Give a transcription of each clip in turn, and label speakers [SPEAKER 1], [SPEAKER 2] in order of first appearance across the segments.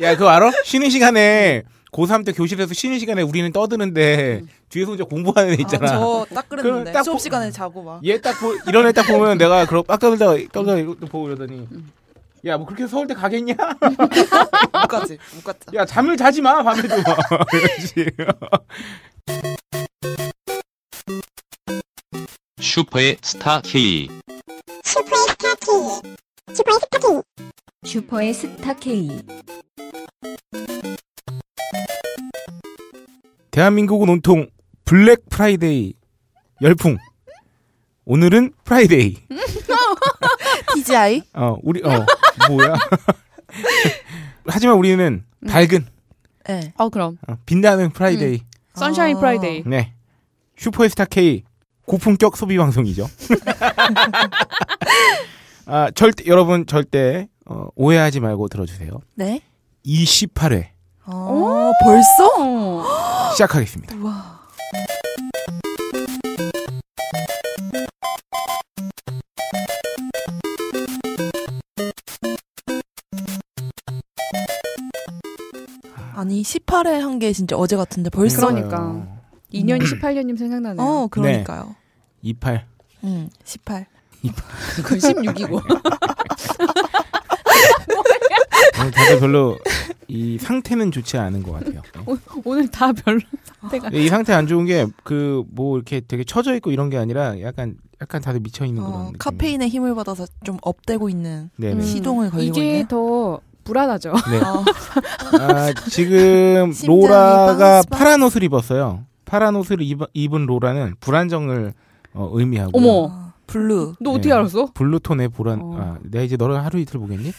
[SPEAKER 1] 야, 그거 알아? 쉬는 시간에 고3 때 교실에서 쉬는 시간에 우리는 떠드는데 뒤에서 혼자 공부하는 애 있잖아.
[SPEAKER 2] 저딱 그랬는데
[SPEAKER 1] 그럼 딱
[SPEAKER 2] 수업
[SPEAKER 1] 보-
[SPEAKER 2] 시간에 자고 막.
[SPEAKER 1] 얘 딱 보, 이런 애 딱 보면 내가 그럼 아까 그러다가 깜짝 보고 이러더니 야, 뭐 그렇게 서울대 가겠냐?
[SPEAKER 2] 못 갔지, 못 갔다.
[SPEAKER 1] 야, 잠을 자지 마, 밤에도. 막 이러지.
[SPEAKER 3] 슈퍼의 스타 K.
[SPEAKER 4] 슈퍼의 스타 K.
[SPEAKER 1] 대한민국은 온통 블랙 프라이데이 열풍. 오늘은 프라이데이.
[SPEAKER 2] TGI?
[SPEAKER 1] 어, 우리 어, 뭐야? 하지만 우리는 밝은
[SPEAKER 2] 네.
[SPEAKER 5] 어 그럼
[SPEAKER 1] 어, 빛나는 프라이데이.
[SPEAKER 5] 선샤인
[SPEAKER 2] 아.
[SPEAKER 5] 프라이데이.
[SPEAKER 1] 네. 슈퍼스타 K 고품격 소비 방송이죠. 아, 절대 여러분 절대 어, 오해하지 말고 들어주세요.
[SPEAKER 2] 네.
[SPEAKER 1] 28회
[SPEAKER 2] 어, 벌써?
[SPEAKER 5] 어.
[SPEAKER 1] 시작하겠습니다.
[SPEAKER 2] 우와. 아니 18회 한 게 진짜 어제 같은데 벌써
[SPEAKER 5] 그러니까.
[SPEAKER 1] 어,
[SPEAKER 5] 2년 18년님 생각나네요.
[SPEAKER 2] 어 그러니까요.
[SPEAKER 1] 28.
[SPEAKER 2] 음, 18.
[SPEAKER 5] 그건 16이고.
[SPEAKER 1] 오늘 다들 별로 이 상태는 좋지 않은 것 같아요.
[SPEAKER 5] 그러니까. 오늘 다 별로.
[SPEAKER 1] 이 상태 안 좋은 게 그 뭐 이렇게 되게 처져 있고 이런 게 아니라 약간 약간 다들 미쳐 있는 그런
[SPEAKER 2] 어,
[SPEAKER 1] 느낌.
[SPEAKER 2] 카페인의 힘을 받아서 좀 업되고 있는
[SPEAKER 1] 네네.
[SPEAKER 5] 음.
[SPEAKER 2] 시동을 걸리고
[SPEAKER 5] 이게
[SPEAKER 2] 있네요.
[SPEAKER 5] 더 불안하죠.
[SPEAKER 1] 네.
[SPEAKER 2] 어,
[SPEAKER 1] 아, 지금
[SPEAKER 2] 심장이
[SPEAKER 1] 로라가
[SPEAKER 2] 빵빵.
[SPEAKER 1] 파란 옷을 입었어요. 파란 옷을 입- 입은 로라는 불안정을 어, 의미하고
[SPEAKER 5] 어머.
[SPEAKER 2] 어, 블루.
[SPEAKER 5] 너
[SPEAKER 1] 네.
[SPEAKER 5] 어떻게 알았어?
[SPEAKER 1] 블루톤의 불안.
[SPEAKER 5] 어.
[SPEAKER 1] 아, 내가 이제 너를 하루 이틀 보겠니?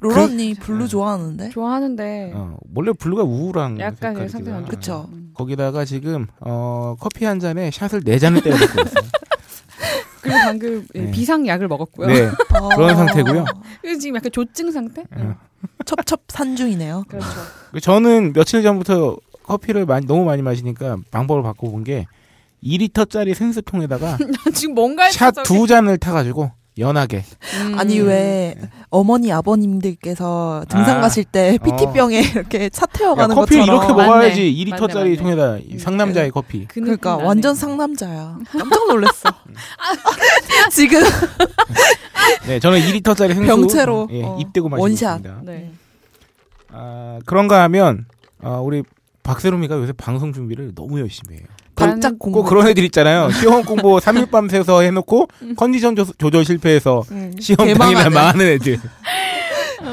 [SPEAKER 2] 로라 언니 블루 좋아하는데?
[SPEAKER 5] 좋아하는데
[SPEAKER 1] 어, 원래 블루가 우울한
[SPEAKER 5] 네. 약간
[SPEAKER 1] 색깔이기도
[SPEAKER 5] 상태가 안
[SPEAKER 1] 하고.
[SPEAKER 5] 좋아.
[SPEAKER 2] 그쵸.
[SPEAKER 5] 음.
[SPEAKER 1] 거기다가 지금 어, 커피 한 잔에 샷을 네 잔을 때려 먹고 있어요.
[SPEAKER 5] 그리고 방금
[SPEAKER 1] 네.
[SPEAKER 5] 비상약을 먹었고요.
[SPEAKER 1] 네.
[SPEAKER 2] 어,
[SPEAKER 1] 그런 상태고요.
[SPEAKER 5] 그래서 지금 약간 조증 상태? 음,
[SPEAKER 1] 어.
[SPEAKER 2] 첩첩 산중이네요.
[SPEAKER 5] 그렇죠.
[SPEAKER 1] 저는 며칠 전부터 커피를 많이- 너무 많이 마시니까 방법을 바꿔본 게 2리터짜리 생수통에다가
[SPEAKER 5] 나 지금 뭔가 했어,
[SPEAKER 1] 샷
[SPEAKER 5] 저기.
[SPEAKER 1] 아. 두 잔을 타가지고 연하게
[SPEAKER 5] 음.
[SPEAKER 2] 아니 왜 어머니 아버님들께서 등산
[SPEAKER 1] 아.
[SPEAKER 2] 가실 때 PT병에 이렇게 차
[SPEAKER 1] 야,
[SPEAKER 2] 태워가는
[SPEAKER 1] 커피
[SPEAKER 2] 것처럼
[SPEAKER 1] 이렇게
[SPEAKER 5] 먹어.
[SPEAKER 1] 먹어야지
[SPEAKER 5] 맞네.
[SPEAKER 1] 2리터짜리
[SPEAKER 5] 맞네, 맞네.
[SPEAKER 1] 통에다 이
[SPEAKER 5] 음.
[SPEAKER 1] 상남자의 커피.
[SPEAKER 5] 그 느낌
[SPEAKER 2] 그러니까
[SPEAKER 5] 나네.
[SPEAKER 2] 완전 상남자야. 깜짝 놀랐어.
[SPEAKER 1] 아,
[SPEAKER 2] 지금
[SPEAKER 1] 네, 저는 2리터짜리 생수
[SPEAKER 2] 병채로,
[SPEAKER 1] 예,
[SPEAKER 2] 어.
[SPEAKER 1] 입대고 마시고
[SPEAKER 2] 원샷.
[SPEAKER 1] 있습니다.
[SPEAKER 5] 네.
[SPEAKER 1] 아, 그런가 하면 아, 우리 박세롬이가 요새 방송 준비를 너무 열심히 해요.
[SPEAKER 2] 바짝
[SPEAKER 1] 꼭
[SPEAKER 2] 공부.
[SPEAKER 1] 그런 애들 있잖아요. 시험 공부 3일 밤새서 해놓고 컨디션 조, 조절 실패해서
[SPEAKER 2] 응,
[SPEAKER 1] 시험 당일날
[SPEAKER 2] 개망하는.
[SPEAKER 1] 망하는 애들.
[SPEAKER 2] 네.
[SPEAKER 5] 어,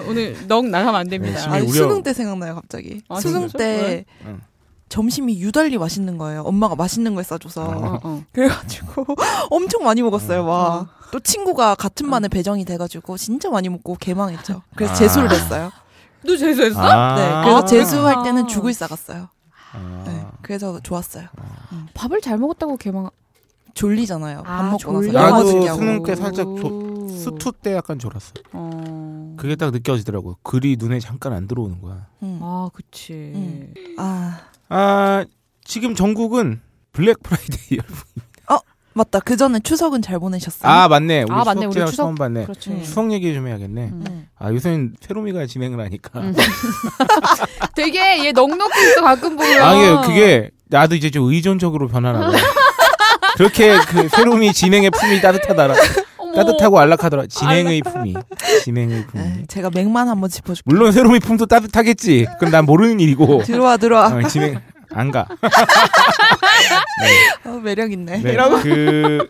[SPEAKER 5] 어, 오늘 넉 나가면 안 됩니다.
[SPEAKER 1] 열심히
[SPEAKER 2] 아,
[SPEAKER 1] 우려.
[SPEAKER 2] 수능 때 생각나요 갑자기.
[SPEAKER 5] 아,
[SPEAKER 2] 수능
[SPEAKER 5] 진짜요?
[SPEAKER 2] 때
[SPEAKER 5] 왜?
[SPEAKER 1] 응.
[SPEAKER 2] 점심이 유달리 맛있는 거예요. 엄마가 맛있는 걸 싸줘서.
[SPEAKER 1] 아.
[SPEAKER 5] 어, 어.
[SPEAKER 2] 그래가지고 엄청 많이 먹었어요.
[SPEAKER 5] 어.
[SPEAKER 1] 음.
[SPEAKER 2] 와. 또 친구가 같은 반에 배정이 돼가지고 진짜 많이 먹고 개망했죠. 그래서
[SPEAKER 1] 아.
[SPEAKER 2] 재수를 했어요.
[SPEAKER 5] 너 재수했어?
[SPEAKER 1] 아.
[SPEAKER 2] 네. 그래서
[SPEAKER 5] 아.
[SPEAKER 2] 재수할 때는 죽을 싸갔어요.
[SPEAKER 1] 아.
[SPEAKER 2] 네. 그래서 좋았어요.
[SPEAKER 5] 밥을 잘 먹었다고 개망.
[SPEAKER 2] 졸리잖아요. 밥
[SPEAKER 5] 아,
[SPEAKER 2] 먹고 나서
[SPEAKER 5] 졸려.
[SPEAKER 1] 나도
[SPEAKER 2] 야무지게 하고.
[SPEAKER 1] 수능 때 살짝 수투 때 약간 졸았어.
[SPEAKER 5] 어.
[SPEAKER 1] 그게 딱 느껴지더라고. 글이 눈에 잠깐 안 들어오는 거야.
[SPEAKER 2] 음.
[SPEAKER 5] 아, 그치.
[SPEAKER 2] 음. 아
[SPEAKER 1] 아, 지금 전국은 블랙 프라이데이
[SPEAKER 2] 맞다. 그 전에 추석은 잘 보내셨어요?
[SPEAKER 1] 아 맞네 우리
[SPEAKER 5] 아, 맞네.
[SPEAKER 1] 추석제랑
[SPEAKER 5] 우리 추석.
[SPEAKER 1] 처음 봤네
[SPEAKER 5] 그렇죠.
[SPEAKER 2] 음.
[SPEAKER 1] 추석 얘기 좀 해야겠네
[SPEAKER 5] 음.
[SPEAKER 2] 음.
[SPEAKER 1] 아 요새는 새로미가 진행을 하니까
[SPEAKER 5] 음. 되게 얘 넉넉히 있어 가끔 보면.
[SPEAKER 1] 아 이게 그게 나도 이제 좀 의존적으로 변하라고 그렇게 그 새로미 진행의 품이 따뜻하다
[SPEAKER 5] 어머.
[SPEAKER 1] 따뜻하고 안락하더라 진행의 품이 진행의
[SPEAKER 2] 에이,
[SPEAKER 1] 품이
[SPEAKER 2] 네, 제가 맥만 한번 짚어줄게요.
[SPEAKER 1] 물론 새로미 품도 따뜻하겠지 그건 난 모르는 일이고
[SPEAKER 2] 들어와 들어와.
[SPEAKER 1] 어, 진행 안가
[SPEAKER 2] 어, 매력 있네.
[SPEAKER 1] 네,
[SPEAKER 2] 이러고
[SPEAKER 1] 그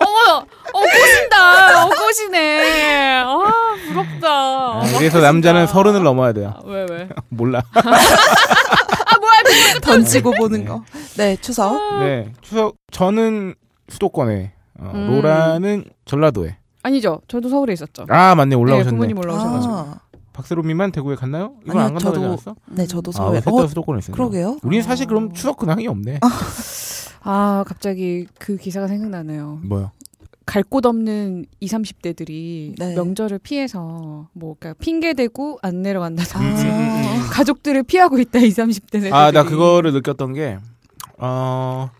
[SPEAKER 5] 어머, 어 꼬신다. 어 꼬시네. 아 부럽다.
[SPEAKER 1] 아, 그래서 남자는 서른을 넘어야 돼요
[SPEAKER 5] 왜 왜?
[SPEAKER 1] 몰라
[SPEAKER 2] 던지고 보는
[SPEAKER 1] 네.
[SPEAKER 2] 거. 네
[SPEAKER 5] 아,
[SPEAKER 2] 추석.
[SPEAKER 1] 네 추석 저는 수도권에 어,
[SPEAKER 5] 음.
[SPEAKER 1] 로라는 전라도에
[SPEAKER 5] 아니죠. 저도 서울에 있었죠.
[SPEAKER 1] 아 맞네
[SPEAKER 5] 네,
[SPEAKER 1] 올라오셨네
[SPEAKER 5] 부모님 올라오셔가지고.
[SPEAKER 2] 아,
[SPEAKER 1] 박세롬이만 대구에 갔나요? 이건
[SPEAKER 2] 아니요,
[SPEAKER 1] 안 간다고
[SPEAKER 2] 저도-
[SPEAKER 1] 하지 않았어?
[SPEAKER 2] 네 저도
[SPEAKER 1] 아,
[SPEAKER 2] 서울.
[SPEAKER 1] 왜
[SPEAKER 2] 에
[SPEAKER 1] 셋다
[SPEAKER 2] 어
[SPEAKER 1] 수도권에 있었네
[SPEAKER 2] 그러게요.
[SPEAKER 1] 우린 사실
[SPEAKER 5] 어.
[SPEAKER 1] 그럼 추석 근황이 없네
[SPEAKER 5] 아 갑자기 그 기사가 생각나네요.
[SPEAKER 1] 뭐야
[SPEAKER 5] 갈 곳 없는 2, 30대들이
[SPEAKER 2] 네.
[SPEAKER 5] 명절을 피해서 뭐 그러니까 핑계 대고 안
[SPEAKER 2] 아,
[SPEAKER 5] 내려간다든지
[SPEAKER 1] 음.
[SPEAKER 5] 가족들을 피하고 있다 2, 30대들.
[SPEAKER 1] 아 나 그거를 느꼈던 게 어,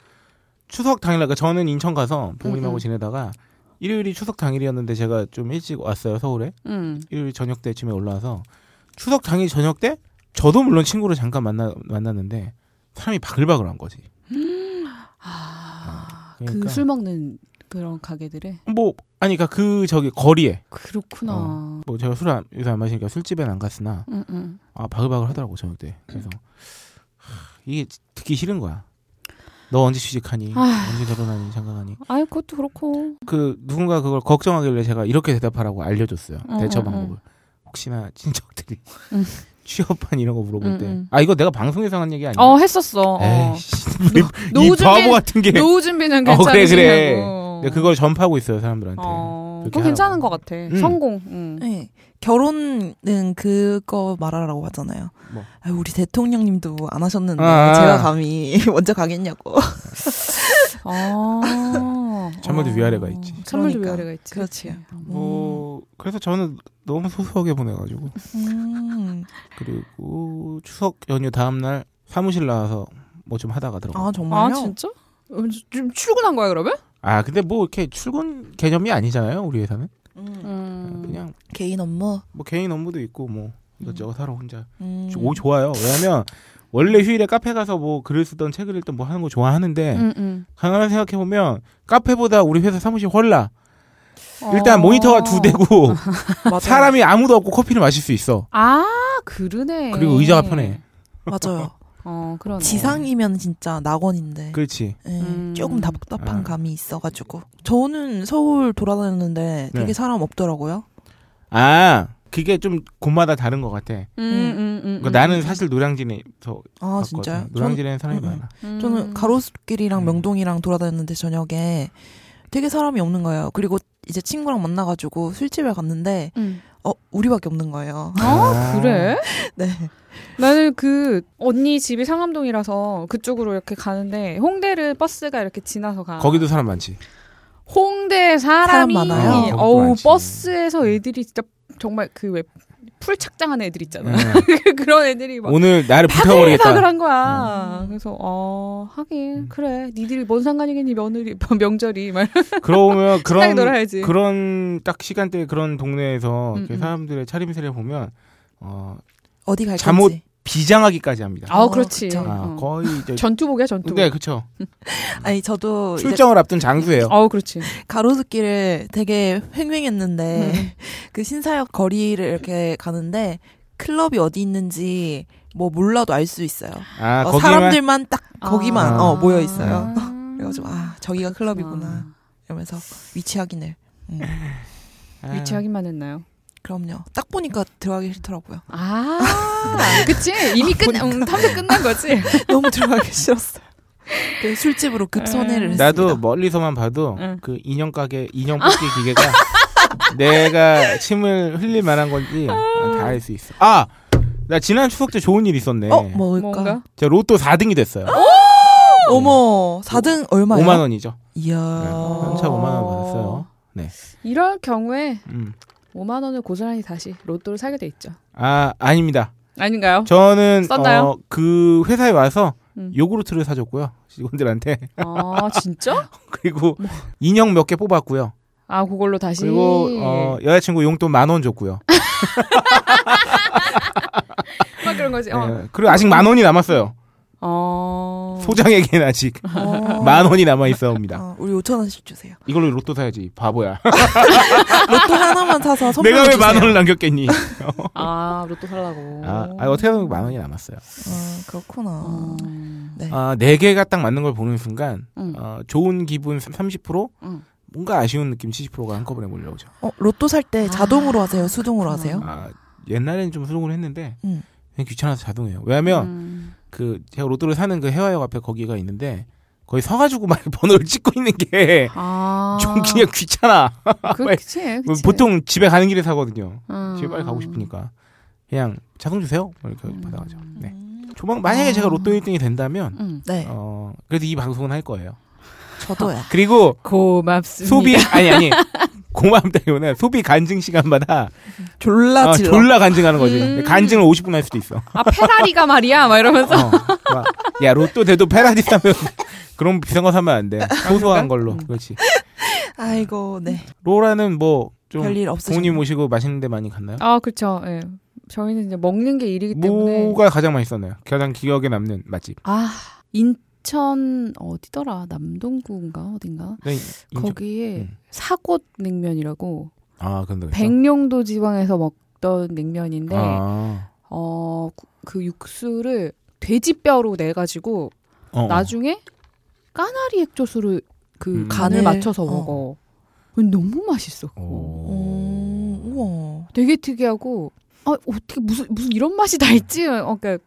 [SPEAKER 1] 추석 당일날 그러니까 저는 인천 가서 부모님하고
[SPEAKER 5] 음, 음.
[SPEAKER 1] 지내다가 일요일이 추석 당일이었는데 제가 좀 일찍 왔어요 서울에
[SPEAKER 5] 음.
[SPEAKER 1] 일요일 저녁 때쯤에 올라와서 추석 당일 저녁 때 저도 물론 친구를 잠깐 만나 만났는데 사람이 바글바글한 거지.
[SPEAKER 5] 아,
[SPEAKER 1] 어, 그러니까.
[SPEAKER 5] 그 술 먹는 그런 가게들에
[SPEAKER 1] 뭐 아니 그러니까 그 저기 거리에
[SPEAKER 5] 그렇구나.
[SPEAKER 1] 어. 뭐 제가 술안 요새 안 마시니까 술집엔 안 갔으나
[SPEAKER 5] 음, 음.
[SPEAKER 1] 아 바글바글 하더라고 저녁 때 그래서 하, 이게 듣기 싫은 거야. 너 언제 취직하니?
[SPEAKER 5] 아휴.
[SPEAKER 1] 언제 결혼하니? 장가가니?
[SPEAKER 5] 아유 그것도 그렇고.
[SPEAKER 1] 그 누군가 그걸 걱정하길래 제가 이렇게 대답하라고 알려줬어요
[SPEAKER 5] 어,
[SPEAKER 1] 대처
[SPEAKER 5] 어, 어.
[SPEAKER 1] 방법을 혹시나 친척들이
[SPEAKER 5] 음.
[SPEAKER 1] 취업한 이런 거 물어볼
[SPEAKER 5] 음, 음.
[SPEAKER 1] 때 아 이거 내가 방송에서 한 얘기 아니야?
[SPEAKER 5] 어 했었어. 어.
[SPEAKER 1] 에이씨 이
[SPEAKER 5] 노후
[SPEAKER 1] 바보
[SPEAKER 5] 준비
[SPEAKER 1] 같은 게
[SPEAKER 5] 노후 준비는
[SPEAKER 1] 어, 그래,
[SPEAKER 5] 괜찮으시냐고.
[SPEAKER 1] 그래. 근데 그걸 전파하고 있어요 사람들한테
[SPEAKER 5] 어,
[SPEAKER 1] 그렇게
[SPEAKER 5] 그거 괜찮은
[SPEAKER 1] 하라고.
[SPEAKER 5] 것 같아.
[SPEAKER 1] 음.
[SPEAKER 5] 성공. 음.
[SPEAKER 2] 네. 결혼은 그거 말하라고 하잖아요.
[SPEAKER 1] 뭐?
[SPEAKER 2] 아유, 우리 대통령님도 안 하셨는데
[SPEAKER 1] 아, 아.
[SPEAKER 2] 제가 감히 먼저 가겠냐고.
[SPEAKER 5] 아.
[SPEAKER 1] 찬물도
[SPEAKER 5] 어.
[SPEAKER 1] 위아래가 있지.
[SPEAKER 2] 그러니까.
[SPEAKER 5] 찬물도
[SPEAKER 2] 음.
[SPEAKER 5] 위아래가 있지. 네.
[SPEAKER 2] 그렇지요.
[SPEAKER 1] 뭐 그래서 저는 너무 소소하게 보내가지고
[SPEAKER 2] 음.
[SPEAKER 1] 그리고 추석 연휴 다음날 사무실 나와서 뭐 좀 하다가 들어가
[SPEAKER 2] 아
[SPEAKER 5] 아
[SPEAKER 2] 정말요?
[SPEAKER 5] 진짜? 음, 지금 출근한 거야 그러면?
[SPEAKER 1] 아 근데 뭐 이렇게 출근 개념이 아니잖아요 우리 회사는
[SPEAKER 2] 음.
[SPEAKER 5] 음.
[SPEAKER 1] 그냥
[SPEAKER 2] 개인 업무.
[SPEAKER 1] 뭐 개인 업무도 있고 뭐 이것저것 하러 혼자
[SPEAKER 2] 음.
[SPEAKER 1] 오 좋아요 왜냐면 원래 휴일에 카페 가서 뭐 글을 쓰던 책을 읽던 뭐 하는 거 좋아하는데
[SPEAKER 5] 음, 음.
[SPEAKER 1] 가만히 생각해 보면 카페보다 우리 회사 사무실 홀라 일단
[SPEAKER 5] 어.
[SPEAKER 1] 모니터가 두 대고
[SPEAKER 2] 어. 맞아요.
[SPEAKER 1] 사람이 아무도 없고 커피를 마실 수 있어
[SPEAKER 5] 아 그러네.
[SPEAKER 1] 그리고 의자가 편해.
[SPEAKER 2] 맞아요.
[SPEAKER 5] 어 그러네.
[SPEAKER 2] 지상이면 진짜 낙원인데.
[SPEAKER 1] 그렇지
[SPEAKER 2] 예,
[SPEAKER 5] 음.
[SPEAKER 2] 조금 답답한
[SPEAKER 1] 아.
[SPEAKER 2] 감이 있어가지고 저는 서울 돌아다녔는데 되게
[SPEAKER 1] 네.
[SPEAKER 2] 사람 없더라고요.
[SPEAKER 1] 아 그게 좀 곳마다 다른 것 같아
[SPEAKER 5] 음, 음, 음, 음.
[SPEAKER 1] 그러니까 나는 사실 노량진에서
[SPEAKER 2] 아
[SPEAKER 1] 갔거든
[SPEAKER 2] 진짜요? 저는,
[SPEAKER 1] 노량진에는 사람이
[SPEAKER 2] 음, 음.
[SPEAKER 1] 많아
[SPEAKER 5] 음.
[SPEAKER 2] 저는 가로수길이랑
[SPEAKER 1] 음.
[SPEAKER 2] 명동이랑 돌아다녔는데 저녁에 되게 사람이 없는 거예요. 그리고 이제 친구랑 만나가지고 술집에 갔는데
[SPEAKER 5] 음.
[SPEAKER 2] 어 우리밖에 없는 거예요.
[SPEAKER 5] 아, 그래?
[SPEAKER 2] 네.
[SPEAKER 5] 나는 그 언니 집이 상암동이라서 그쪽으로 이렇게 가는데 홍대를 버스가 이렇게 지나서 가.
[SPEAKER 1] 거기도 사람 많지
[SPEAKER 5] 홍대 사람이
[SPEAKER 2] 사람 많아요.
[SPEAKER 1] 어, 거기도
[SPEAKER 5] 어우
[SPEAKER 1] 많지.
[SPEAKER 5] 버스에서 애들이 진짜 정말 그 왜 풀착장하는 애들
[SPEAKER 2] 음.
[SPEAKER 5] 있잖아.
[SPEAKER 1] 네.
[SPEAKER 5] 그런 애들이 막
[SPEAKER 1] 오늘 나를 불태워버리겠다 음.
[SPEAKER 5] 바글바글한 거야. 그래서 어 하긴 그래 니들이 뭔 상관이겠니 며느리 뭐 명절이 막
[SPEAKER 1] 그러면
[SPEAKER 5] 신나게
[SPEAKER 1] 그런
[SPEAKER 5] 놀아야지.
[SPEAKER 1] 그런 딱 시간대 그런 동네에서
[SPEAKER 5] 음,
[SPEAKER 1] 이렇게
[SPEAKER 5] 음.
[SPEAKER 1] 사람들의 차림새를 보면 어
[SPEAKER 2] 어디 갈
[SPEAKER 1] 잠옷.
[SPEAKER 2] 건지.
[SPEAKER 1] 비장하기까지 합니다.
[SPEAKER 5] 아
[SPEAKER 2] 어,
[SPEAKER 5] 그렇지.
[SPEAKER 2] 그쵸.
[SPEAKER 1] 아,
[SPEAKER 5] 어.
[SPEAKER 1] 거의 이제
[SPEAKER 5] 전투복이야 전투복.
[SPEAKER 1] 네 그렇죠.
[SPEAKER 2] 아니 저도 어, 이제
[SPEAKER 1] 출정을 앞둔 장수예요.
[SPEAKER 5] 어우 그렇지.
[SPEAKER 2] 가로수길을 되게 횡횡했는데
[SPEAKER 5] 음.
[SPEAKER 2] 그 신사역 거리를 이렇게 가는데 클럽이 어디 있는지 뭐 몰라도 알 수 있어요.
[SPEAKER 1] 아
[SPEAKER 2] 어,
[SPEAKER 1] 거기만
[SPEAKER 2] 사람들만 딱 거기만
[SPEAKER 1] 아.
[SPEAKER 2] 어, 모여 있어요.
[SPEAKER 5] 아.
[SPEAKER 2] 그래가지고 아 저기가 클럽이구나 이러면서 위치 확인을. 음.
[SPEAKER 1] 아,
[SPEAKER 5] 위치 확인만 했나요?
[SPEAKER 2] 그럼요. 딱 보니까 들어가기 싫더라고요.
[SPEAKER 5] 아, 그치? 이미 끝, 음, 탐색 끝난 거지?
[SPEAKER 2] 너무 들어가기 싫었어요. 그래서 술집으로 급선회를 했습니다.
[SPEAKER 1] 나도 멀리서만 봐도
[SPEAKER 5] 응.
[SPEAKER 1] 그 인형 가게 인형 뽑기 기계가 내가 침을 흘릴 만한 건지 다 알 수 있어. 아 나 지난 추석 때 좋은 일 뭐, 있었네.
[SPEAKER 2] 어 뭘까?
[SPEAKER 5] 뭔가?
[SPEAKER 1] 제가 로또 4등이 됐어요.
[SPEAKER 2] 어머 4등 얼마예요? 어.
[SPEAKER 1] 5만 원이죠.
[SPEAKER 2] 이야.
[SPEAKER 1] 네. 한차 5만 원 받았어요.
[SPEAKER 5] 이럴 경우에
[SPEAKER 1] 음.
[SPEAKER 5] 5만원을 고스란히 다시 로또를 사게 돼 있죠.
[SPEAKER 1] 아 아닙니다.
[SPEAKER 5] 아닌가요?
[SPEAKER 1] 저는
[SPEAKER 5] 썼나요?
[SPEAKER 1] 어, 그 회사에 와서
[SPEAKER 5] 음.
[SPEAKER 1] 요구르트를 사줬고요 직원들한테
[SPEAKER 5] 아, 진짜?
[SPEAKER 1] 그리고 인형 몇 개 뽑았고요
[SPEAKER 5] 아, 그걸로 다시.
[SPEAKER 1] 그리고 어, 여자친구 용돈 만 원 줬고요
[SPEAKER 5] 막 그런 거지. 어.
[SPEAKER 1] 네, 그리고 아직 만 원이 남았어요
[SPEAKER 5] 어.
[SPEAKER 1] 소장에게는 아직
[SPEAKER 2] 어.
[SPEAKER 1] 만 원이 남아 있어옵니다
[SPEAKER 2] 어, 우리 5천 원씩 주세요.
[SPEAKER 1] 이걸로 로또 사야지 이 바보야
[SPEAKER 2] 로또 하나만 사서 선물
[SPEAKER 1] 내가
[SPEAKER 2] 주세요.
[SPEAKER 1] 왜 만 원을 남겼겠니
[SPEAKER 5] 아, 로또 살라고.
[SPEAKER 1] 아, 아, 어떻게 보면 만 원이 남았어요
[SPEAKER 2] 어, 그렇구나.
[SPEAKER 5] 어.
[SPEAKER 2] 네.
[SPEAKER 1] 아, 네 개가 딱 맞는 걸 보는 순간
[SPEAKER 5] 음.
[SPEAKER 1] 어, 좋은 기분 30%
[SPEAKER 5] 음.
[SPEAKER 1] 뭔가 아쉬운 느낌 70%가 한꺼번에 몰려오죠
[SPEAKER 2] 어, 로또 살 때
[SPEAKER 5] 아,
[SPEAKER 2] 자동으로 하세요? 수동으로 하세요?
[SPEAKER 1] 아, 옛날에는 좀 수동으로 했는데
[SPEAKER 2] 음.
[SPEAKER 1] 그냥 귀찮아서 자동이에요 왜냐면
[SPEAKER 5] 음.
[SPEAKER 1] 그 제가 로또를 사는 그 해화역 앞에 거기가 있는데 거기 서가지고 막 번호를 찍고 있는 게 좀
[SPEAKER 5] 아.
[SPEAKER 1] 그냥 귀찮아. 뭐
[SPEAKER 5] 그치, 그치.
[SPEAKER 1] 보통 집에 가는 길에 사거든요.
[SPEAKER 5] 음.
[SPEAKER 1] 집에 빨리 가고 싶으니까 그냥 자동 주세요 뭐 이렇게 받아가죠. 네.
[SPEAKER 2] 음,
[SPEAKER 1] 조만 만약에
[SPEAKER 2] 아.
[SPEAKER 1] 제가 로또 1등이 된다면
[SPEAKER 5] 음.
[SPEAKER 2] 네,
[SPEAKER 1] 어 아, 그래도 이 방송은 할 거예요.
[SPEAKER 2] 저도요.
[SPEAKER 1] 그리고
[SPEAKER 5] 고맙습니다.
[SPEAKER 1] 소비 아니 아니 고맙다기보다 소비 간증 시간마다
[SPEAKER 2] 졸라
[SPEAKER 1] 어,
[SPEAKER 2] 질러.
[SPEAKER 1] 졸라 간증하는 거지.
[SPEAKER 5] 음.
[SPEAKER 1] 간증을 50분 할 수도 있어.
[SPEAKER 5] 아, 페라리가 말이야? 막 이러면서.
[SPEAKER 1] 어, 막,
[SPEAKER 5] 아, 음.
[SPEAKER 1] 야 로또 돼도 페라리 사면 그런 비싼 거 사면 안 돼. 소소한 걸로. 그렇지.
[SPEAKER 2] 아이고, 네.
[SPEAKER 1] 로라는 뭐 좀
[SPEAKER 2] 별일 없으셨
[SPEAKER 1] 부모님 모시고 맛있는 데 많이 갔나요?
[SPEAKER 5] 아 그렇죠. 예. 저희는 이제 먹는 게 일이기 때문에
[SPEAKER 1] 뭐가 가장 맛있었나요? 가장 기억에 남는 맛집.
[SPEAKER 5] 아 인천 어디더라 남동구인가 어딘가
[SPEAKER 1] 네, 인천.
[SPEAKER 5] 거기에 그
[SPEAKER 1] 음.
[SPEAKER 5] 사곳 냉면이라고
[SPEAKER 1] 아, 근데
[SPEAKER 5] 백령도 지방에서 먹던 냉면인데
[SPEAKER 1] 아.
[SPEAKER 5] 어 그 육수를 돼지뼈로 내 가지고
[SPEAKER 1] 어, 어.
[SPEAKER 5] 네. 나중에 까나리 액조수를 그
[SPEAKER 1] 음.
[SPEAKER 5] 간을
[SPEAKER 2] 네.
[SPEAKER 5] 맞춰서
[SPEAKER 2] 어.
[SPEAKER 5] 먹어. 너무 맛있었고
[SPEAKER 1] 어. 오.
[SPEAKER 2] 음, 우와.
[SPEAKER 5] 되게 특이하고 아 어떻게 무슨 무슨 이런 맛이 다 있지? 어, 그러니까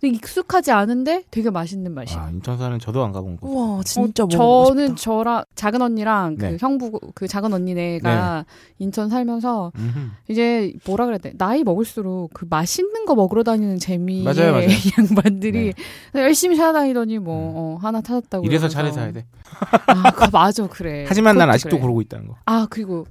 [SPEAKER 5] 되게 익숙하지 않은데 되게 맛있는 맛이야.
[SPEAKER 1] 아, 인천 사는 저도 안 가본 곳.
[SPEAKER 2] 우와, 진짜
[SPEAKER 5] 어,
[SPEAKER 2] 먹어보고
[SPEAKER 5] 저는
[SPEAKER 2] 싶다.
[SPEAKER 5] 저랑 작은 언니랑
[SPEAKER 1] 네.
[SPEAKER 5] 그 형부 그 작은 언니네가 인천 살면서
[SPEAKER 1] 음흠.
[SPEAKER 5] 이제 뭐라 그래야 돼 나이 먹을수록 그 맛있는 거 먹으러 다니는 재미에
[SPEAKER 1] 맞아요, 맞아요.
[SPEAKER 5] 이 양반들이 열심히 찾아다니더니 뭐 어, 하나 찾았다고
[SPEAKER 1] 이래서
[SPEAKER 5] 그러면서.
[SPEAKER 1] 잘해 서야 돼.
[SPEAKER 5] 아, 그거 맞아 그래
[SPEAKER 1] 하지만 난
[SPEAKER 5] 그것도
[SPEAKER 1] 아직도
[SPEAKER 5] 그래.
[SPEAKER 1] 그러고 있다는 거.
[SPEAKER 5] 아 그리고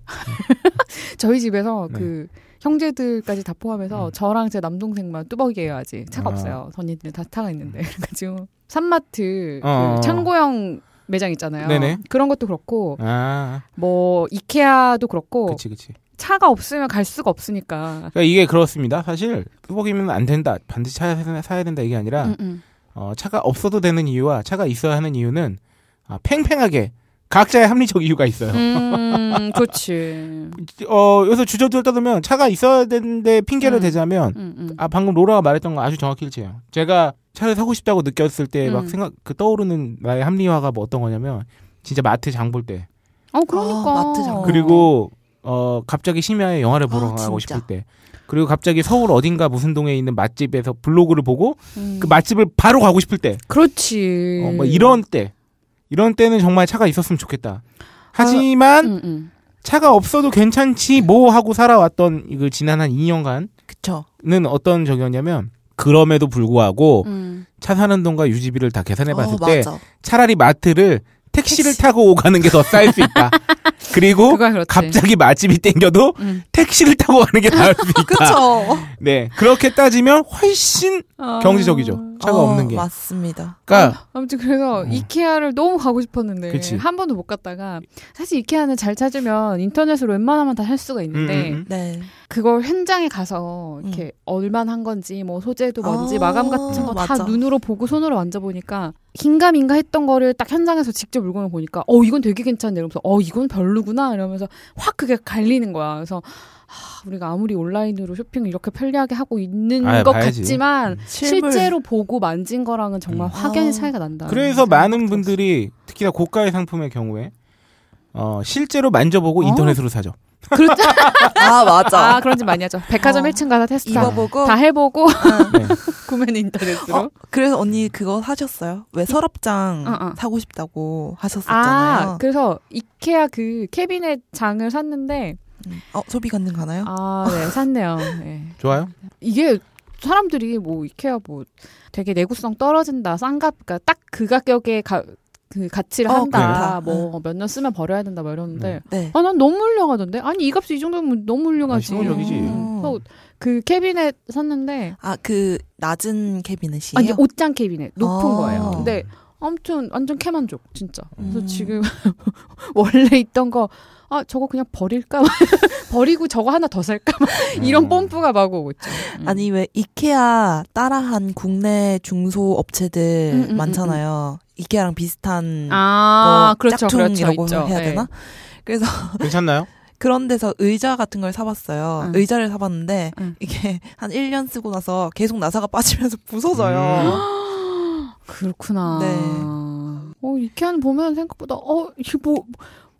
[SPEAKER 5] 저희 집에서
[SPEAKER 1] 네.
[SPEAKER 5] 그 형제들까지 다 포함해서
[SPEAKER 1] 음.
[SPEAKER 5] 저랑 제 남동생만 뚜벅이에요 아직 차가
[SPEAKER 1] 아. 음.
[SPEAKER 5] 없어요 언니들 다 차가 있는데 그러니까 그래가지고 산마트 그
[SPEAKER 1] 어.
[SPEAKER 5] 창고형 매장 있잖아요
[SPEAKER 1] 네네.
[SPEAKER 5] 그런 것도 그렇고
[SPEAKER 1] 아,
[SPEAKER 5] 뭐 이케아도 그렇고
[SPEAKER 1] 그치, 그치.
[SPEAKER 5] 차가 없으면 갈 수가 없으니까
[SPEAKER 1] 그러니까 이게 그렇습니다. 사실 뚜벅이면 안 된다. 반드시 차 사야 된다 이게 아니라
[SPEAKER 5] 음, 음.
[SPEAKER 1] 어, 차가 없어도 되는 이유와 차가 있어야 하는 이유는 아, 팽팽하게 각자의 합리적 이유가 있어요.
[SPEAKER 5] 음, 그렇지.
[SPEAKER 1] 어, 여기서 주저들 떠들면 차가 있어야 되는데 핑계를
[SPEAKER 5] 음.
[SPEAKER 1] 대자면
[SPEAKER 5] 음, 음.
[SPEAKER 1] 아 방금 로라가 말했던 거 아주 정확히 일치해요. 제가 차를 사고 싶다고 느꼈을 때 막
[SPEAKER 5] 음.
[SPEAKER 1] 생각 그 떠오르는 나의 합리화가 뭐 어떤 거냐면 진짜 마트 장 볼 때
[SPEAKER 5] 어, 그러니까.
[SPEAKER 2] 아, 마트 장터. 어.
[SPEAKER 1] 그리고 어 갑자기 심야에 영화를 보러
[SPEAKER 2] 아,
[SPEAKER 1] 가고
[SPEAKER 2] 진짜.
[SPEAKER 1] 싶을 때 그리고 갑자기 서울 어딘가 무슨 동에 있는 맛집에서 블로그를 보고
[SPEAKER 5] 음.
[SPEAKER 1] 그 맛집을 바로 가고 싶을 때
[SPEAKER 5] 그렇지.
[SPEAKER 1] 어, 뭐 이런 때 이런 때는 정말 차가 있었으면 좋겠다. 하지만
[SPEAKER 5] 음, 음.
[SPEAKER 1] 차가 없어도 괜찮지 뭐 하고 살아왔던 그 지난 한 2년간은
[SPEAKER 2] 그쵸.
[SPEAKER 1] 어떤 적이었냐면 그럼에도 불구하고
[SPEAKER 5] 음.
[SPEAKER 1] 차 사는 돈과 유지비를 다 네, 계산해봤을
[SPEAKER 2] 어,
[SPEAKER 1] 때
[SPEAKER 2] 맞아.
[SPEAKER 1] 차라리 마트를 택시를
[SPEAKER 2] 택시.
[SPEAKER 1] 타고 오가는 게 더 싸일 수 있다. 그리고
[SPEAKER 5] 그거야 그렇지.
[SPEAKER 1] 갑자기 맛집이 땡겨도
[SPEAKER 5] 음.
[SPEAKER 1] 택시를 타고 가는 게 나을 수 있다.
[SPEAKER 2] 그쵸.
[SPEAKER 1] 네 그렇게 따지면 훨씬
[SPEAKER 5] 아.
[SPEAKER 1] 경제적이죠. 차가
[SPEAKER 2] 어,
[SPEAKER 1] 없는 게.
[SPEAKER 2] 맞습니다.
[SPEAKER 1] 그러니까
[SPEAKER 5] 아무튼 그래서
[SPEAKER 1] 음.
[SPEAKER 5] 이케아를 너무 가고 싶었는데
[SPEAKER 1] 그치.
[SPEAKER 5] 한 번도 못 갔다가 사실 이케아는 잘 찾으면 인터넷으로 웬만하면 다 살 수가 있는데
[SPEAKER 1] 음, 음,
[SPEAKER 2] 네.
[SPEAKER 5] 그걸 현장에 가서 이렇게 얼만 한 건지 뭐 소재도 뭔지
[SPEAKER 2] 음. 아,
[SPEAKER 5] 마감 같은 거
[SPEAKER 2] 맞아.
[SPEAKER 5] 다 눈으로 보고 손으로 만져보니까 긴가민가 했던 거를 딱 현장에서 직접 물건을 보니까 어 이건 되게 괜찮네 이러면서 어 이건 별로구나 이러면서 확 그게 갈리는 거야 그래서 아, 우리가 아무리 온라인으로 쇼핑을 이렇게 편리하게 하고 있는
[SPEAKER 1] 아,
[SPEAKER 5] 것
[SPEAKER 1] 봐야지.
[SPEAKER 5] 같지만
[SPEAKER 2] 실물.
[SPEAKER 5] 실제로 보고 만진 거랑은 정말
[SPEAKER 1] 음.
[SPEAKER 5] 확연히
[SPEAKER 2] 아.
[SPEAKER 5] 차이가 난다
[SPEAKER 1] 그래서 많은 분들이 특히나 고가의 상품의 경우에 어, 실제로 만져보고
[SPEAKER 5] 어.
[SPEAKER 1] 인터넷으로 사죠.
[SPEAKER 5] 그렇죠
[SPEAKER 2] 아, 맞아.
[SPEAKER 5] 아 그런 짓 많이 하죠 백화점
[SPEAKER 2] 어.
[SPEAKER 5] 1층 가서 테스트 다,
[SPEAKER 2] 입어보고.
[SPEAKER 5] 다 해보고
[SPEAKER 2] 응.
[SPEAKER 1] 네.
[SPEAKER 5] 아. 구매는 인터넷으로
[SPEAKER 2] 어, 그래서 언니 그거 하셨어요? 왜 서랍장
[SPEAKER 5] 음. 어, 어.
[SPEAKER 2] 사고 싶다고 하셨었잖아요.
[SPEAKER 5] 아, 그래서 이케아 그 캐비넷 장을 샀는데
[SPEAKER 2] 음. 어, 소비 관능 가나요?
[SPEAKER 5] 아, 네, 샀네요. 네.
[SPEAKER 1] 좋아요.
[SPEAKER 5] 이게 사람들이 뭐 이케아 뭐 되게 내구성 떨어진다, 싼값, 그러니까 딱 그 가격에 가, 그 가치를
[SPEAKER 2] 어,
[SPEAKER 5] 한다,
[SPEAKER 2] 그렇다.
[SPEAKER 5] 뭐 몇 년 쓰면 버려야 된다, 뭐 이러는데.
[SPEAKER 2] 네.
[SPEAKER 5] 아, 난 너무 훌륭하던데? 아니, 이 값이 이 정도면 너무 훌륭하지.
[SPEAKER 1] 아, 실용적이지.
[SPEAKER 5] 음. 그래서 그 캐비넷 샀는데,
[SPEAKER 2] 아, 그 낮은 캐비넷이에요?
[SPEAKER 5] 아, 이게 옷장 캐비넷, 높은
[SPEAKER 2] 아.
[SPEAKER 5] 거예요. 근데 아무튼 완전 캐만족 진짜. 그래서
[SPEAKER 2] 음.
[SPEAKER 5] 지금 원래 있던 거. 아 저거 그냥 버릴까 버리고 저거 하나 더 살까 이런
[SPEAKER 1] 음.
[SPEAKER 5] 뽐뿌가 막 오고 있죠. 음.
[SPEAKER 2] 아니 왜 이케아 따라한 국내 중소 업체들
[SPEAKER 5] 음, 음, 음,
[SPEAKER 2] 많잖아요. 이케아랑 비슷한
[SPEAKER 5] 아
[SPEAKER 2] 뭐 짝퉁이라고 해야 되나? 그래서
[SPEAKER 1] 괜찮나요?
[SPEAKER 2] 그런 데서 의자 같은 걸 사봤어요.
[SPEAKER 5] 응.
[SPEAKER 2] 의자를 사봤는데
[SPEAKER 5] 응.
[SPEAKER 2] 이게 한 1년 쓰고 나서 계속 나사가 빠지면서
[SPEAKER 1] 음.
[SPEAKER 2] 부서져요.
[SPEAKER 5] 그렇구나.
[SPEAKER 2] 네.
[SPEAKER 5] 어 이케아는 보면 생각보다 어 이게 뭐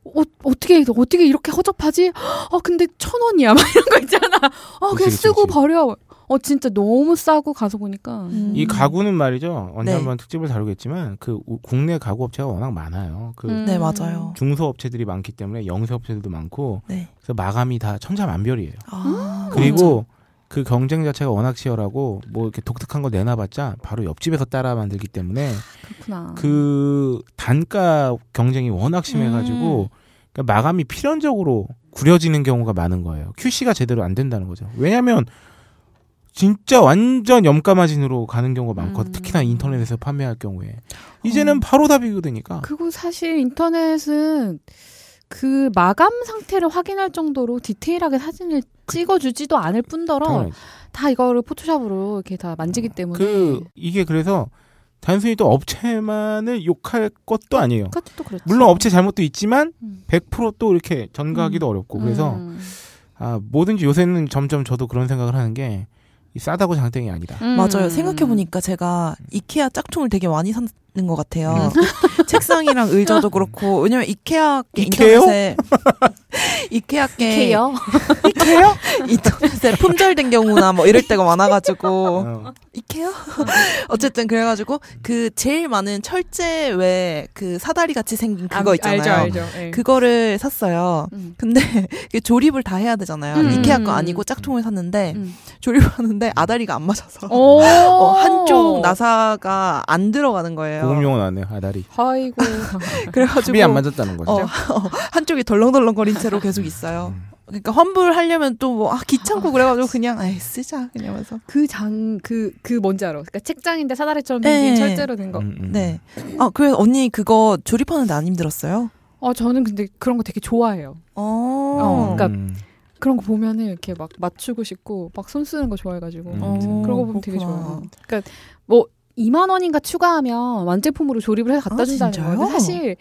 [SPEAKER 5] 어, 어떻게 어떻게 이렇게 허접하지? 아 근데 천 원이야 막 이런 거 있잖아. 어 그냥
[SPEAKER 1] 그치, 그치,
[SPEAKER 5] 쓰고
[SPEAKER 1] 그치.
[SPEAKER 5] 버려. 어 진짜 너무 싸고 가서 보니까
[SPEAKER 2] 음.
[SPEAKER 1] 이 가구는 말이죠. 언제
[SPEAKER 2] 네.
[SPEAKER 1] 한번 특집을 다루겠지만 그 우- 국내 가구 업체가 워낙 많아요. 그
[SPEAKER 5] 음.
[SPEAKER 2] 네, 맞아요.
[SPEAKER 1] 중소 업체들이 많기 때문에 영세 업체들도 많고
[SPEAKER 2] 네.
[SPEAKER 1] 그래서 마감이 다 천차만별이에요.
[SPEAKER 2] 아,
[SPEAKER 1] 그리고 그 경쟁 자체가 워낙 치열하고 뭐 이렇게 독특한 거 내놔봤자 바로 옆집에서 따라 만들기 때문에
[SPEAKER 5] 그렇구나.
[SPEAKER 1] 그 단가 경쟁이 워낙 심해가지고
[SPEAKER 5] 음.
[SPEAKER 1] 그러니까 마감이 필연적으로 구려지는 경우가 많은 거예요. QC가 제대로 안 된다는 거죠. 왜냐하면 진짜 완전 염가마진으로 가는 경우가 많거든.
[SPEAKER 5] 음. 어.
[SPEAKER 1] 특히나 인터넷에서 판매할 경우에 이제는 바로 다 비교되니까.
[SPEAKER 5] 그리고 사실 인터넷은 그 마감 상태를 확인할 정도로 디테일하게 사진을 찍어주지도 않을 뿐더러
[SPEAKER 1] 당연하지.
[SPEAKER 5] 다 이거를 포토샵으로 이렇게 다 만지기 때문에
[SPEAKER 1] 그 이게 그래서 단순히 또 업체만을 욕할 것도 아니에요.
[SPEAKER 5] 그것도 또 그렇죠.
[SPEAKER 1] 물론 업체 잘못도 있지만
[SPEAKER 5] 음.
[SPEAKER 1] 100%또 이렇게 전가하기도 어렵고 그래서
[SPEAKER 5] 음.
[SPEAKER 1] 아 뭐든지 요새는 점점 저도 그런 생각을 하는 게이 싸다고 장땡이 아니다.
[SPEAKER 5] 음.
[SPEAKER 2] 맞아요. 생각해보니까 제가 이케아 짝퉁을 되게 많이 사는 것 같아요.
[SPEAKER 1] 음.
[SPEAKER 2] 책상이랑 의자도 그렇고, 왜냐면 이케아 게
[SPEAKER 1] 이케요?
[SPEAKER 2] 인터넷에. 이케아
[SPEAKER 5] 예.
[SPEAKER 2] 게
[SPEAKER 5] 케요
[SPEAKER 2] 이케요? 인터넷에 품절된 경우나 뭐 이럴 때가 많아가지고.
[SPEAKER 1] 어.
[SPEAKER 2] 이케요? 어쨌든 그래가지고, 그 제일 많은 철제 외 그 사다리 같이 생긴 그거 있잖아요.
[SPEAKER 5] 알죠, 알죠. 예.
[SPEAKER 2] 그거를 샀어요.
[SPEAKER 5] 음.
[SPEAKER 2] 근데 그게 조립을 다 해야 되잖아요.
[SPEAKER 5] 음.
[SPEAKER 2] 이케아 거 아니고 짝퉁을 샀는데
[SPEAKER 5] 음.
[SPEAKER 2] 조립하는데 아다리가 안 맞아서
[SPEAKER 5] 오.
[SPEAKER 2] 어, 한쪽 나사가 안 들어가는 거예요.
[SPEAKER 1] 고음용은 안 해요. 아다리.
[SPEAKER 5] 아이고.
[SPEAKER 2] 그래가지고
[SPEAKER 1] 합이 안 맞았다는 거죠. 음.
[SPEAKER 2] 어, 한쪽이 덜렁덜렁거린 채로 계속 있어요. 그러니까 환불하려면 또 뭐 아, 귀찮고 그래가지고 그냥 아이
[SPEAKER 1] 음.
[SPEAKER 2] 쓰자 그냥면서
[SPEAKER 5] 그 장 그 그 뭔지 알아. 그러니까 책장인데 사다리처럼 생긴
[SPEAKER 2] 예.
[SPEAKER 5] 철제로 된 거.
[SPEAKER 1] 음, 음.
[SPEAKER 2] 네. 아 그래서 언니 그거 조립하는데 안 힘들었어요?
[SPEAKER 5] 어 저는 근데 그런 거 되게 좋아해요.
[SPEAKER 2] 어.
[SPEAKER 5] 어, 그러니까
[SPEAKER 1] 음.
[SPEAKER 5] 그런 거 보면은 이렇게 막 맞추고 싶고 막 손 쓰는 거 좋아해가지고
[SPEAKER 1] 음.
[SPEAKER 2] 어,
[SPEAKER 5] 그런 거 보면 되게
[SPEAKER 2] 그렇구나.
[SPEAKER 5] 좋아요. 그러니까 뭐 2만 원인가 추가하면 완제품으로 조립을 해서 갖다
[SPEAKER 2] 아,
[SPEAKER 5] 준다는
[SPEAKER 2] 진짜요?
[SPEAKER 5] 거예요. 근데 사실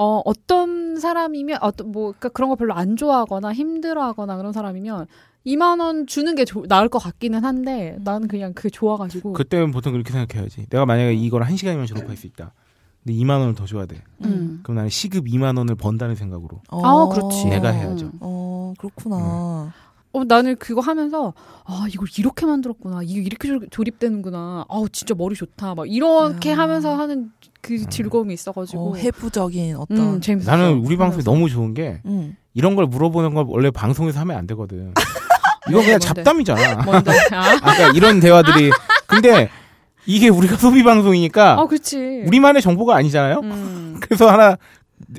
[SPEAKER 5] 어 어떤 사람이면 어떤 뭐 그러니까 그런 거 별로 안 좋아하거나 힘들어하거나 그런 사람이면 2만 원 주는 게 조- 나을 것 같기는 한데 나는 그냥 그게 좋아가지고
[SPEAKER 1] 그때는 보통 그렇게 생각해야지. 내가 만약에 이걸 한 시간이면 졸업할 수 있다. 근데 2만 원을 더 줘야 돼.
[SPEAKER 5] 음.
[SPEAKER 1] 그럼 나는 시급 2만 원을 번다는 생각으로.
[SPEAKER 5] 아, 그렇지.
[SPEAKER 1] 내가 해야죠.
[SPEAKER 5] 음.
[SPEAKER 2] 어 그렇구나.
[SPEAKER 5] 어, 나는 그거 하면서 아 이걸 이렇게 만들었구나 이게 이렇게 조- 조립되는구나 아 진짜 머리 좋다 막 이렇게
[SPEAKER 2] 야. 음.
[SPEAKER 5] 하면서 하는 그
[SPEAKER 1] 음.
[SPEAKER 5] 즐거움이 있어가지고
[SPEAKER 2] 어, 해부적인 어떤.
[SPEAKER 5] 음, 재밌어
[SPEAKER 1] 나는 우리 방송이 너무 좋은 게
[SPEAKER 2] 음.
[SPEAKER 1] 이런 걸 물어보는 걸 원래 방송에서 하면 안 되거든. 이건 그냥
[SPEAKER 5] 뭔데?
[SPEAKER 1] 잡담이잖아.
[SPEAKER 5] 뭔데 아,
[SPEAKER 1] 아까 이런 대화들이. 근데 이게 우리가 소비 방송이니까
[SPEAKER 5] 아 그렇지
[SPEAKER 1] 우리만의 정보가 아니잖아요.
[SPEAKER 5] 음.
[SPEAKER 1] 그래서 하나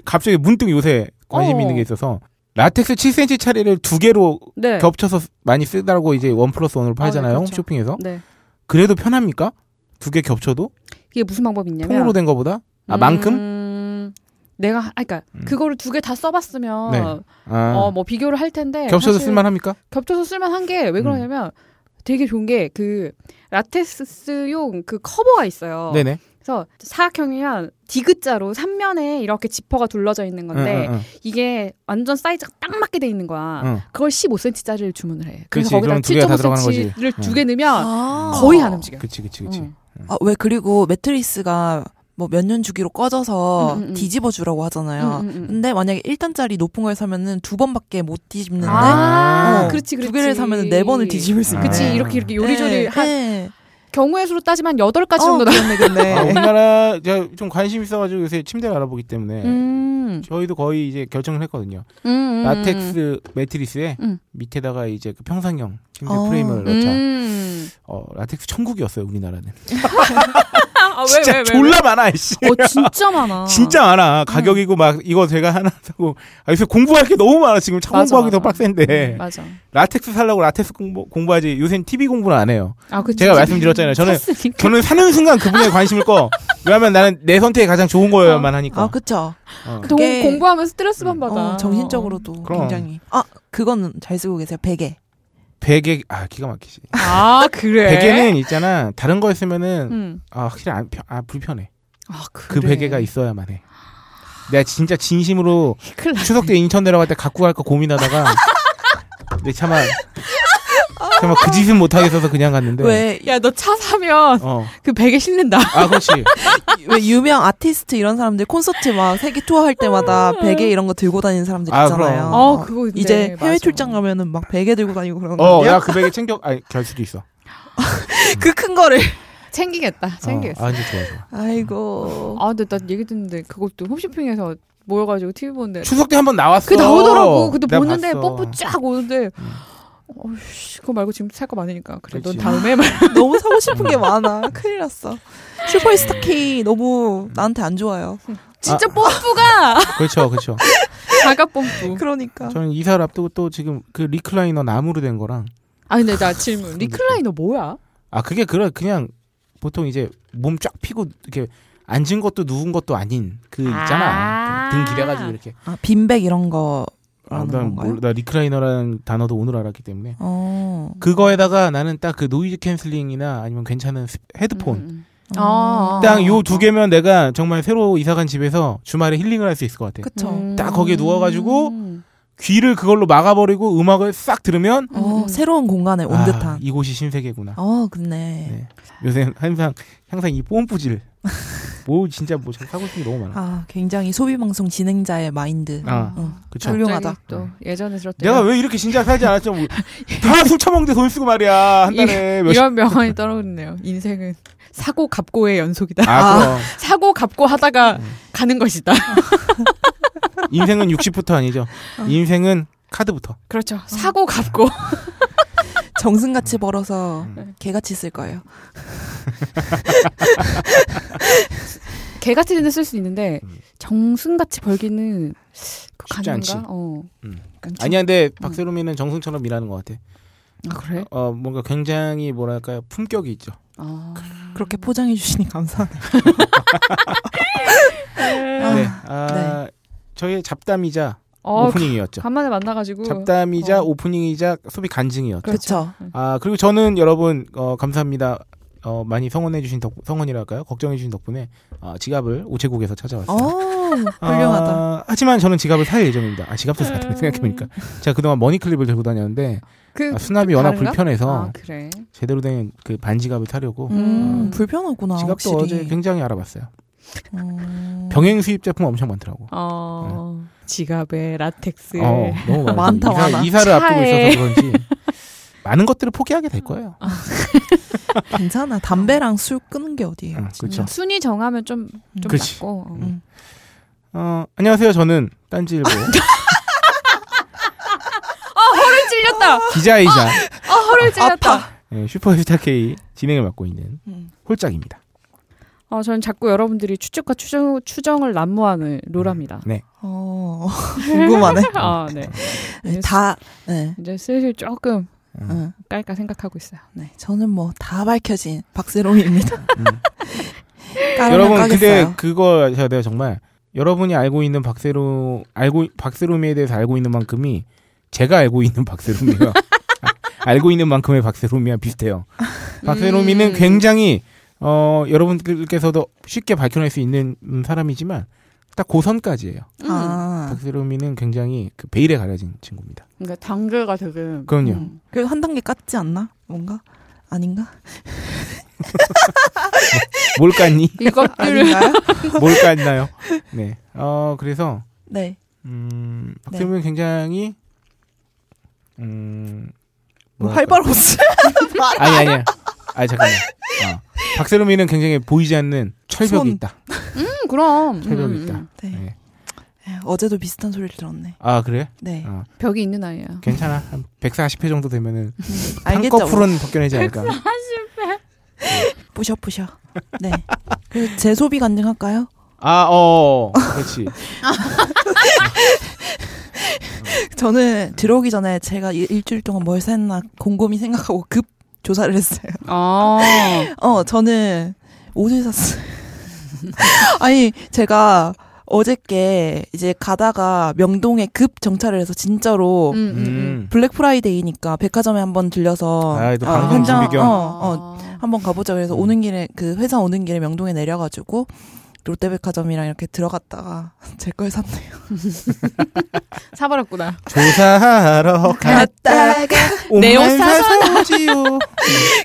[SPEAKER 1] 갑자기 문득 요새 관심
[SPEAKER 5] 어.
[SPEAKER 1] 있는 게 있어서 라텍스 7cm 차리를 두 개로
[SPEAKER 5] 네.
[SPEAKER 1] 겹쳐서 많이 쓰다고 이제 원 플러스 원으로 팔잖아요.
[SPEAKER 5] 그렇죠.
[SPEAKER 1] 쇼핑에서.
[SPEAKER 5] 네.
[SPEAKER 1] 그래도 편합니까? 두 개 겹쳐도
[SPEAKER 5] 이게 무슨 방법이 있냐면
[SPEAKER 1] 통으로 된 거보다 아 만큼
[SPEAKER 5] 음, 내가 아 그러니까
[SPEAKER 1] 음.
[SPEAKER 5] 그거를 두 개 다 써봤으면
[SPEAKER 1] 네. 아,
[SPEAKER 5] 어 뭐 비교를 할 텐데
[SPEAKER 1] 겹쳐서 음.
[SPEAKER 5] 사실
[SPEAKER 1] 쓸만합니까?
[SPEAKER 5] 겹쳐서 쓸만한 게 왜 그러냐면 되게 좋은 게 그 라텍스용 그 커버가 있어요.
[SPEAKER 1] 네네.
[SPEAKER 5] 그래서 사각형이면 디귿자로 삼면에 이렇게 지퍼가 둘러져 있는 건데
[SPEAKER 1] 응, 응,
[SPEAKER 5] 이게 완전 사이즈가 딱 맞게 돼 있는 거야.
[SPEAKER 1] 응, 응.
[SPEAKER 5] 그걸 15cm짜리를 주문을 해.
[SPEAKER 1] 그치,
[SPEAKER 5] 그래서
[SPEAKER 1] 그럼
[SPEAKER 5] 거기다
[SPEAKER 1] 두 개가 다 들어가는 거지.
[SPEAKER 5] 7.5cm를
[SPEAKER 1] 응.
[SPEAKER 5] 두 개 넣으면
[SPEAKER 2] 아.
[SPEAKER 5] 거의 안 움직여.
[SPEAKER 1] 그치 그치 그치.
[SPEAKER 5] 응.
[SPEAKER 2] 아, 왜 그리고 매트리스가 뭐 몇 년 주기로 꺼져서
[SPEAKER 5] 음, 음, 음.
[SPEAKER 2] 뒤집어 주라고 하잖아요.
[SPEAKER 5] 응, 응, 응.
[SPEAKER 2] 근데 만약에 1단짜리 높은 걸 사면은 두 번밖에 못 뒤집는데
[SPEAKER 5] 아,
[SPEAKER 1] 어.
[SPEAKER 5] 그렇지, 그렇지.
[SPEAKER 2] 네. 두 개를 사면은 네 번을 뒤집을 수
[SPEAKER 1] 아.
[SPEAKER 2] 있는.
[SPEAKER 5] 그치, 이렇게 이렇게 요리조리
[SPEAKER 2] 네,
[SPEAKER 5] 한
[SPEAKER 2] 네.
[SPEAKER 5] 경우의 수로 따지면 8가지
[SPEAKER 2] 어,
[SPEAKER 5] 정도 나.
[SPEAKER 2] 그렇네, 그렇네.
[SPEAKER 1] 아, 우리나라 제가 좀 관심 있어가지고 요새 침대를 알아보기 때문에
[SPEAKER 5] 음.
[SPEAKER 1] 저희도 거의 이제 결정을 했거든요.
[SPEAKER 5] 음, 음,
[SPEAKER 1] 라텍스 매트리스에
[SPEAKER 5] 음.
[SPEAKER 1] 밑에다가 이제 그 평상형 침대
[SPEAKER 2] 어.
[SPEAKER 1] 프레임을
[SPEAKER 5] 음.
[SPEAKER 1] 넣자.
[SPEAKER 5] 음.
[SPEAKER 1] 어, 라텍스 천국이었어요 우리나라는.
[SPEAKER 5] 아, 왜,
[SPEAKER 1] 진짜
[SPEAKER 5] 왜, 왜,
[SPEAKER 1] 졸라 많아 씨.
[SPEAKER 5] 왜? 어, 음. 진짜 많아.
[SPEAKER 1] 진짜 많아. 가격이고 막 이거 제가 하나 사고 아, 요새 공부할 게 너무 많아 지금 차
[SPEAKER 5] 맞아,
[SPEAKER 1] 공부하기 더
[SPEAKER 5] 맞아.
[SPEAKER 1] 빡센데
[SPEAKER 5] 음, 맞아.
[SPEAKER 1] 라텍스 살라고 라텍스 공부, 공부하지 요새는 TV 공부는 안 해요.
[SPEAKER 5] 아, 그치.
[SPEAKER 1] 제가 말씀드렸잖아요. 저는
[SPEAKER 5] 샀으니까.
[SPEAKER 1] 저는 사는 순간 그분의 관심을 꺼. 왜냐하면 나는 내 선택이 가장 좋은 거여야만 하니까.
[SPEAKER 2] 아,
[SPEAKER 5] 어,
[SPEAKER 2] 그쵸.
[SPEAKER 1] 어. 음.
[SPEAKER 5] 동-
[SPEAKER 2] 그게-
[SPEAKER 5] 공부하면 스트레스만 받아.
[SPEAKER 2] 어, 정신적으로도
[SPEAKER 1] 그럼.
[SPEAKER 2] 굉장히. 아, 그건 잘 쓰고 계세요. 베개.
[SPEAKER 1] 베개 아 기가 막히지.
[SPEAKER 5] 아, 그래.
[SPEAKER 1] 베개는 있잖아 다른 거 있으면은
[SPEAKER 5] 음.
[SPEAKER 1] 아 확실히 안 편, 아 불편해.
[SPEAKER 5] 아, 그래.
[SPEAKER 1] 그 베개가 있어야만 해. 내가 진짜 진심으로
[SPEAKER 5] 큰일 났네.
[SPEAKER 1] 추석 때 인천 내려갈 때 갖고 갈 거 고민하다가 내 차마 차마 그 짓은 못 하겠어서 그냥 갔는데.
[SPEAKER 2] 왜,
[SPEAKER 5] 야, 너 차 사면
[SPEAKER 1] 어.
[SPEAKER 5] 그 베개 신는다.
[SPEAKER 1] 아 그렇지.
[SPEAKER 2] 왜 유명 아티스트 이런 사람들 콘서트 막 세계 투어 할
[SPEAKER 5] 아.
[SPEAKER 2] 때마다 베개 이런 거 들고 다니는 사람들
[SPEAKER 1] 아,
[SPEAKER 2] 있잖아요.
[SPEAKER 1] 그럼.
[SPEAKER 5] 어, 그거 근데
[SPEAKER 2] 이제 해외
[SPEAKER 5] 맞아.
[SPEAKER 2] 출장 가면은 막 베개 들고 다니고 그런 거
[SPEAKER 1] 어,
[SPEAKER 2] 아니야?
[SPEAKER 1] 야 그 베개 챙겨. 아갈 수도 있어.
[SPEAKER 2] 그 큰 거를.
[SPEAKER 5] 챙기겠다. 챙기겠어.
[SPEAKER 1] 어, 아 이제 좋아 좋아.
[SPEAKER 2] 아이고.
[SPEAKER 5] 아, 근데 나 얘기 듣는데 그것도 홈쇼핑에서 모여가지고 TV 보는데
[SPEAKER 1] 추석 때 한 번 나왔어.
[SPEAKER 5] 그 나오더라고. 그때
[SPEAKER 1] 내가
[SPEAKER 5] 보는데
[SPEAKER 1] 봤어. 음.
[SPEAKER 5] 뽀뽀 쫙 오는데 어이씨 그거 말고 지금 살 거 많으니까 그래 넌
[SPEAKER 1] 그렇지.
[SPEAKER 5] 다음에 말.
[SPEAKER 2] 너무 사고 싶은 게 많아. 큰일 났어. 슈퍼스타 K 너무 나한테 안 좋아요.
[SPEAKER 5] 진짜 뽐뿌가
[SPEAKER 1] 그렇죠 그렇죠.
[SPEAKER 5] 자가 뽐뿌.
[SPEAKER 2] 그러니까.
[SPEAKER 1] 저는 이사를 앞두고 또 지금 그 리클라이너 나무로 된 거랑
[SPEAKER 5] 아 근데 나 질문
[SPEAKER 1] 음.
[SPEAKER 5] 리클라이너 뭐야?
[SPEAKER 1] 아 그게 그런 그냥 보통 이제 몸 쫙 피고 이렇게 앉은 것도 누운 것도 아닌 그 있잖아
[SPEAKER 5] 아.
[SPEAKER 1] 등 기대가지고 이렇게
[SPEAKER 2] 아, 빈백 이런 거라는
[SPEAKER 1] 아, 난
[SPEAKER 2] 건가요?
[SPEAKER 1] 몰라. 나 리클라이너라는 단어도 오늘 알았기 때문에
[SPEAKER 2] 어.
[SPEAKER 1] 그거에다가 나는 딱 그 노이즈 캔슬링이나 아니면 괜찮은 스- 헤드폰
[SPEAKER 5] 음, 음. 아.
[SPEAKER 1] 딱 요 두 개면 내가 정말 새로 이사간 집에서 주말에 힐링을 할 수 있을 것 같아
[SPEAKER 2] 그쵸.
[SPEAKER 5] 음.
[SPEAKER 1] 딱 거기에 누워가지고 귀를 그걸로 막아버리고 음악을 싹 들으면
[SPEAKER 2] 어, 새로운 공간에 온
[SPEAKER 1] 아,
[SPEAKER 2] 듯한.
[SPEAKER 1] 이곳이 신세계구나
[SPEAKER 2] 어, 근데.
[SPEAKER 1] 네. 요새 항상 항상 이 뽐뿌질 뭐 진짜 뭐 지금 사고 싶은 게 너무 많아
[SPEAKER 2] 아, 굉장히 소비방송 진행자의 마인드.
[SPEAKER 1] 아.
[SPEAKER 2] 어,
[SPEAKER 1] 그쵸 네.
[SPEAKER 2] 훌륭하다.
[SPEAKER 5] 갑자기 또 예전에 들었던
[SPEAKER 1] 음. 내가 왜 이렇게 진작 살지 않았죠 뭐. 다술 처먹는데 돈 쓰고 말이야 한 달에 몇십
[SPEAKER 5] 이런 명언이 떨어졌네요. 인생은 사고 갚고의 연속이다.
[SPEAKER 1] 아,
[SPEAKER 2] 아.
[SPEAKER 1] 그럼.
[SPEAKER 5] 사고 갚고 하다가
[SPEAKER 1] 음.
[SPEAKER 5] 가는 것이다.
[SPEAKER 1] 인생은 60부터 아니죠. 인생은 카드부터.
[SPEAKER 5] 그렇죠. 사고 갚고.
[SPEAKER 2] 정승같이 벌어서
[SPEAKER 1] 음.
[SPEAKER 2] 개같이 쓸 거예요.
[SPEAKER 5] 개같이 되는 쓸 수 있는데
[SPEAKER 1] 음.
[SPEAKER 5] 정승같이 벌기는 그
[SPEAKER 1] 쉽지 않지.
[SPEAKER 5] 가능한가? 어.
[SPEAKER 1] 음.
[SPEAKER 5] 그러니까
[SPEAKER 1] 아니야, 근데 박세롬이는 정승처럼 일하는 것 같아.
[SPEAKER 5] 좀- 아 그래?
[SPEAKER 1] 어, 뭔가 굉장히 뭐랄까요, 품격이 있죠. 어.
[SPEAKER 5] 아.
[SPEAKER 2] 그렇게 포장해 주시니 감사하네요. 아,
[SPEAKER 1] 네. 아, 저희의 잡담이자
[SPEAKER 5] 어,
[SPEAKER 1] 오프닝이었죠.
[SPEAKER 5] 간만에 만나가지고
[SPEAKER 1] 잡담이자
[SPEAKER 5] 어.
[SPEAKER 1] 오프닝이자 소비 간증이었죠.
[SPEAKER 2] 그렇죠.
[SPEAKER 1] 아 그리고 저는 여러분 어, 감사합니다. 어, 많이 성원해주신 덕 성원이랄까요? 걱정해주신 덕분에 아, 지갑을 우체국에서
[SPEAKER 2] 어,
[SPEAKER 1] 찾아왔어요.
[SPEAKER 2] 훌륭하다.
[SPEAKER 1] 아, 하지만 저는 지갑을 살 예정입니다. 아, 지갑도 사야 되네, 생각해보니까. 제가 그동안 머니클립을 들고 다녔는데
[SPEAKER 5] 그
[SPEAKER 1] 아, 수납이 워낙
[SPEAKER 5] 다른가?
[SPEAKER 1] 불편해서
[SPEAKER 5] 아 그래.
[SPEAKER 1] 제대로 된 그 반지갑을 사려고
[SPEAKER 2] 음,
[SPEAKER 5] 음.
[SPEAKER 2] 불편하구나.
[SPEAKER 1] 지갑도
[SPEAKER 2] 확실히.
[SPEAKER 1] 어제 굉장히 알아봤어요.
[SPEAKER 2] 음.
[SPEAKER 1] 병행 수입 제품 엄청 많더라고.
[SPEAKER 5] 어. 지갑에 라텍스.
[SPEAKER 1] 네. 어, 너무 많아요.
[SPEAKER 2] 많다,
[SPEAKER 1] 이사,
[SPEAKER 2] 많아.
[SPEAKER 1] 이사를 앞두고
[SPEAKER 5] 네. 차에.
[SPEAKER 1] 있어서 그런지 많은 것들을 포기하게 될 거예요. 음,
[SPEAKER 2] 괜찮아. 담배랑 술 끊은 게 어디예요?
[SPEAKER 1] 응, 그렇죠.
[SPEAKER 5] 음, 순위 정하면 좀좀
[SPEAKER 1] 그치.
[SPEAKER 5] 낮고. 어.
[SPEAKER 1] 음. 어, 안녕하세요. 저는 딴지일보
[SPEAKER 5] 허를 아, 찔렸다.
[SPEAKER 1] 기자이자
[SPEAKER 5] 아 허를 찔렸다.
[SPEAKER 2] 아파.
[SPEAKER 1] 예, 슈퍼스타 K 진행을 맡고 있는
[SPEAKER 2] 음.
[SPEAKER 1] 홀짝입니다.
[SPEAKER 5] 어, 저는 자꾸 여러분들이 추측과 추정, 추정을 난무하는 로라입니다.
[SPEAKER 1] 네.
[SPEAKER 2] 어, 궁금하네.
[SPEAKER 5] 아, 네.
[SPEAKER 2] 네, 다, 네.
[SPEAKER 5] 이제 슬슬 조금
[SPEAKER 1] 음.
[SPEAKER 2] 응.
[SPEAKER 5] 깔까 생각하고 있어요.
[SPEAKER 2] 네, 저는 뭐 다 밝혀진 박세롬입니다.
[SPEAKER 1] 음.
[SPEAKER 2] 까르면
[SPEAKER 1] 여러분
[SPEAKER 2] 까겠어요.
[SPEAKER 1] 근데 그거 아셔야 돼요 정말 여러분이 알고 있는 박세로 알고 박세롬이에 대해서 알고 있는 만큼이 제가 알고 있는 박세롬이요 알고 있는 만큼의 박세롬이와 비슷해요 박세롬이는
[SPEAKER 5] 음.
[SPEAKER 1] 굉장히 어 여러분들께서도 쉽게 밝혀낼 수 있는 음, 사람이지만 딱 고선까지예요
[SPEAKER 2] 아,
[SPEAKER 1] 박세롬이는 굉장히 그 베일에 가려진 친구입니다
[SPEAKER 5] 그러니까 단계가 되게
[SPEAKER 1] 그럼요
[SPEAKER 2] 음. 그래도 한 단계 깠지 않나? 뭔가? 아닌가?
[SPEAKER 1] 뭘 깠니
[SPEAKER 5] 이것들을
[SPEAKER 2] 아닌가요?
[SPEAKER 1] 뭘 깠나요 네어 그래서
[SPEAKER 2] 네.
[SPEAKER 1] 음, 박세롬은 굉장히 음,
[SPEAKER 2] 뭐
[SPEAKER 1] 뭐랄까.
[SPEAKER 2] 활발 없어.
[SPEAKER 1] 아니 아니야. 아 잠깐만. 어. 박세롬이는 굉장히 보이지 않는 철벽이
[SPEAKER 2] 손.
[SPEAKER 1] 있다.
[SPEAKER 5] 음, 그럼
[SPEAKER 1] 철벽이
[SPEAKER 5] 음, 음.
[SPEAKER 1] 있다.
[SPEAKER 2] 네.
[SPEAKER 1] 네.
[SPEAKER 2] 에, 어제도 비슷한 소리를 들었네.
[SPEAKER 1] 아 그래?
[SPEAKER 2] 네.
[SPEAKER 1] 어.
[SPEAKER 5] 벽이 있는 아이야.
[SPEAKER 1] 괜찮아. 한 140회 정도 되면은
[SPEAKER 2] 알겠죠? 뭐.
[SPEAKER 1] 한꺼풀은 벗겨내지 않을까.
[SPEAKER 2] 부셔 부셔. 네. 그리고 제 소비 간증할까요?
[SPEAKER 1] 아 어, 그렇지.
[SPEAKER 2] 저는 들어오기 전에 제가 일- 일주일 동안 뭘 샀나 곰곰이 생각하고 급 조사를 했어요.
[SPEAKER 5] 아,
[SPEAKER 2] 어, 저는 옷을 샀어요. 아니, 제가 어저께 이제 가다가 명동에 급 정차를 해서 진짜로
[SPEAKER 5] 음, 음, 음.
[SPEAKER 1] 음.
[SPEAKER 2] 블랙 프라이데이니까 백화점에 한번 들려서
[SPEAKER 1] 아, 또
[SPEAKER 2] 어,
[SPEAKER 1] 방송
[SPEAKER 2] 현장-
[SPEAKER 1] 준비 겸.
[SPEAKER 2] 어,
[SPEAKER 5] 아.
[SPEAKER 2] 어, 한번 가보자 그래서 오는 길에 그 회사 오는 길에 명동에 내려가지고 롯데백화점이랑 이렇게 들어갔다가 제 걸 샀네요.
[SPEAKER 5] 사버렸구나.
[SPEAKER 1] 조사하러 갔다가
[SPEAKER 5] 내
[SPEAKER 1] 옷만
[SPEAKER 5] 옷 사서
[SPEAKER 1] 사서 오지요.
[SPEAKER 2] 뭐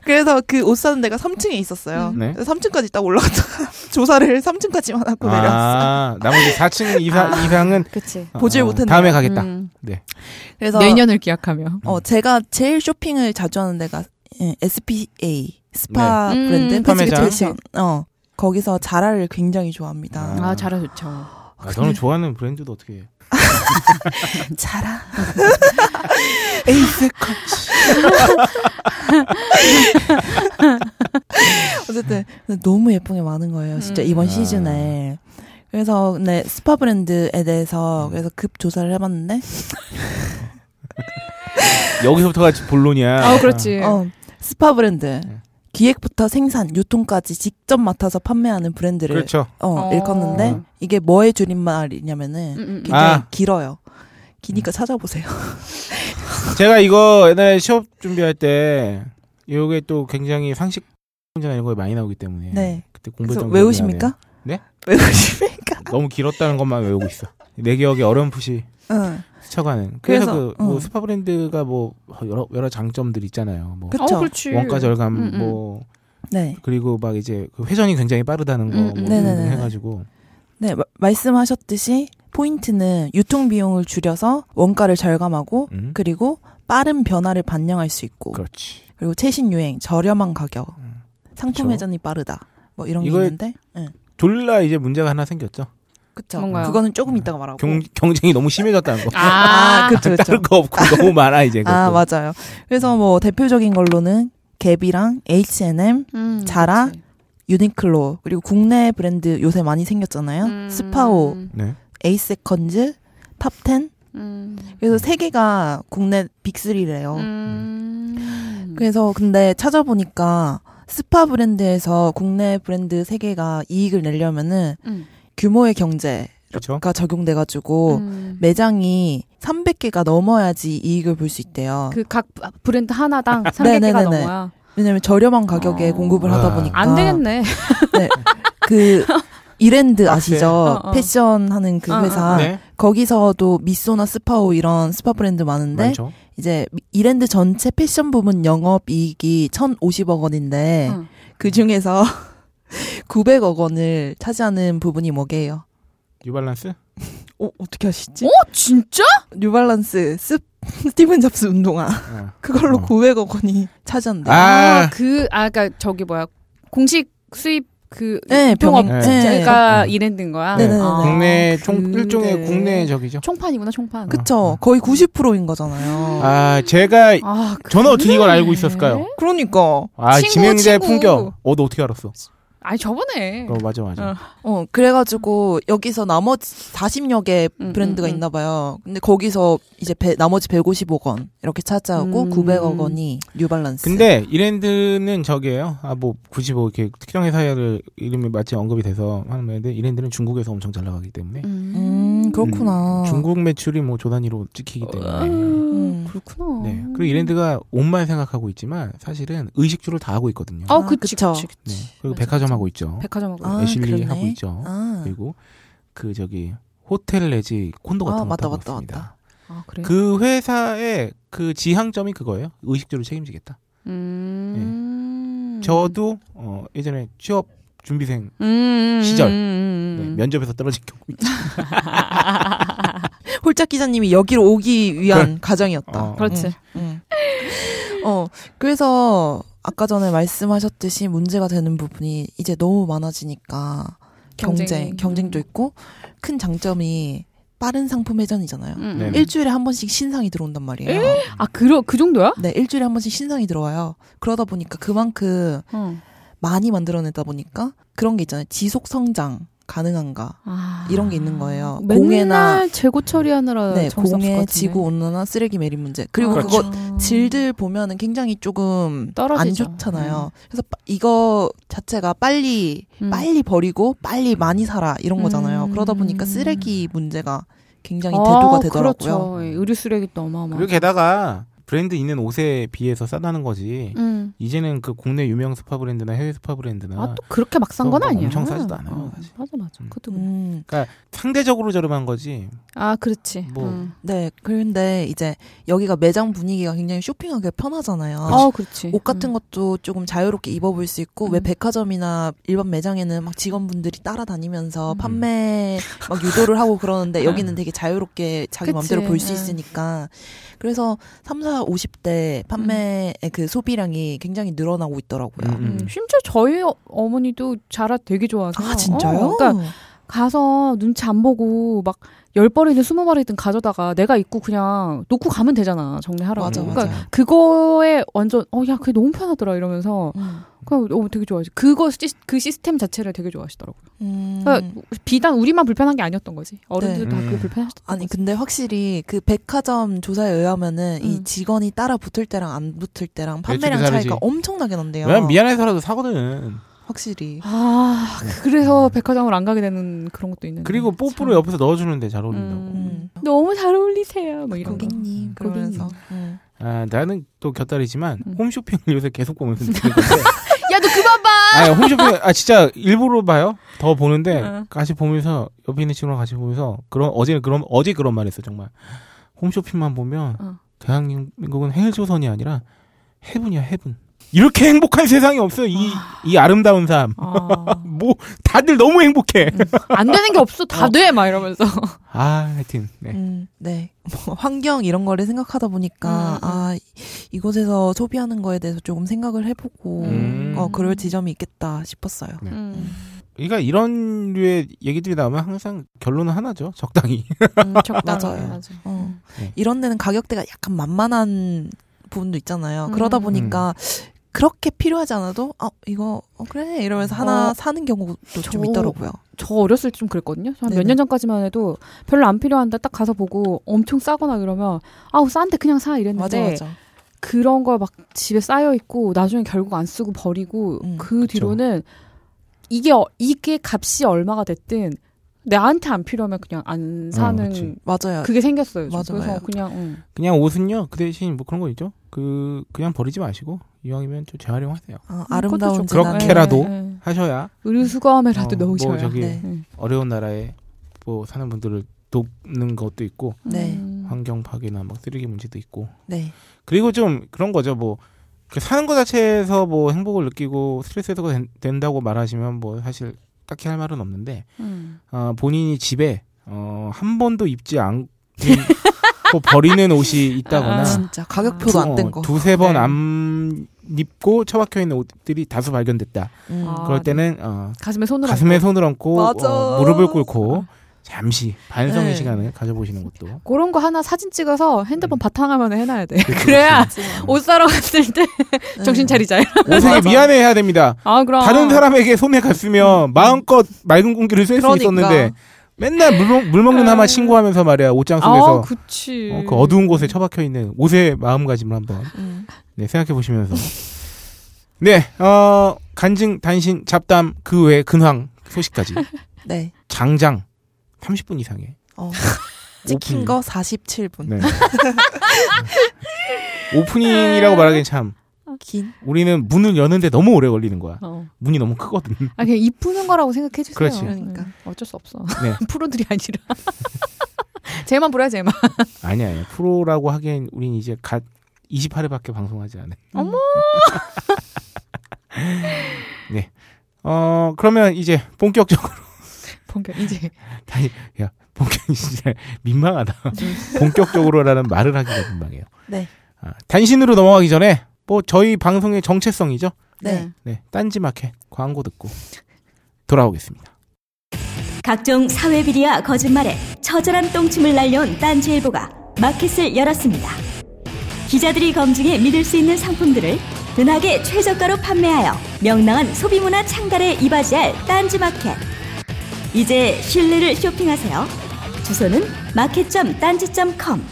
[SPEAKER 2] 그래서 그 옷 사는 데가 3층에 있었어요.
[SPEAKER 1] 네.
[SPEAKER 2] 그래서 3층까지 딱 올라갔다가 조사를 3층까지만 하고 내려왔어요. 아.
[SPEAKER 1] 아 나머지 4층 이상 이상은
[SPEAKER 5] 그치.
[SPEAKER 2] 보질
[SPEAKER 1] 어,
[SPEAKER 2] 못했네요.
[SPEAKER 1] 다음에 가겠다.
[SPEAKER 5] 음.
[SPEAKER 2] 그래서
[SPEAKER 5] 내년을 기약하며.
[SPEAKER 2] 어 제가 제일 쇼핑을 자주 하는 데가 예, SPA 스파
[SPEAKER 5] 네. 음,
[SPEAKER 2] 브랜드
[SPEAKER 5] 스파
[SPEAKER 1] 매장.
[SPEAKER 2] 패스피테이션. 어 거기서 자라를 굉장히 좋아합니다.
[SPEAKER 1] 아.
[SPEAKER 5] 아, 잘하 좋죠.
[SPEAKER 1] 아, 너는 좋아하는 브랜드도 어떻게 해?
[SPEAKER 2] 자라. 에이스 컷. 어쨌든 근데 너무 예쁜 게 많은 거예요. 진짜
[SPEAKER 5] 음.
[SPEAKER 2] 이번
[SPEAKER 1] 아.
[SPEAKER 2] 시즌에. 그래서 근데 스파 브랜드에
[SPEAKER 1] 음.
[SPEAKER 2] 대해서 그래서 급 조사를 해봤는데
[SPEAKER 1] 여기서부터가 본론이야.
[SPEAKER 5] 아, 그렇지.
[SPEAKER 2] 어 스파 브랜드
[SPEAKER 1] 네.
[SPEAKER 2] 기획부터 생산, 유통까지 직접 맡아서 판매하는 브랜드를
[SPEAKER 1] 그렇죠. 음.
[SPEAKER 2] 어,
[SPEAKER 5] 어.
[SPEAKER 2] 읽었는데 이게 뭐의 줄임말이냐면은
[SPEAKER 5] 음, 음, 음.
[SPEAKER 1] 아. 음.
[SPEAKER 2] 굉장히 길어요. 기니까 찾아보세요.
[SPEAKER 1] 제가 이거 옛날에 시험 준비할 때 요게 또 굉장히 상식 문제나 이런 거에 많이 나오기 때문에
[SPEAKER 2] 네.
[SPEAKER 1] 그때
[SPEAKER 2] 그래서
[SPEAKER 1] 공부했던 기억이
[SPEAKER 2] 외우십니까?
[SPEAKER 1] 네?
[SPEAKER 2] 외우십니까?
[SPEAKER 1] 나네요. 너무 길었다는 것만 외우고 있어. 내 기억에 어렴풋이
[SPEAKER 2] 응.
[SPEAKER 1] 스쳐가는. 그래서,
[SPEAKER 2] 그래서,
[SPEAKER 1] 그뭐
[SPEAKER 2] 음.
[SPEAKER 1] 스파 브랜드가 뭐 여러 여러 장점들 있잖아요. 뭐
[SPEAKER 2] 그쵸.
[SPEAKER 5] 어, 그렇지.
[SPEAKER 1] 원가 절감
[SPEAKER 5] 음, 음.
[SPEAKER 1] 뭐
[SPEAKER 2] 네.
[SPEAKER 1] 그리고 막 이제 그 회전이 굉장히 빠르다는 거
[SPEAKER 5] 음,
[SPEAKER 1] 뭐
[SPEAKER 5] 음.
[SPEAKER 1] 이런
[SPEAKER 2] 네네네네.
[SPEAKER 1] 거 해가지고
[SPEAKER 2] 네, 마- 말씀하셨듯이 포인트는 유통 비용을 줄여서 원가를 절감하고
[SPEAKER 1] 음.
[SPEAKER 2] 그리고 빠른 변화를 반영할 수 있고
[SPEAKER 1] 그렇지. 음.
[SPEAKER 2] 그리고 최신 유행, 저렴한 가격, 상품
[SPEAKER 1] 그쵸.
[SPEAKER 2] 회전이 빠르다. 뭐 이런 게
[SPEAKER 1] 이거에-
[SPEAKER 2] 있는데. 예.
[SPEAKER 1] 졸라 이제 문제가 하나 생겼죠.
[SPEAKER 2] 그쵸.
[SPEAKER 5] 뭔가요?
[SPEAKER 2] 그거는 조금 이따가 말하고.
[SPEAKER 1] 음. 경, 경쟁이 너무 심해졌다는 거.
[SPEAKER 5] 아,
[SPEAKER 2] 아, 그쵸, 그쵸.
[SPEAKER 1] 다른 거 없고 너무 많아 이제.
[SPEAKER 2] 아,
[SPEAKER 1] 그것도.
[SPEAKER 2] 맞아요. 그래서 뭐 대표적인 걸로는 갭이랑 H&M,
[SPEAKER 5] 음,
[SPEAKER 2] 자라?
[SPEAKER 5] 그치.
[SPEAKER 2] 유니클로, 그리고 국내 브랜드 요새 많이 생겼잖아요.
[SPEAKER 5] 음,
[SPEAKER 2] 스파오,
[SPEAKER 1] 네.
[SPEAKER 2] 에이세컨즈, 탑텐.
[SPEAKER 5] 음,
[SPEAKER 2] 그래서 세 개가 국내 빅3래요.
[SPEAKER 5] 음.
[SPEAKER 2] 그래서 근데 찾아보니까 스파 브랜드에서 국내 브랜드 세 개가 이익을 내려면은
[SPEAKER 5] 음.
[SPEAKER 2] 규모의 경제가
[SPEAKER 1] 그렇죠.
[SPEAKER 2] 적용돼가지고
[SPEAKER 5] 음.
[SPEAKER 1] 네.
[SPEAKER 2] 매장이 300개가 넘어야지 이익을 볼 수 있대요.
[SPEAKER 5] 그각 브랜드 하나당 300개가
[SPEAKER 2] 어. 네네네네.
[SPEAKER 5] 넘어야
[SPEAKER 2] 왜냐면 저렴한 가격에
[SPEAKER 5] 어.
[SPEAKER 2] 공급을 하다
[SPEAKER 1] 아.
[SPEAKER 2] 보니까
[SPEAKER 5] 안 되겠네.
[SPEAKER 2] 그 이랜드 아시죠?
[SPEAKER 5] 어, 어.
[SPEAKER 2] 패션 하는 그
[SPEAKER 5] 어, 어.
[SPEAKER 2] 회사
[SPEAKER 1] 네.
[SPEAKER 2] 거기서도 미소나 스파오 이런 스파 브랜드
[SPEAKER 5] 네.
[SPEAKER 2] 많은데
[SPEAKER 1] 많죠.
[SPEAKER 2] 이제 이랜드 전체 패션 부문 영업 이익이 1,050억 원인데
[SPEAKER 5] 응.
[SPEAKER 2] 그 중에서 900억 원을 차지하는 부분이 뭐게요?
[SPEAKER 1] 뉴발란스?
[SPEAKER 2] 어, 어떻게 아시지?
[SPEAKER 5] 어 진짜?
[SPEAKER 2] 뉴발란스 스, 스티븐 잡스 운동화
[SPEAKER 1] 어.
[SPEAKER 2] 그걸로
[SPEAKER 1] 어.
[SPEAKER 2] 900억 원이 차지한대. 요
[SPEAKER 1] 아,
[SPEAKER 5] 그 아까 저기 뭐야 공식 수입 그
[SPEAKER 2] 네,
[SPEAKER 5] 통업
[SPEAKER 1] 병-
[SPEAKER 5] 자가
[SPEAKER 1] 네.
[SPEAKER 5] 이랜드인 거야.
[SPEAKER 1] 네.
[SPEAKER 2] 네네네.
[SPEAKER 5] 아,
[SPEAKER 1] 국내 총
[SPEAKER 5] 그래.
[SPEAKER 1] 일종의 국내 적이죠.
[SPEAKER 5] 총판이구나 총판.
[SPEAKER 2] 그쵸. 거의 90%인 거잖아요.
[SPEAKER 1] 아, 제가
[SPEAKER 5] 아,
[SPEAKER 1] 저는 어떻게
[SPEAKER 5] 그래?
[SPEAKER 1] 이걸 알고 있었을까요?
[SPEAKER 2] 그러니까.
[SPEAKER 1] 아,
[SPEAKER 5] 친구,
[SPEAKER 1] 진행자의
[SPEAKER 5] 친구.
[SPEAKER 1] 풍경. 어, 너 어떻게 알았어?
[SPEAKER 5] 아니 저번에
[SPEAKER 1] 어, 맞아, 맞아.
[SPEAKER 5] 어.
[SPEAKER 2] 어, 그래가지고 여기서 나머지 40여 개
[SPEAKER 5] 음,
[SPEAKER 2] 브랜드가
[SPEAKER 5] 음, 음.
[SPEAKER 2] 있나 봐요. 근데 거기서 이제 배- 나머지 150억 원 이렇게 차지하고
[SPEAKER 5] 음.
[SPEAKER 2] 900억 원이 뉴발란스.
[SPEAKER 1] 근데 이랜드는 저기예요. 아, 뭐 굳이 뭐 이렇게 특정 회사를 이름이 마치 언급이 돼서 하는 건데 이랜드는 중국에서 엄청 잘 나가기 때문에
[SPEAKER 2] 음, 그렇구나.
[SPEAKER 5] 어.
[SPEAKER 1] 중국 매출이 뭐 조단위로 찍히기 때문에.
[SPEAKER 5] 음,
[SPEAKER 2] 음.
[SPEAKER 5] 그렇구나.
[SPEAKER 1] 네. 그리고 이랜드가 옷만 생각하고 있지만 사실은 의식주를 다 하고 있거든요.
[SPEAKER 5] 어
[SPEAKER 2] 아,
[SPEAKER 5] 그치
[SPEAKER 2] 그쵸.
[SPEAKER 5] 그치 그치.
[SPEAKER 1] 네. 그리고
[SPEAKER 5] 맞아,
[SPEAKER 1] 백화점하고 있죠.
[SPEAKER 5] 맞아. 백화점하고.
[SPEAKER 2] 아,
[SPEAKER 1] 애슐리
[SPEAKER 2] 그러네.
[SPEAKER 1] 하고 있죠.
[SPEAKER 2] 아,
[SPEAKER 1] 그리고 그 저기 호텔 내지 콘도 같은
[SPEAKER 2] 아,
[SPEAKER 1] 거
[SPEAKER 2] 맞다,
[SPEAKER 1] 하고
[SPEAKER 2] 맞다,
[SPEAKER 1] 있습니다.
[SPEAKER 2] 맞다.
[SPEAKER 5] 아 그래.
[SPEAKER 1] 그 회사의 그 지향점이 그거예요. 의식주를 책임지겠다.
[SPEAKER 5] 음.
[SPEAKER 1] 네. 저도 어, 예전에 취업 준비생
[SPEAKER 5] 음,
[SPEAKER 1] 시절.
[SPEAKER 5] 음,
[SPEAKER 1] 네,
[SPEAKER 5] 음, 음.
[SPEAKER 1] 면접에서 떨어진 경우 있죠.
[SPEAKER 2] 홀짝 기자님이 여기로 오기 위한 과정이었다.
[SPEAKER 1] 어,
[SPEAKER 5] 그렇지.
[SPEAKER 2] 음. 어, 그래서 아까 전에 말씀하셨듯이 문제가 되는 부분이 이제 너무 많아지니까 경쟁,
[SPEAKER 5] 경쟁이.
[SPEAKER 2] 경쟁 도 있고 큰 장점이 빠른 상품 회전이잖아요.
[SPEAKER 5] 음,
[SPEAKER 1] 네네.
[SPEAKER 5] 음.
[SPEAKER 2] 일주일에 한 번씩 신상이 들어온단 말이에요.
[SPEAKER 5] 아 그러 그 정도야?
[SPEAKER 2] 네, 일주일에 한 번씩 신상이 들어와요. 그러다 보니까 그만큼
[SPEAKER 5] 어.
[SPEAKER 2] 많이 만들어내다 보니까 그런 게 있잖아요. 지속 성장 가능한가
[SPEAKER 5] 아.
[SPEAKER 2] 이런 게 있는 거예요.
[SPEAKER 5] 맨날
[SPEAKER 2] 공해나
[SPEAKER 5] 재고 처리하느라
[SPEAKER 2] 네,
[SPEAKER 5] 정신 없을 것
[SPEAKER 2] 공해,
[SPEAKER 5] 같은데.
[SPEAKER 2] 지구 온난화, 쓰레기 매립 문제 그리고
[SPEAKER 5] 아,
[SPEAKER 2] 그거
[SPEAKER 5] 그렇죠.
[SPEAKER 2] 질들 보면은 굉장히 조금
[SPEAKER 5] 떨어지죠.
[SPEAKER 2] 안 좋잖아요. 그래서 빠- 이거 자체가 빨리
[SPEAKER 5] 음.
[SPEAKER 2] 빨리 버리고 빨리 많이 살아 이런 거잖아요.
[SPEAKER 5] 음.
[SPEAKER 2] 그러다 보니까 쓰레기 문제가 굉장히
[SPEAKER 5] 아,
[SPEAKER 2] 대두가 되더라고요.
[SPEAKER 5] 그렇죠. 예, 의류 쓰레기도 어마어마.
[SPEAKER 1] 그리고 게다가 브랜드 있는 옷에 비해서 싸다는 거지.
[SPEAKER 5] 음.
[SPEAKER 1] 이제는 그 국내 유명 스파 브랜드나 해외 스파 브랜드나
[SPEAKER 5] 아 또 그렇게 막 싼
[SPEAKER 1] 그건
[SPEAKER 5] 건
[SPEAKER 1] 막
[SPEAKER 5] 아니야.
[SPEAKER 1] 엄청 싸지도 않아요, 사실.
[SPEAKER 5] 맞아 맞아. 그것도 그래.
[SPEAKER 2] 음,
[SPEAKER 1] 상대적으로 저렴한 거지.
[SPEAKER 5] 아 그렇지.
[SPEAKER 1] 뭐.
[SPEAKER 5] 음.
[SPEAKER 2] 네. 그런데 이제 여기가 매장 분위기가 굉장히 쇼핑하기 편하잖아요.
[SPEAKER 5] 어 그렇지.
[SPEAKER 2] 옷 같은 것도 조금 자유롭게 입어볼 수 있고 왜
[SPEAKER 5] 음.
[SPEAKER 2] 백화점이나 일반 매장에는 막 직원분들이 따라다니면서
[SPEAKER 5] 음.
[SPEAKER 2] 판매 막 유도를 하고 그러는데 여기는 되게 자유롭게 자기
[SPEAKER 5] 그치.
[SPEAKER 2] 마음대로 볼 수
[SPEAKER 5] 음. 있으니까.
[SPEAKER 2] 있으니까 그래서 3, 4, 50대 판매 의그 소비량이 굉장히 늘어나고 있더라고요.
[SPEAKER 1] 음,
[SPEAKER 5] 음. 심지어 저희 어, 어머니도 자라 되게 좋아서.
[SPEAKER 2] 아 진짜요?
[SPEAKER 5] 어, 그러니까 가서 눈치 안 보고 막 열벌이든 스무 벌이든 가져다가 내가 입고 그냥 놓고 가면 되잖아. 정리하라고.
[SPEAKER 2] 맞아,
[SPEAKER 1] 음.
[SPEAKER 5] 그러니까
[SPEAKER 2] 맞아.
[SPEAKER 5] 그거에 완전 어 야 그게 너무 편하더라 이러면서
[SPEAKER 2] 음.
[SPEAKER 5] 그냥 어, 되게 좋아하시. 그거 시, 그 시스템 자체를 되게 좋아하시더라고요. 그러니까
[SPEAKER 2] 음.
[SPEAKER 5] 비단 우리만 불편한 게 아니었던 거지. 어른들
[SPEAKER 1] 네.
[SPEAKER 5] 도다 그게
[SPEAKER 1] 음.
[SPEAKER 5] 불편하셨던
[SPEAKER 2] 아니
[SPEAKER 5] 거지.
[SPEAKER 2] 근데 확실히 그 백화점 조사에 의하면은 이
[SPEAKER 5] 음.
[SPEAKER 2] 직원이 따라 붙을 때랑 안 붙을 때랑 판매량
[SPEAKER 1] 매출이 다르지.
[SPEAKER 2] 차이가 엄청나게 난대요.
[SPEAKER 1] 그 왜냐면 미안해서라도 사거든.
[SPEAKER 2] 확실히.
[SPEAKER 5] 아 그래서 백화점을 안 가게 되는 그런 것도 있는데.
[SPEAKER 1] 그리고 뽀뽀를
[SPEAKER 5] 참.
[SPEAKER 1] 옆에서 넣어주는데 잘 어울린다고.
[SPEAKER 5] 음.
[SPEAKER 2] 음.
[SPEAKER 5] 너무 잘 어울리세요. 뭐 이런 거.
[SPEAKER 2] 고객님 그러면서 음.
[SPEAKER 1] 아, 나는 또 곁다리지만
[SPEAKER 5] 음.
[SPEAKER 1] 홈쇼핑을 요새 계속 보면서 느끼는 건데.
[SPEAKER 5] 야 너 그만 봐.
[SPEAKER 1] 아, 홈쇼핑 아 진짜 일부러 봐요. 더 보는데
[SPEAKER 5] 어.
[SPEAKER 1] 같이 보면서 옆에 있는 친구랑 같이 보면서 그런 어제는 그런 어제 그런 말했어 정말. 홈쇼핑만 보면
[SPEAKER 5] 어.
[SPEAKER 1] 대한민국은 헬조선이 아니라 해븐이야 해븐. 이렇게 행복한 세상이 없어 이 이 아름다운 삶.
[SPEAKER 5] 아,
[SPEAKER 1] 뭐 다들 너무 행복해.
[SPEAKER 5] 음. 안 되는 게 없어 다 돼 막 이러면서.
[SPEAKER 1] 아 하여튼 네.
[SPEAKER 2] 음, 네. 뭐 환경 이런 거를 생각하다 보니까
[SPEAKER 5] 음, 음.
[SPEAKER 2] 아 이- 이곳에서 소비하는 거에 대해서 조금 생각을 해보고
[SPEAKER 1] 음.
[SPEAKER 2] 어 그럴 지점이 있겠다 싶었어요.
[SPEAKER 5] 음,
[SPEAKER 1] 그러니까 이런 류의 얘기들이 나오면 항상 결론은 하나죠. 적당히.
[SPEAKER 5] 음, 적당히
[SPEAKER 2] 맞아요.
[SPEAKER 5] 맞아.
[SPEAKER 2] 어
[SPEAKER 1] 네.
[SPEAKER 2] 이런 데는 가격대가 약간 만만한 부분도 있잖아요.
[SPEAKER 5] 음.
[SPEAKER 2] 그러다 보니까 그렇게 필요하지 않아도 어 이거 어, 그래 이러면서 하나
[SPEAKER 5] 어,
[SPEAKER 2] 사는 경우도 좀
[SPEAKER 5] 저-
[SPEAKER 2] 있더라고요.
[SPEAKER 5] 저 어렸을 때 좀 그랬거든요. 한 몇
[SPEAKER 2] 네네.
[SPEAKER 5] 년 전까지만 해도 별로 안 필요한데 딱 가서 보고 엄청 싸거나 그러면 아우 싼데 그냥 사 이랬는데
[SPEAKER 2] 맞아 맞아.
[SPEAKER 5] 그런 걸 막 집에 쌓여 있고 나중에 결국 안 쓰고 버리고
[SPEAKER 2] 음,
[SPEAKER 5] 그
[SPEAKER 1] 그쵸.
[SPEAKER 5] 뒤로는 이게 어- 이게 값이 얼마가 됐든 나한테 안 필요하면 그냥 안 사는
[SPEAKER 1] 그치.
[SPEAKER 2] 맞아요.
[SPEAKER 5] 그게 생겼어요. 좀.
[SPEAKER 2] 맞아요.
[SPEAKER 5] 그래서 그냥 음.
[SPEAKER 1] 그냥 옷은요. 그 대신 뭐 그런 거 있죠. 그 그냥 버리지 마시고 이왕이면 좀 재활용하세요.
[SPEAKER 2] 아,
[SPEAKER 5] 음,
[SPEAKER 2] 아름다운
[SPEAKER 5] 그것도 좋고.
[SPEAKER 2] 지나는-
[SPEAKER 1] 그렇게라도.
[SPEAKER 5] 네, 네.
[SPEAKER 1] 하셔야
[SPEAKER 5] 의류수거함에라도
[SPEAKER 1] 어,
[SPEAKER 5] 넣으셔야
[SPEAKER 1] 뭐 저기
[SPEAKER 2] 네.
[SPEAKER 5] 음.
[SPEAKER 1] 어려운 나라에 뭐 사는 분들을 돕는 것도 있고
[SPEAKER 2] 네.
[SPEAKER 5] 음.
[SPEAKER 1] 환경 파괴나 막 쓰레기 문제도 있고
[SPEAKER 2] 네.
[SPEAKER 1] 그리고 좀 그런 거죠 뭐그 사는 것 자체에서 뭐 행복을 느끼고 스트레스 해소가 된- 된다고 말하시면 뭐 사실 딱히 할 말은 없는데
[SPEAKER 5] 음.
[SPEAKER 1] 어, 본인이 집에 어, 한 번도 입지 않고 버리는 옷이 있다거나
[SPEAKER 5] 아,
[SPEAKER 2] 진짜 가격표도 안 뗀 거.
[SPEAKER 1] 두세
[SPEAKER 5] 네.
[SPEAKER 1] 번 안 입고 처박혀 있는 옷들이 다수 발견됐다
[SPEAKER 2] 음.
[SPEAKER 5] 아,
[SPEAKER 1] 그럴 때는 어,
[SPEAKER 5] 가슴에 손을
[SPEAKER 1] 가슴에 손을 얹고
[SPEAKER 2] 맞아.
[SPEAKER 1] 어, 무릎을 꿇고 잠시 반성의
[SPEAKER 2] 네.
[SPEAKER 1] 시간을 가져보시는 것도
[SPEAKER 5] 뭐 그런 거 하나 사진 찍어서
[SPEAKER 1] 음.
[SPEAKER 5] 핸드폰 바탕화면에 해놔야 돼.
[SPEAKER 1] 그렇죠.
[SPEAKER 5] 그래야
[SPEAKER 2] 음.
[SPEAKER 5] 옷 사러 갔을 때
[SPEAKER 2] 네.
[SPEAKER 5] 정신 차리자.
[SPEAKER 1] 옷에게 미안해해야 됩니다.
[SPEAKER 5] 아 그럼
[SPEAKER 1] 다른 사람에게 손해 갔으면 마음껏 맑은 공기를 쐴 수
[SPEAKER 2] 그러니까.
[SPEAKER 1] 있었는데 맨날 물, 먹- 물 먹는 하마 신고하면서 말이야 옷장
[SPEAKER 5] 아
[SPEAKER 1] 속에서
[SPEAKER 5] 그치.
[SPEAKER 1] 어, 그 어두운 곳에 처박혀 있는 옷의 마음가짐을 한번 네, 생각해 보시면서 네 어, 간증 단신 잡담 그 외 근황 소식까지
[SPEAKER 2] 네.
[SPEAKER 1] 장장 30분 이상의
[SPEAKER 2] 어.
[SPEAKER 5] 음.
[SPEAKER 1] 오픈.
[SPEAKER 2] 찍힌 거 47분.
[SPEAKER 1] 네. 오프닝이라고 말하기엔 참
[SPEAKER 2] 긴.
[SPEAKER 1] 우리는 문을 여는데 너무 오래 걸리는 거야.
[SPEAKER 5] 어.
[SPEAKER 1] 문이 너무 크거든.
[SPEAKER 5] 아 그냥 입 푸는 거라고 생각해 주세요.
[SPEAKER 1] 그렇지.
[SPEAKER 2] 그러니까.
[SPEAKER 5] 음, 어쩔 수 없어.
[SPEAKER 1] 네.
[SPEAKER 5] 프로들이 아니라. 쟤만 보라 쟤만.
[SPEAKER 1] 아니야, 아니야. 프로라고 하기엔 우린 이제 갓 28회밖에 방송하지 않아.
[SPEAKER 5] 어머.
[SPEAKER 1] 네. 어, 그러면 이제 본격적으로
[SPEAKER 5] 본격 이제.
[SPEAKER 1] 다시 야, 본격 진짜 민망하다. 본격적으로라는 말을 하기가 민망해요.
[SPEAKER 2] 네.
[SPEAKER 1] 아, 단신으로 넘어가기 전에 뭐 저희 방송의 정체성이죠.
[SPEAKER 2] 네.
[SPEAKER 1] 네. 딴지마켓 광고 듣고 돌아오겠습니다.
[SPEAKER 4] 각종 사회 비리와 거짓말에 처절한 똥침을 날려온 딴지일보가 마켓을 열었습니다. 기자들이 검증해 믿을 수 있는 상품들을 은하계 최저가로 판매하여 명랑한 소비문화 창달에 이바지할 딴지마켓. 이제 신뢰를 쇼핑하세요. 주소는 마켓.딴지.com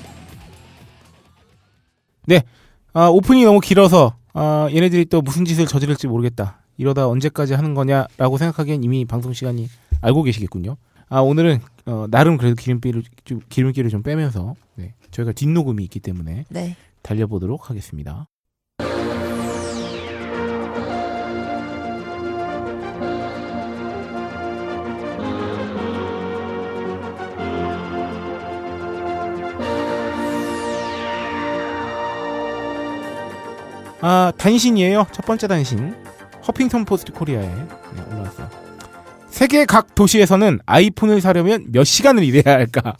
[SPEAKER 1] 아, 오프닝이 너무 길어서 아, 얘네들이 또 무슨 짓을 저지를지 모르겠다. 이러다 언제까지 하는 거냐라고 생각하기엔 이미 방송 시간이 알고 계시겠군요. 아, 오늘은 어, 나름 그래도 기름기를 좀, 기름기를 좀 빼면서 네, 저희가 뒷녹음이 있기 때문에
[SPEAKER 2] 네.
[SPEAKER 1] 달려보도록 하겠습니다. 아 단신이에요. 첫 번째 단신 허핑턴 포스트 코리아에 네, 올라왔어요. 세계 각 도시에서는 아이폰을 사려면 몇 시간을 일해야 할까?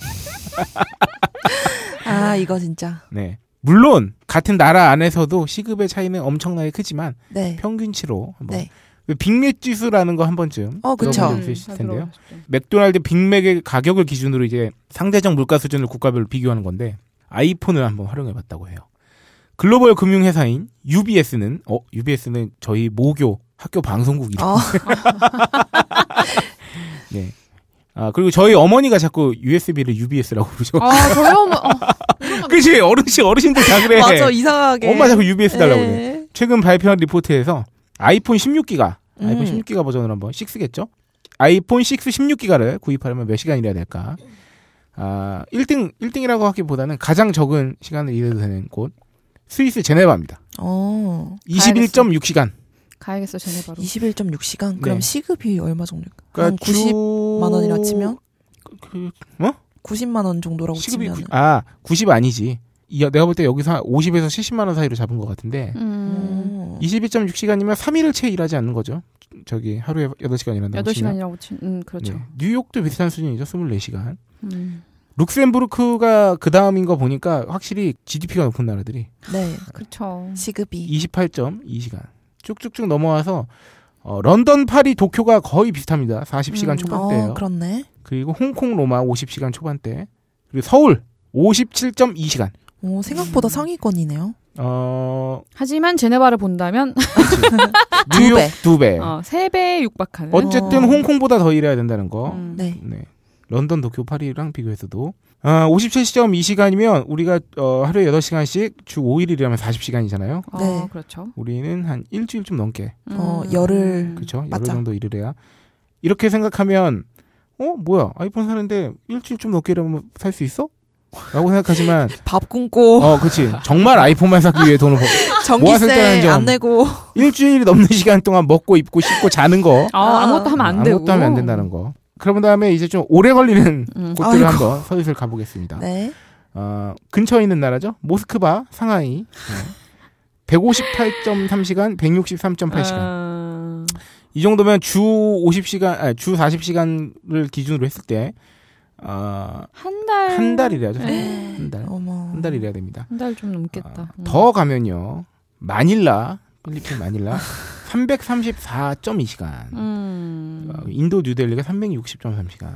[SPEAKER 2] 아, 이거 진짜.
[SPEAKER 1] 네. 물론 같은 나라 안에서도 시급의 차이는 엄청나게 크지만
[SPEAKER 2] 네.
[SPEAKER 1] 평균치로 한번 그
[SPEAKER 2] 네.
[SPEAKER 1] 빅맥 지수라는 거 한 번쯤
[SPEAKER 2] 어, 그쵸.
[SPEAKER 1] 음, 들어본 적 있으실 텐데요. 맥도날드 빅맥의 가격을 기준으로 이제 상대적 물가 수준을 국가별로 비교하는 건데 아이폰을 한번 활용해 봤다고 해요. 글로벌 금융 회사인 UBS는 어 UBS는 저희 모교 학교 방송국 이름.
[SPEAKER 2] 어.
[SPEAKER 1] 네. 아 그리고 저희 어머니가 자꾸 USB를 UBS라고 부르죠.
[SPEAKER 5] 아, 저희 어머, 어,
[SPEAKER 1] 그치 어르신 어르신들 다 그래.
[SPEAKER 2] 맞아 이상하게
[SPEAKER 1] 네. 엄마 자꾸 UBS 달라고 그래.
[SPEAKER 2] 예.
[SPEAKER 1] 최근 발표한 리포트에서 아이폰 16기가 아이폰
[SPEAKER 2] 음.
[SPEAKER 1] 16기가 버전으로 한번 6겠죠? 아이폰 6 16기가를 구입하려면 몇 시간이라 될까? 아, 1등 1등이라고 하기보다는 가장 적은 시간을 이해도 되는 곳 스위스 제네바입니다.
[SPEAKER 2] 어
[SPEAKER 1] 21.6시간.
[SPEAKER 5] 가야겠어, 쟤네 바로.
[SPEAKER 2] 21.6시간
[SPEAKER 1] 네. 그러니까
[SPEAKER 2] 그럼 시급이 얼마 정도일까 그러니까 한 90만 원이라 치면
[SPEAKER 1] 그,
[SPEAKER 2] 90만 원 정도라고
[SPEAKER 1] 시급이
[SPEAKER 2] 치면
[SPEAKER 1] 구, 아, 90 아니지. 이, 내가 볼 때 여기서 한 50에서 70만 원 사이로 잡은 것 같은데
[SPEAKER 5] 음,
[SPEAKER 1] 21.6시간이면 3일을 채 일하지 않는 거죠. 저기 하루에 8시간이라는 네.
[SPEAKER 5] 8시간이라고 치, 음, 그렇죠.
[SPEAKER 1] 뉴욕도 비슷한 수준이죠. 24시간.
[SPEAKER 5] 음.
[SPEAKER 1] 룩셈부르크가 그 다음인 거 보니까 확실히 GDP가 높은 나라들이
[SPEAKER 2] 네
[SPEAKER 5] 그렇죠.
[SPEAKER 2] 시급이
[SPEAKER 1] 28.2시간 쭉쭉쭉 넘어와서 어, 런던, 파리, 도쿄가 거의 비슷합니다. 40시간
[SPEAKER 5] 음,
[SPEAKER 1] 초반대예요.
[SPEAKER 2] 어 그렇네
[SPEAKER 1] 그리고 홍콩, 로마 50시간 초반대. 그리고 서울 57.2시간.
[SPEAKER 2] 오
[SPEAKER 1] 음.
[SPEAKER 2] 생각보다 상위권이네요
[SPEAKER 1] 어,
[SPEAKER 5] 하지만 제네바를 본다면
[SPEAKER 2] 아, 두
[SPEAKER 1] 뉴욕
[SPEAKER 2] 배.
[SPEAKER 1] 두 배.
[SPEAKER 5] 어, 3배에 육박하는.
[SPEAKER 1] 네. 어쨌든
[SPEAKER 2] 어.
[SPEAKER 1] 홍콩보다 더 일해야 된다는 거.
[SPEAKER 5] 음.
[SPEAKER 2] 네
[SPEAKER 1] 네. 런던, 도쿄, 파리랑 비교해서도 아, 57.2시간이면 우리가 어, 하루에 8시간씩 주 5일이라면 40시간이잖아요.
[SPEAKER 5] 어,
[SPEAKER 2] 네.
[SPEAKER 5] 그렇죠.
[SPEAKER 1] 우리는 한 일주일 좀 넘게
[SPEAKER 2] 어, 열흘
[SPEAKER 5] 음.
[SPEAKER 1] 그렇죠. 열흘
[SPEAKER 2] 맞죠.
[SPEAKER 1] 정도 일을 해야 이렇게 생각하면 어 뭐야 아이폰 사는데 일주일 좀 넘게 일하면 살 수 있어? 라고 생각하지만
[SPEAKER 2] 밥 굶고
[SPEAKER 1] 어 그치 정말 아이폰만 사기 위해 돈을 벌- 모아서 일단은
[SPEAKER 2] 전기세
[SPEAKER 1] 좀-
[SPEAKER 2] 안 내고
[SPEAKER 1] 일주일이 넘는 시간 동안 먹고 입고 씻고 자는 거
[SPEAKER 5] 아, 아무것도 하면 안 되고.
[SPEAKER 1] 아무것도 하면 안 된다는 거 그런 다음에 이제 좀 오래 걸리는
[SPEAKER 5] 음.
[SPEAKER 1] 곳들을
[SPEAKER 2] 아이고.
[SPEAKER 1] 한번 서슬슬 가보겠습니다
[SPEAKER 2] 네
[SPEAKER 1] 어, 근처에 있는 나라죠 모스크바 상하이 네. 158.3시간 163.8시간
[SPEAKER 5] 아,
[SPEAKER 1] 이 정도면 주 50시간, 아니, 주 40시간을 기준으로 했을 때, 어,
[SPEAKER 5] 한 달.
[SPEAKER 1] 한 달이래야죠. 한 달.
[SPEAKER 2] 어머
[SPEAKER 1] 네. 한 달이래야 됩니다.
[SPEAKER 5] 한 달 좀 넘겠다. 음.
[SPEAKER 1] 아, 더 가면요. 마닐라, 필리핀 마닐라, 334.2시간.
[SPEAKER 5] 음.
[SPEAKER 1] 어, 인도 뉴델리가 360.3시간.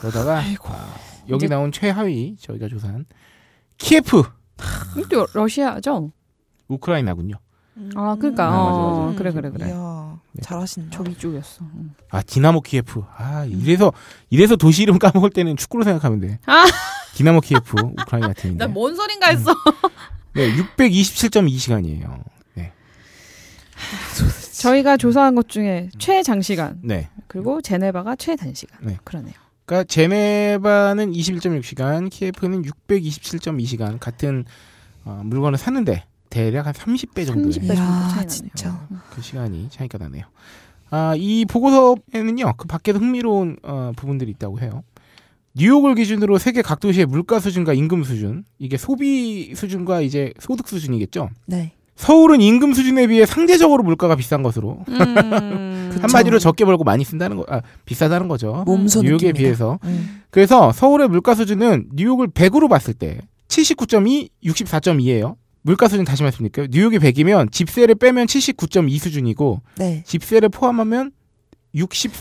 [SPEAKER 1] 그러다가, 아, 여기
[SPEAKER 5] 이제-
[SPEAKER 1] 나온 최하위, 저희가 조사한, 키예프!
[SPEAKER 5] 이것도 러시아죠?
[SPEAKER 1] 우크라이나군요.
[SPEAKER 5] 아, 그러니까.
[SPEAKER 1] 아, 맞아,
[SPEAKER 5] 어,
[SPEAKER 1] 맞아.
[SPEAKER 5] 그래, 그래, 그래.
[SPEAKER 2] 음. 이야,
[SPEAKER 1] 네.
[SPEAKER 2] 잘하신다
[SPEAKER 5] 저 위쪽이었어. 음.
[SPEAKER 1] 아, 디나모 키예프. 아, 이래서, 이래서 도시 이름 까먹을 때는 축구로 생각하면 돼.
[SPEAKER 5] 아.
[SPEAKER 1] 디나모 키예프, 우크라이나 팀인데.
[SPEAKER 5] 난뭔 소린가
[SPEAKER 1] 했어. 네, 627.2시간이에요.
[SPEAKER 5] 저희가 조사한 것 중에 최장시간,
[SPEAKER 1] 네.
[SPEAKER 5] 그리고 제네바가 최단시간.
[SPEAKER 1] 네.
[SPEAKER 5] 음. 그러네요.
[SPEAKER 1] 그러니까 제네바는 21.6시간, 키예프는 627.2시간 같은 어, 물건을 샀는데 대략 한 30배 정도의
[SPEAKER 5] 30배. 정도 차이
[SPEAKER 2] 이야
[SPEAKER 5] 나네요.
[SPEAKER 2] 진짜
[SPEAKER 1] 그 시간이 차이가 나네요. 아, 이 보고서에는요. 그 밖에도 흥미로운 어, 부분들이 있다고 해요. 뉴욕을 기준으로 세계 각 도시의 물가 수준과 임금 수준, 이게 소비 수준과 이제 소득 수준이겠죠.
[SPEAKER 2] 네
[SPEAKER 1] 서울은 임금 수준에 비해 상대적으로 물가가 비싼 것으로
[SPEAKER 5] 음.
[SPEAKER 2] 그쵸.
[SPEAKER 1] 한마디로 적게 벌고 많이 쓴다는 거, 아, 비싸다는 거죠.
[SPEAKER 2] 몸소
[SPEAKER 1] 어? 뉴욕에
[SPEAKER 2] 느낍니다.
[SPEAKER 1] 비해서.
[SPEAKER 2] 음.
[SPEAKER 1] 그래서 서울의 물가 수준은 뉴욕을 100으로 봤을 때 79.2, 64.2예요. 물가 수준 다시 말씀드릴게요. 뉴욕이 100이면 집세를 빼면 79.2 수준이고
[SPEAKER 2] 네.
[SPEAKER 1] 집세를 포함하면 64.2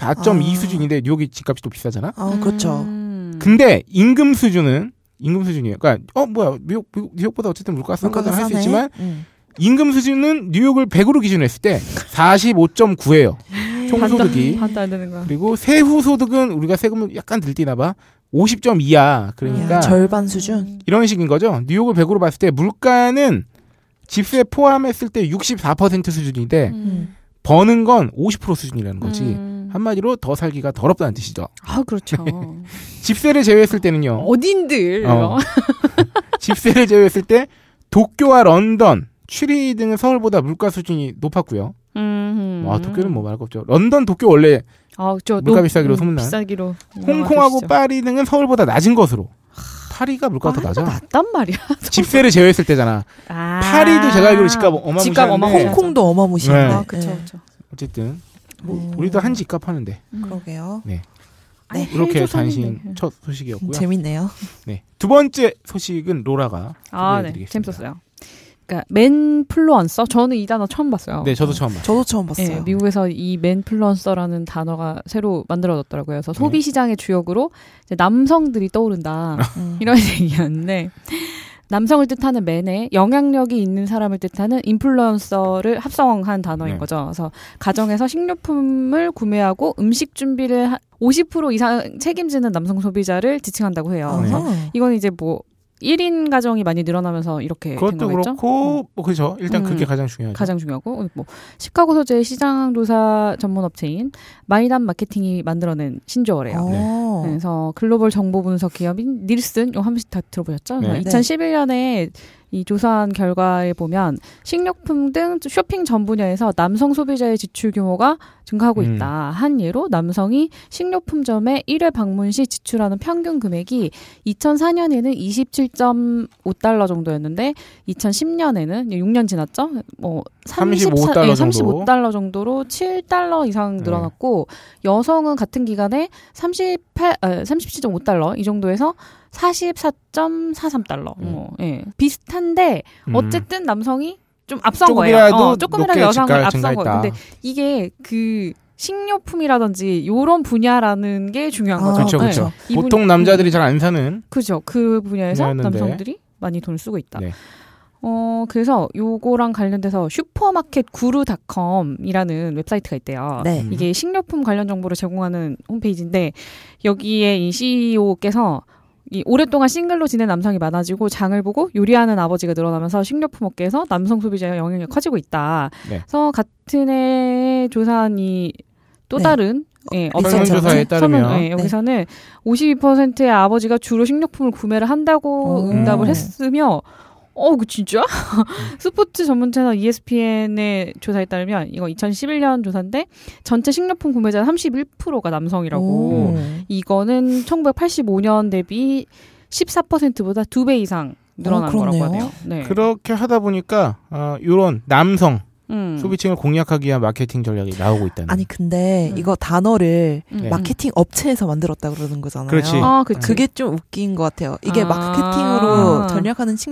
[SPEAKER 2] 아.
[SPEAKER 1] 수준인데 뉴욕이 집값이 또 비싸잖아.
[SPEAKER 5] 어,
[SPEAKER 2] 아 그렇죠.
[SPEAKER 5] 음.
[SPEAKER 1] 근데 임금 수준은 임금 수준이에요. 그러니까 어 뭐야 뉴욕 뉴욕보다 어쨌든 물가가 싼
[SPEAKER 2] 물가가
[SPEAKER 1] 거는 할수
[SPEAKER 2] 싸네.
[SPEAKER 1] 있지만
[SPEAKER 2] 음.
[SPEAKER 1] 임금 수준은 뉴욕을 100으로 기준했을 때 45.9예요.
[SPEAKER 5] 그
[SPEAKER 1] 총소득이
[SPEAKER 5] 반도 안 되는 거야.
[SPEAKER 1] 그리고 세후 소득은 우리가 세금을 약간 들뛰나 봐. 50점 이하. 그러니까
[SPEAKER 2] 야, 아, 절반 수준.
[SPEAKER 1] 이런 식인 거죠. 뉴욕을 100으로 봤을 때 물가는 집세 포함했을 때 64% 수준인데
[SPEAKER 5] 네.
[SPEAKER 2] 음.
[SPEAKER 1] 버는 건 50% 수준이라는 거지.
[SPEAKER 5] 음.
[SPEAKER 1] 한마디로 더 살기가 더럽다는 뜻이죠.
[SPEAKER 5] 아, 그렇죠.
[SPEAKER 1] 집세를 제외했을 때는요.
[SPEAKER 5] 어딘들.
[SPEAKER 1] 어. 집세를 제외했을 때 도쿄와 런던, 취리 등은 서울보다 물가 수준이 높았고요.
[SPEAKER 5] 음.
[SPEAKER 1] 와 도쿄는 뭐 말할 거 없죠. 런던, 도쿄 원래
[SPEAKER 5] 아, 저
[SPEAKER 1] 물가
[SPEAKER 5] 높-
[SPEAKER 1] 비싸기로
[SPEAKER 5] 음,
[SPEAKER 1] 소문난.
[SPEAKER 5] 비싸기로.
[SPEAKER 1] 홍콩하고
[SPEAKER 5] 유명하시죠.
[SPEAKER 1] 파리 등은 서울보다 낮은 것으로. 파리가 물가가 더
[SPEAKER 5] 파리가
[SPEAKER 1] 낮아.
[SPEAKER 5] 낮단 말이야.
[SPEAKER 1] 집세를 제외했을 때잖아.
[SPEAKER 5] 아.
[SPEAKER 1] 파리도 제가 알기로 집값 어마무시한데
[SPEAKER 5] 집값 어마무시하죠. 네.
[SPEAKER 2] 홍콩도 어마무시한데.
[SPEAKER 1] 네.
[SPEAKER 5] 아, 그쵸, 그쵸.
[SPEAKER 1] 어쨌든
[SPEAKER 5] 네.
[SPEAKER 1] 뭐
[SPEAKER 2] 음.
[SPEAKER 1] 우리도 한 집값 하는데
[SPEAKER 2] 그러게요.
[SPEAKER 5] 아니, 네.
[SPEAKER 1] 이렇게
[SPEAKER 5] 해조선인데.
[SPEAKER 1] 단신 첫 소식이었고요.
[SPEAKER 2] 음, 재밌네요.
[SPEAKER 1] 네. 두 번째 소식은 로라가
[SPEAKER 5] 아,
[SPEAKER 1] 소개해드리겠습니다.
[SPEAKER 5] 네. 재밌었어요. 그러니까 맨플루언서 저는 이 단어 처음 봤어요.
[SPEAKER 1] 네, 저도 처음 봤어요.
[SPEAKER 2] 저도 처음 봤어요.
[SPEAKER 5] 예, 미국에서 이 맨플루언서라는 단어가 새로 만들어졌더라고요. 그래서
[SPEAKER 1] 네.
[SPEAKER 5] 소비 시장의 주역으로 이제 남성들이 떠오른다
[SPEAKER 2] 음.
[SPEAKER 5] 이런 얘기였는데 남성을 뜻하는 맨에 영향력이 있는 사람을 뜻하는 인플루언서를 합성한 단어인
[SPEAKER 1] 네.
[SPEAKER 5] 거죠. 그래서 가정에서 식료품을 구매하고 음식 준비를 하- 50% 이상 책임지는 남성 소비자를 지칭한다고
[SPEAKER 1] 네.
[SPEAKER 5] 해요.
[SPEAKER 2] 아하.
[SPEAKER 5] 그래서 이건 이제 뭐 1인 가정이 많이 늘어나면서 이렇게 된
[SPEAKER 1] 그것도
[SPEAKER 5] 거겠죠.
[SPEAKER 1] 그렇고 뭐 그죠. 일단
[SPEAKER 5] 네, 음.
[SPEAKER 1] 그게 가장 중요하죠.
[SPEAKER 5] 가장 중요하고 뭐 시카고 소재 시장 조사 전문 업체인 마이단 마케팅이 만들어낸 신조어래요.
[SPEAKER 2] 어.
[SPEAKER 5] 네, 그래서 글로벌 정보 분석 기업인 닐슨 요 한 번씩 다 들어보셨죠?
[SPEAKER 1] 네.
[SPEAKER 2] 네.
[SPEAKER 5] 2011년에 이 조사한 결과에 보면 식료품 등 쇼핑 전 분야에서 남성 소비자의 지출 규모가 증가하고
[SPEAKER 1] 음.
[SPEAKER 5] 있다. 한 예로 남성이 식료품점에 1회 방문 시 지출하는 평균 금액이 2004년에는 27.5달러 정도였는데 2010년에는 6년 지났죠? 뭐 예,
[SPEAKER 1] 35 달러 정도.
[SPEAKER 5] 35달러 정도로 7달러 이상
[SPEAKER 1] 네.
[SPEAKER 5] 늘어났고 여성은 같은 기간에 38, 아, 37.5달러 이 정도에서 44.43달러.
[SPEAKER 1] 음.
[SPEAKER 5] 어, 예. 비슷한데
[SPEAKER 1] 음.
[SPEAKER 5] 어쨌든 남성이 좀 앞선 거예요.
[SPEAKER 1] 조금이라도
[SPEAKER 5] 어,
[SPEAKER 1] 높게
[SPEAKER 5] 조금이라도 여성을
[SPEAKER 1] 집값
[SPEAKER 5] 앞선 거예요.
[SPEAKER 1] 증가했다.
[SPEAKER 5] 근데 이게 그 식료품이라든지 요런 분야라는 게
[SPEAKER 2] 아,
[SPEAKER 5] 중요한 거죠.
[SPEAKER 1] 아, 그쵸,
[SPEAKER 5] 예.
[SPEAKER 1] 그쵸.
[SPEAKER 5] 이 분야-
[SPEAKER 1] 보통 남자들이 잘 안 사는
[SPEAKER 5] 그죠. 그 분야에서
[SPEAKER 1] 분야였는데.
[SPEAKER 5] 남성들이 많이 돈을 쓰고 있다.
[SPEAKER 1] 네.
[SPEAKER 5] 어, 그래서 요거랑 관련돼서 슈퍼마켓 구루닷컴이라는 웹사이트가 있대요.
[SPEAKER 2] 네.
[SPEAKER 1] 음.
[SPEAKER 5] 이게 식료품 관련 정보를 제공하는 홈페이지인데 여기에 이 CEO께서 이 오랫동안 싱글로 지낸 남성이 많아지고 장을 보고 요리하는 아버지가 늘어나면서 식료품 업계에서 남성 소비자의 영향이 커지고 있다.
[SPEAKER 1] 네.
[SPEAKER 5] 그래서 같은 해 조사한 이또
[SPEAKER 2] 네.
[SPEAKER 5] 다른 예, 업체
[SPEAKER 1] 어, 설문조사에 따르면 네.
[SPEAKER 5] 설문, 예, 여기서는 52%의 아버지가 주로 식료품을 구매를 한다고
[SPEAKER 2] 오.
[SPEAKER 1] 음.
[SPEAKER 5] 응답을 했으며 어, 그 진짜? 스포츠 전문 채널 E ESPN의 조사에 따르면 이거 2011년 조사인데 전체 식료품 구매자 31%가 남성이라고.
[SPEAKER 2] 오.
[SPEAKER 1] 음.
[SPEAKER 5] 이거는 1985년 대비 14%보다 두 배 이상 늘어난
[SPEAKER 2] 어, 그렇네요.
[SPEAKER 5] 거라고 하네요. 네.
[SPEAKER 1] 그렇게 하다 보니까 어, 이런 남성
[SPEAKER 5] 음.
[SPEAKER 1] 소비층을 공략하기 위한 마케팅 전략이 나오고 있다는.
[SPEAKER 2] 아니 근데
[SPEAKER 5] 음.
[SPEAKER 2] 이거 단어를
[SPEAKER 5] 음.
[SPEAKER 2] 마케팅 업체에서 만들었다 그러는 거잖아요.
[SPEAKER 1] 네. 그렇지. 음.
[SPEAKER 5] 아, 그치.
[SPEAKER 2] 그게 좀 웃긴 것 같아요. 이게
[SPEAKER 5] 아.
[SPEAKER 2] 마케팅으로 전략하는
[SPEAKER 1] 그렇지.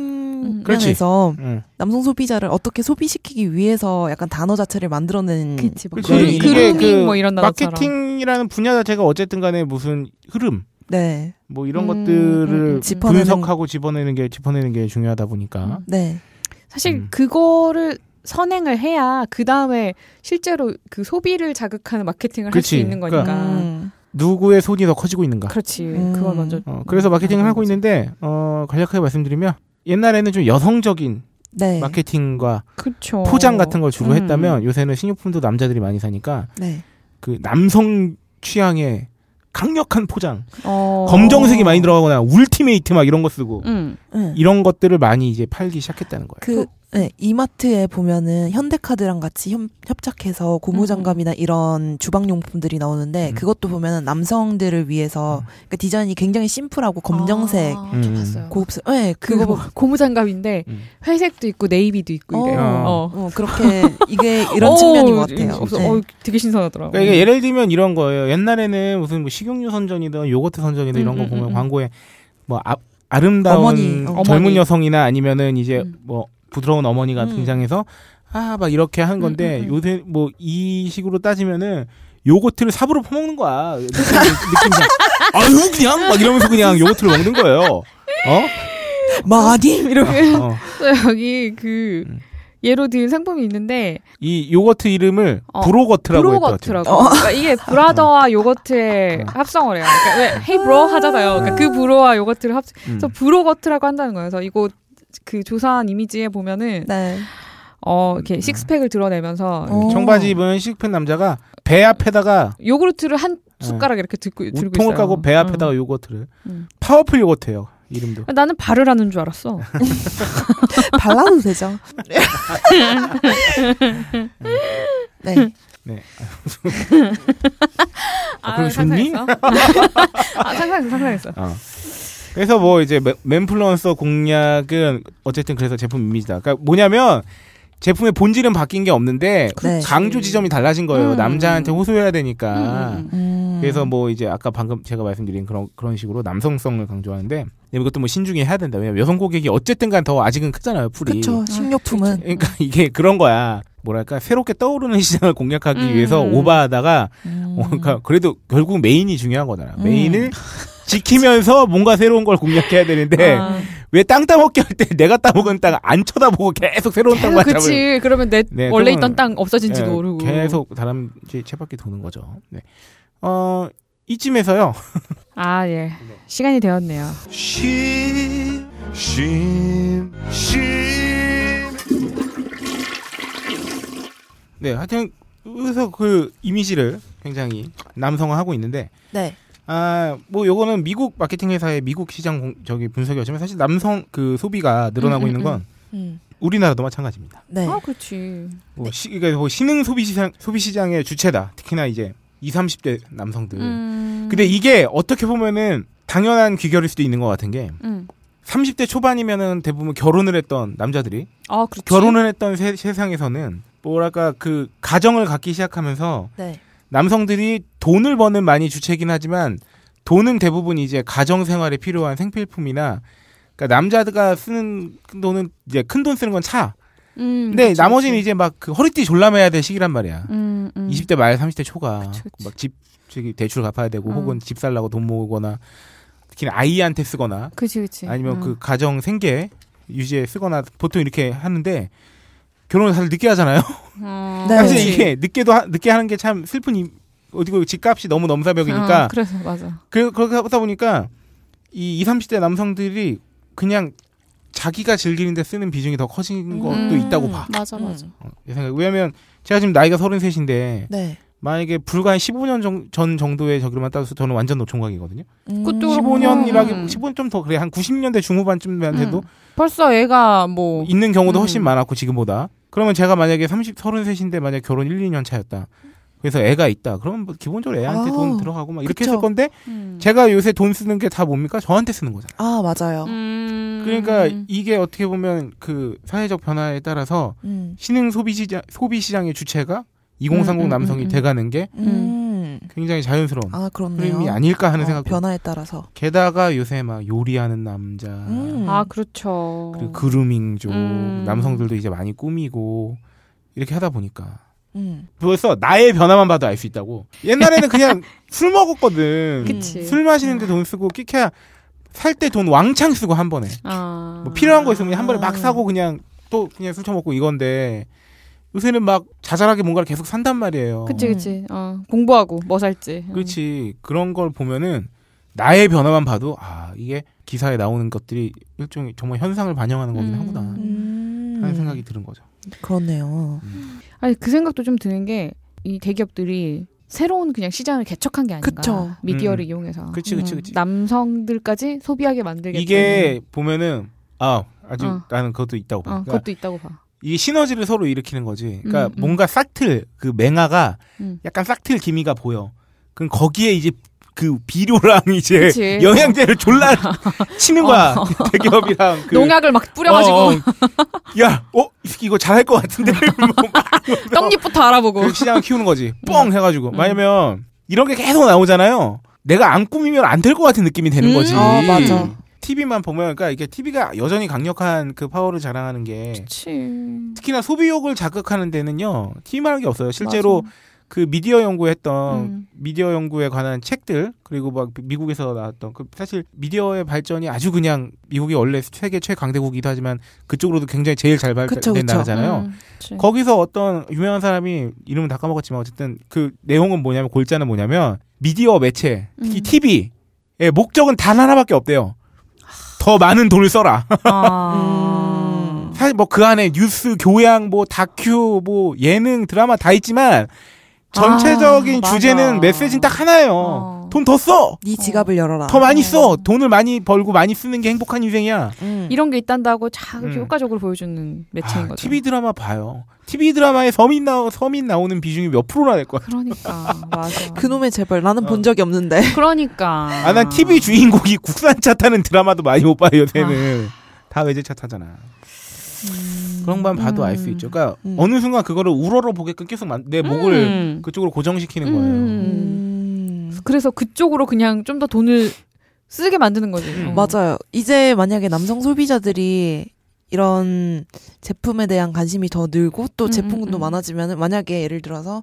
[SPEAKER 2] 측면에서
[SPEAKER 1] 음.
[SPEAKER 2] 남성 소비자를 어떻게 소비시키기 위해서 약간 단어 자체를 만들어낸
[SPEAKER 5] 그치. 뭐
[SPEAKER 1] 그치.
[SPEAKER 5] 그루-
[SPEAKER 2] 이게
[SPEAKER 5] 그루밍
[SPEAKER 1] 그
[SPEAKER 5] 뭐 이런 단어처럼.
[SPEAKER 1] 마케팅이라는 분야 자체가 어쨌든 간에 무슨 흐름
[SPEAKER 2] 네,
[SPEAKER 1] 뭐 이런
[SPEAKER 5] 음, 음,
[SPEAKER 1] 것들을
[SPEAKER 5] 음.
[SPEAKER 2] 짚어내는-
[SPEAKER 1] 분석하고 집어내는 게 짚어내는 게 중요하다 보니까
[SPEAKER 2] 네,
[SPEAKER 5] 그 사실
[SPEAKER 1] 음.
[SPEAKER 5] 그거를 선행을 해야 그 다음에 실제로 그 소비를 자극하는 마케팅을 할 수
[SPEAKER 1] 그치.
[SPEAKER 5] 있는 거니까.
[SPEAKER 1] 그러니까.
[SPEAKER 2] 음.
[SPEAKER 1] 누구의 손이 더 커지고 있는가.
[SPEAKER 5] 그렇지.
[SPEAKER 2] 음.
[SPEAKER 5] 그걸 먼저.
[SPEAKER 1] 어, 그래서 마케팅을 하고
[SPEAKER 5] 거지.
[SPEAKER 1] 있는데 어, 간략하게 말씀드리면 옛날에는 좀 여성적인
[SPEAKER 2] 네,
[SPEAKER 1] 마케팅과
[SPEAKER 5] 그쵸.
[SPEAKER 1] 포장 같은 걸 주로
[SPEAKER 5] 어. 음.
[SPEAKER 1] 했다면 요새는 식료품도 남자들이 많이 사니까
[SPEAKER 2] 네,
[SPEAKER 1] 그 남성 취향의 강력한 포장,
[SPEAKER 5] 어.
[SPEAKER 1] 검정색이 많이 들어가거나 울티메이트 막 이런 거 쓰고
[SPEAKER 5] 음.
[SPEAKER 2] 응.
[SPEAKER 1] 이런 것들을 많이 이제 팔기 시작했다는 거예요.
[SPEAKER 2] 그 네, 이마트에 보면은 현대카드랑 같이 협, 협작해서
[SPEAKER 5] 음.
[SPEAKER 2] 고무장갑이나 이런 주방용품들이 나오는데
[SPEAKER 1] 음.
[SPEAKER 2] 그것도 보면은 남성들을 위해서 그러니까 디자인이 굉장히 심플하고 검정색
[SPEAKER 5] 음. 아,
[SPEAKER 1] 음.
[SPEAKER 5] 저 봤어요.
[SPEAKER 2] 고급스 네,
[SPEAKER 5] 그거
[SPEAKER 2] 그거
[SPEAKER 5] 고무장갑인데
[SPEAKER 1] 음.
[SPEAKER 5] 회색도 있고 네이비도 있고 이래요.
[SPEAKER 1] 어.
[SPEAKER 5] 어.
[SPEAKER 2] 어, 그렇게 이게 이런
[SPEAKER 5] 어,
[SPEAKER 2] 측면인 것
[SPEAKER 5] 이-
[SPEAKER 2] 같아요.
[SPEAKER 5] 없어.
[SPEAKER 2] 네.
[SPEAKER 5] 어, 되게 신선하더라고.
[SPEAKER 1] 그러니까 이게 예를 들면 이런 거예요. 옛날에는 무슨 뭐 식용유 선전이든 요거트 선전이든
[SPEAKER 5] 음,
[SPEAKER 1] 이런 거
[SPEAKER 5] 음,
[SPEAKER 1] 보면
[SPEAKER 5] 음. 광고에
[SPEAKER 1] 광고에 뭐 아, 름다운
[SPEAKER 2] 어머니, 어.
[SPEAKER 1] 젊은
[SPEAKER 5] 어머니.
[SPEAKER 1] 여성이나 아니면은 이제
[SPEAKER 5] 음.
[SPEAKER 1] 뭐 부드러운 어머니가
[SPEAKER 2] 음.
[SPEAKER 1] 등장해서 아 막 이렇게 하는 건데
[SPEAKER 5] 음, 음, 음.
[SPEAKER 1] 요새 뭐 이 식으로 따지면은 요거트를 삽으로 퍼먹는 거야. 느낌, 느낌상 아유 그냥 막 이러면서 그냥 요거트를 먹는 거예요. 어?
[SPEAKER 2] 마님 이러면
[SPEAKER 1] 어.
[SPEAKER 5] 여기 그
[SPEAKER 1] 음.
[SPEAKER 5] 예로 든 상품이 있는데
[SPEAKER 1] 이 요거트 이름을
[SPEAKER 5] 어,
[SPEAKER 1] 브로거트라고 했더라고.
[SPEAKER 2] 어.
[SPEAKER 5] 브로거트라고. 그러니까 이게 브라더와
[SPEAKER 1] 음.
[SPEAKER 5] 요거트의 합성을 해요. 그러니까 왜 헤이 브로 하잖아요. 그러니까 그 브로와 요거트를 합.
[SPEAKER 1] 음.
[SPEAKER 5] 그래서 브로거트라고 한다는 거예요. 그래서 이거 그 조사한 이미지에 보면은
[SPEAKER 2] 네.
[SPEAKER 5] 어
[SPEAKER 1] 음.
[SPEAKER 5] 이렇게 식스팩을 드러내면서
[SPEAKER 2] 어.
[SPEAKER 1] 청바지 입은 시크한 남자가 배 앞에다가
[SPEAKER 5] 요구르트를 한 숟가락 이렇게 들고 들고
[SPEAKER 1] 어. 우통을
[SPEAKER 5] 그 있어요.
[SPEAKER 1] 까고 배 앞에다가 요거트를
[SPEAKER 5] 음.
[SPEAKER 1] 파워풀 요거트예요 이름도
[SPEAKER 5] 음. 나는 발을 하는 줄 알았어.
[SPEAKER 2] 발라도 되죠. 네.
[SPEAKER 1] 아, 그럼 좋니?
[SPEAKER 5] 상상했어. 아, 상상했어, 상상했어.
[SPEAKER 1] 어. 그래서 뭐 이제 맨- 맨플루언서 공략은 어쨌든 그래서 제품 이미지다 그러니까 뭐냐면 제품의 본질은 바뀐 게 없는데
[SPEAKER 2] 네.
[SPEAKER 1] 강조 지점이 달라진 거예요
[SPEAKER 5] 음.
[SPEAKER 1] 남자한테 호소해야 되니까
[SPEAKER 5] 음, 음, 음.
[SPEAKER 2] 음.
[SPEAKER 1] 그래서 뭐 이제 아까 방금 제가 말씀드린 그런 그런 식으로 남성성을 강조하는데 이것도 뭐 신중히 해야 된다. 왜냐면 여성 고객이 어쨌든간 더 아직은 크잖아요. 풀이.
[SPEAKER 2] 그쵸 식료품은
[SPEAKER 1] 그러니까 이게 그런 거야. 뭐랄까 새롭게 떠오르는 시장을 공략하기
[SPEAKER 5] 음.
[SPEAKER 1] 위해서 오바하다가
[SPEAKER 2] 음.
[SPEAKER 1] 어, 그러니까 그래도 결국 메인이 중요한 거잖아.
[SPEAKER 2] 음.
[SPEAKER 1] 메인을 지키면서 뭔가 새로운 걸 공략해야 되는데
[SPEAKER 5] 아,
[SPEAKER 1] 왜 땅 따먹기 할 때 내가 따먹은 땅 안 쳐다보고 계속 새로운 땅만 잡으려
[SPEAKER 5] 그치. 그러면 내
[SPEAKER 1] 아. 네,
[SPEAKER 5] 원래
[SPEAKER 1] 그러면-
[SPEAKER 5] 있던 땅 없어진지도
[SPEAKER 1] 예,
[SPEAKER 5] 모르고.
[SPEAKER 1] 계속 다람쥐 채바퀴 도는 거죠. 네. 어 이쯤에서요.
[SPEAKER 5] 아 예. 시간이 되었네요.
[SPEAKER 1] 네, 하여튼 여기서 그 이미지를 굉장히 남성화하고 있는데
[SPEAKER 2] 네.
[SPEAKER 1] 아, 뭐 요거는 미국 마케팅 회사의 미국 시장 공- 저기 분석이었지만 사실 남성 그 소비가 늘어나고
[SPEAKER 5] 음, 음, 네.
[SPEAKER 1] 있는 건
[SPEAKER 2] 음.
[SPEAKER 1] 우리나라도 마찬가지입니다.
[SPEAKER 2] 네.
[SPEAKER 5] 아 그렇지.
[SPEAKER 4] 음.
[SPEAKER 1] 뭐 시, 그러니까 뭐 신흥 소비 시장 소비 시장의 주체다. 특히나 이제 20, 30대 남성들.
[SPEAKER 5] 음.
[SPEAKER 1] 근데 이게 어떻게 보면은 당연한 귀결일 수도 있는 것 같은 게
[SPEAKER 5] 음.
[SPEAKER 1] 30대 초반이면은 대부분 결혼을 했던 남자들이
[SPEAKER 5] 아 그렇지.
[SPEAKER 1] 결혼을 했던 세, 세상에서는 뭐랄까 그 가정을 갖기 시작하면서
[SPEAKER 2] 네.
[SPEAKER 1] 남성들이 돈을 버는 많이 주체긴 하지만 돈은 대부분 이제 가정 생활에 필요한 생필품이나 그러니까 남자가 쓰는 돈은 이제 큰 돈 쓰는 건 차.
[SPEAKER 5] 음,
[SPEAKER 1] 근데
[SPEAKER 5] 그치,
[SPEAKER 1] 나머지는
[SPEAKER 5] 그치.
[SPEAKER 1] 이제 막 그 허리띠 졸라매야 될 시기란 말이야.
[SPEAKER 5] 음, 음.
[SPEAKER 1] 20대 말 30대 초가
[SPEAKER 5] 그치, 그치.
[SPEAKER 1] 막 집 저기 대출 갚아야 되고
[SPEAKER 5] 음.
[SPEAKER 1] 혹은 집 살라고 돈 모으거나 특히 나 아이한테 쓰거나
[SPEAKER 5] 그치 그치.
[SPEAKER 1] 아니면
[SPEAKER 5] 음.
[SPEAKER 1] 그 가정 생계 유지에 쓰거나 보통 이렇게 하는데 결혼을 다들 늦게 하잖아요.
[SPEAKER 5] 어,
[SPEAKER 2] 네.
[SPEAKER 1] 사실
[SPEAKER 5] 그치.
[SPEAKER 1] 이게 늦게도 하- 늦게 하는 게 참 슬픈 이- 어디고 집값이 너무 넘사벽이니까
[SPEAKER 5] 어, 그래서 맞아.
[SPEAKER 1] 그, 그렇게 하다 보니까 이 20, 30대 남성들이 그냥 자기가 즐기는데 쓰는 비중이 더 커진
[SPEAKER 2] 음.
[SPEAKER 1] 것도 있다고 봐.
[SPEAKER 5] 맞아 맞아.
[SPEAKER 2] 음.
[SPEAKER 1] 어, 내 생각. 왜냐면 제가 지금 나이가 33인데
[SPEAKER 2] 네.
[SPEAKER 1] 만약에 불과 한 15년 정- 전 정도의 저기로만 따져서 저는 완전 노총각이거든요.
[SPEAKER 2] 음.
[SPEAKER 5] 그것도 그렇고.
[SPEAKER 1] 15년이라기
[SPEAKER 5] 음.
[SPEAKER 1] 15년 좀 더 그래 한 90년대 중후반쯤한테도
[SPEAKER 5] 벌써 애가 뭐
[SPEAKER 1] 있는 경우도 훨씬
[SPEAKER 5] 음.
[SPEAKER 1] 많았고 지금보다. 그러면 제가 만약에 30, 33인데 만약 결혼 1, 2년 차였다. 그래서 애가 있다. 그러면 뭐 기본적으로 애한테
[SPEAKER 2] 아우,
[SPEAKER 1] 돈 들어가고 막 이렇게
[SPEAKER 2] 그쵸.
[SPEAKER 1] 했을 건데
[SPEAKER 5] 음.
[SPEAKER 1] 제가 요새 돈 쓰는 게 다 뭡니까? 저한테 쓰는 거잖아요.
[SPEAKER 2] 아 맞아요.
[SPEAKER 5] 음.
[SPEAKER 1] 그러니까 이게 어떻게 보면 그 사회적 변화에 따라서
[SPEAKER 2] 음.
[SPEAKER 1] 신흥 소비 시장 소비 시장의 주체가 2030
[SPEAKER 5] 음, 음,
[SPEAKER 1] 남성이
[SPEAKER 5] 음, 음.
[SPEAKER 1] 돼가는 게
[SPEAKER 2] 음.
[SPEAKER 1] 굉장히 자연스러운
[SPEAKER 2] 아 그렇네요.
[SPEAKER 1] 흐름이 아닐까 하는
[SPEAKER 2] 어,
[SPEAKER 1] 생각.
[SPEAKER 2] 변화에 따라서.
[SPEAKER 1] 게다가 요새 막 요리하는 남자,
[SPEAKER 2] 음.
[SPEAKER 5] 아 그렇죠.
[SPEAKER 1] 그리고 그루밍족
[SPEAKER 5] 음.
[SPEAKER 1] 남성들도 이제 많이 꾸미고 이렇게 하다 보니까
[SPEAKER 2] 음.
[SPEAKER 1] 벌써 나의 변화만 봐도 알 수 있다고. 옛날에는 그냥 술 먹었거든.
[SPEAKER 5] 그치.
[SPEAKER 1] 술 마시는데 돈 쓰고 끼켜야 살 때 돈 왕창 쓰고 한 번에.
[SPEAKER 5] 아.
[SPEAKER 1] 뭐 필요한 거 있으면 한 번에 막
[SPEAKER 2] 아.
[SPEAKER 1] 사고 그냥 또 그냥 술 처먹고 이건데 요새는 막 자잘하게 뭔가를 계속 산단 말이에요.
[SPEAKER 5] 그치 그치.
[SPEAKER 1] 음.
[SPEAKER 5] 어, 공부하고 뭐 살지. 음.
[SPEAKER 1] 그렇지. 그런 걸 보면은 나의 변화만 봐도 아 이게 기사에 나오는 것들이 일종의 정말 현상을 반영하는 거긴
[SPEAKER 5] 음.
[SPEAKER 1] 하구나 하는
[SPEAKER 2] 음.
[SPEAKER 1] 생각이 드는 거죠.
[SPEAKER 2] 그렇네요.
[SPEAKER 5] 아니 그 생각도 좀 드는 게 이 대기업들이 새로운 그냥 시장을 개척한 게 아닌가.
[SPEAKER 2] 그쵸.
[SPEAKER 5] 미디어를
[SPEAKER 1] 음.
[SPEAKER 5] 이용해서.
[SPEAKER 1] 그치, 그치, 그치.
[SPEAKER 5] 남성들까지 소비하게 만들게.
[SPEAKER 1] 이게 보면은 아 아주
[SPEAKER 5] 어.
[SPEAKER 1] 나는 그것도 있다고 봐.
[SPEAKER 5] 어,
[SPEAKER 1] 그러니까
[SPEAKER 5] 그것도 있다고 봐.
[SPEAKER 1] 이게 시너지를 서로 일으키는 거지. 그러니까
[SPEAKER 5] 음, 음.
[SPEAKER 1] 뭔가 싹틀 그 맹아가
[SPEAKER 5] 음.
[SPEAKER 1] 약간 싹틀 기미가 보여. 그럼 거기에 이제 그 비료랑 이제
[SPEAKER 5] 그치.
[SPEAKER 1] 영양제를 졸라 치는 거야.
[SPEAKER 5] 어.
[SPEAKER 1] 대기업이랑 그
[SPEAKER 5] 농약을 막 뿌려가지고
[SPEAKER 1] 어, 어. 야, 어, 이 새끼 이거 잘할 것 같은데. 뭐 막 이러면서
[SPEAKER 5] 떡잎부터 알아보고.
[SPEAKER 1] 그 시장을 키우는 거지. 뻥 해가지고.
[SPEAKER 5] 음.
[SPEAKER 1] 왜냐면 이런 게 계속 나오잖아요. 내가 안 꾸미면 안 될 것 같은 느낌이 되는
[SPEAKER 5] 음.
[SPEAKER 1] 거지.
[SPEAKER 2] 아, 맞아.
[SPEAKER 1] TV만 보면, 그러니까 이게 TV가 여전히 강력한 그 파워를 자랑하는 게
[SPEAKER 5] 그치.
[SPEAKER 1] 특히나 소비욕을 자극하는 데는요, TV만 한 게 없어요. 실제로 그 미디어 연구했던
[SPEAKER 5] 음.
[SPEAKER 1] 미디어 연구에 관한 책들 그리고 막 미국에서 나왔던 그 사실 미디어의 발전이 아주 그냥 미국이 원래 세계 최강대국이기도 하지만 그쪽으로도 굉장히 제일 잘
[SPEAKER 2] 그쵸,
[SPEAKER 1] 발전된
[SPEAKER 2] 그쵸.
[SPEAKER 1] 나라잖아요.
[SPEAKER 5] 음, 그치.
[SPEAKER 1] 거기서 어떤 유명한 사람이 이름은 다 까먹었지만 어쨌든 그 내용은 뭐냐면 골자는 뭐냐면 미디어 매체 특히
[SPEAKER 5] 음.
[SPEAKER 1] TV의 목적은 단 하나밖에 없대요. 더 많은 돈을 써라.
[SPEAKER 5] 아.
[SPEAKER 1] 사실 뭐 그 안에 뉴스, 교양, 뭐 다큐, 뭐 예능, 드라마 다 있지만 전체적인
[SPEAKER 5] 아, 맞아.
[SPEAKER 1] 주제는 메시지는 딱 하나예요.
[SPEAKER 5] 어.
[SPEAKER 1] 돈 더 써.
[SPEAKER 2] 네 지갑을 열어라.
[SPEAKER 1] 더 많이
[SPEAKER 5] 어.
[SPEAKER 1] 써. 돈을 많이 벌고 많이 쓰는 게 행복한 인생이야.
[SPEAKER 2] 음.
[SPEAKER 5] 이런 게 있단다고 자 이렇게
[SPEAKER 1] 음.
[SPEAKER 5] 효과적으로 보여주는 매체인
[SPEAKER 1] 아,
[SPEAKER 5] 거죠.
[SPEAKER 1] TV 드라마 봐요. TV 드라마에 서민 나 서민 나오는 비중이 몇 프로나 될 거야.
[SPEAKER 5] 그러니까 맞아.
[SPEAKER 2] 그놈의 재벌 나는
[SPEAKER 1] 어.
[SPEAKER 2] 본 적이 없는데.
[SPEAKER 5] 그러니까.
[SPEAKER 1] 아, 난 TV 주인공이 국산차 타는 드라마도 많이 못 봐요, 요새는. 다 외제차 타잖아. 그런 것만 봐도 알 수
[SPEAKER 5] 음.
[SPEAKER 1] 있죠. 그러니까
[SPEAKER 2] 음.
[SPEAKER 1] 어느 순간 그거를 우러러 보게끔 계속 만- 내 목을
[SPEAKER 5] 음.
[SPEAKER 1] 그쪽으로 고정시키는 거예요.
[SPEAKER 5] 음.
[SPEAKER 2] 음. 음.
[SPEAKER 5] 그래서 그쪽으로 그냥 좀 더 돈을 쓰게 만드는 거지.
[SPEAKER 1] 음.
[SPEAKER 5] 어.
[SPEAKER 2] 맞아요. 이제 만약에 남성 소비자들이 이런 제품에 대한 관심이 더 늘고 또
[SPEAKER 5] 음,
[SPEAKER 2] 제품군도
[SPEAKER 5] 음, 음.
[SPEAKER 2] 많아지면 만약에 예를 들어서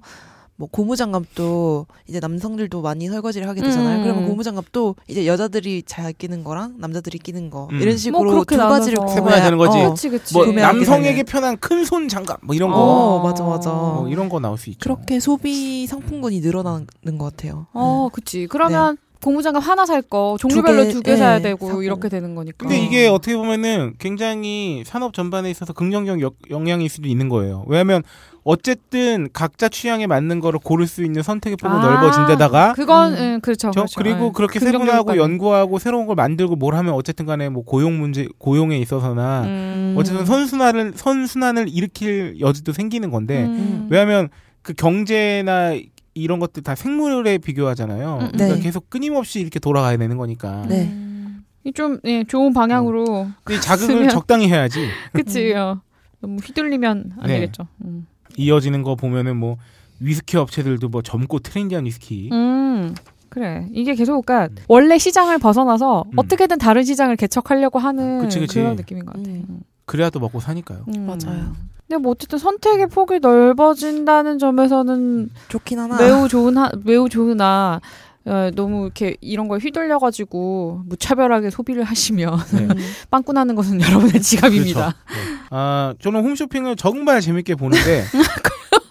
[SPEAKER 2] 뭐 고무장갑도 이제 남성들도 많이 설거지를 하게 되잖아요.
[SPEAKER 5] 음.
[SPEAKER 2] 그러면 고무장갑도 이제 여자들이 잘 끼는 거랑 남자들이 끼는 거
[SPEAKER 1] 음.
[SPEAKER 2] 이런 식으로
[SPEAKER 5] 뭐 그렇게
[SPEAKER 2] 두 가지를
[SPEAKER 5] 나눠서.
[SPEAKER 1] 구분해야 되는 거지.
[SPEAKER 2] 어,
[SPEAKER 5] 그치 그치.
[SPEAKER 1] 뭐
[SPEAKER 2] 구매하게
[SPEAKER 1] 남성에게
[SPEAKER 2] 되는.
[SPEAKER 1] 편한 큰 손 장갑 뭐 이런 거
[SPEAKER 2] 어, 맞아, 맞아.
[SPEAKER 1] 뭐 이런 거 나올 수 있죠.
[SPEAKER 2] 그렇게 소비 상품군이 늘어나는 것 같아요.
[SPEAKER 5] 어, 그치. 그러면 고무장갑 하나 살 거 종류별로
[SPEAKER 2] 네. 개,
[SPEAKER 5] 두 개
[SPEAKER 2] 예,
[SPEAKER 5] 사야 되고
[SPEAKER 2] 사고.
[SPEAKER 5] 이렇게 되는 거니까.
[SPEAKER 1] 근데
[SPEAKER 2] 어.
[SPEAKER 1] 이게 어떻게 보면은 굉장히 산업 전반에 있어서 긍정적 역- 영향일 수도 있는 거예요. 왜냐하면 어쨌든 각자 취향에 맞는 거를 고를 수 있는 선택의 폭이
[SPEAKER 5] 아,
[SPEAKER 1] 넓어진 데다가
[SPEAKER 5] 그건
[SPEAKER 2] 음.
[SPEAKER 5] 음, 그렇죠.
[SPEAKER 1] 저
[SPEAKER 5] 그렇죠.
[SPEAKER 1] 그리고
[SPEAKER 5] 예.
[SPEAKER 1] 그렇게
[SPEAKER 5] 긍정적
[SPEAKER 1] 세분화하고
[SPEAKER 5] 효과는.
[SPEAKER 1] 연구하고 새로운 걸 만들고 뭘 하면 어쨌든 간에 뭐 고용 문제 고용에 있어서나
[SPEAKER 5] 음.
[SPEAKER 1] 어쨌든 선순환을 선순환을 일으킬 여지도 생기는 건데
[SPEAKER 5] 음.
[SPEAKER 1] 네. 왜냐하면 그 경제나 이런 것들 다 생물에 비교하잖아요.
[SPEAKER 5] 음,
[SPEAKER 1] 그러니까
[SPEAKER 2] 네.
[SPEAKER 1] 계속 끊임없이 이렇게 돌아가야 되는 거니까
[SPEAKER 2] 네.
[SPEAKER 5] 음. 이좀 예, 좋은 방향으로
[SPEAKER 1] 이 자극을
[SPEAKER 5] 쓰면-
[SPEAKER 1] 적당히 해야지.
[SPEAKER 5] 그치. 요 너무 휘둘리면 안
[SPEAKER 1] 네.
[SPEAKER 5] 되겠죠. 음.
[SPEAKER 1] 이어지는 거 보면은 뭐 위스키 업체들도 뭐 젊고 트렌디한 위스키
[SPEAKER 5] 음, 그래. 이게 계속 그러니까 원래 시장을 벗어나서
[SPEAKER 1] 음.
[SPEAKER 5] 어떻게든 다른 시장을 개척하려고 하는
[SPEAKER 1] 그치, 그치.
[SPEAKER 5] 런 느낌인 것 같아.
[SPEAKER 2] 음.
[SPEAKER 1] 그래야 또 먹고 사니까요.
[SPEAKER 5] 음.
[SPEAKER 2] 맞아요.
[SPEAKER 5] 근데 뭐 어쨌든 선택의 폭이 넓어진다는 점에서는
[SPEAKER 2] 좋긴 하나.
[SPEAKER 5] 매우 좋은 하, 매우 좋으나 어, 너무 이렇게 이런 거에 휘둘려 가지고 무차별하게 소비를 하시면
[SPEAKER 1] 네.
[SPEAKER 5] 빵꾸 나는 것은 여러분의 음. 지갑입니다.
[SPEAKER 1] 그렇죠. 네. 아 저는 홈쇼핑을 정말 재밌게 보는데,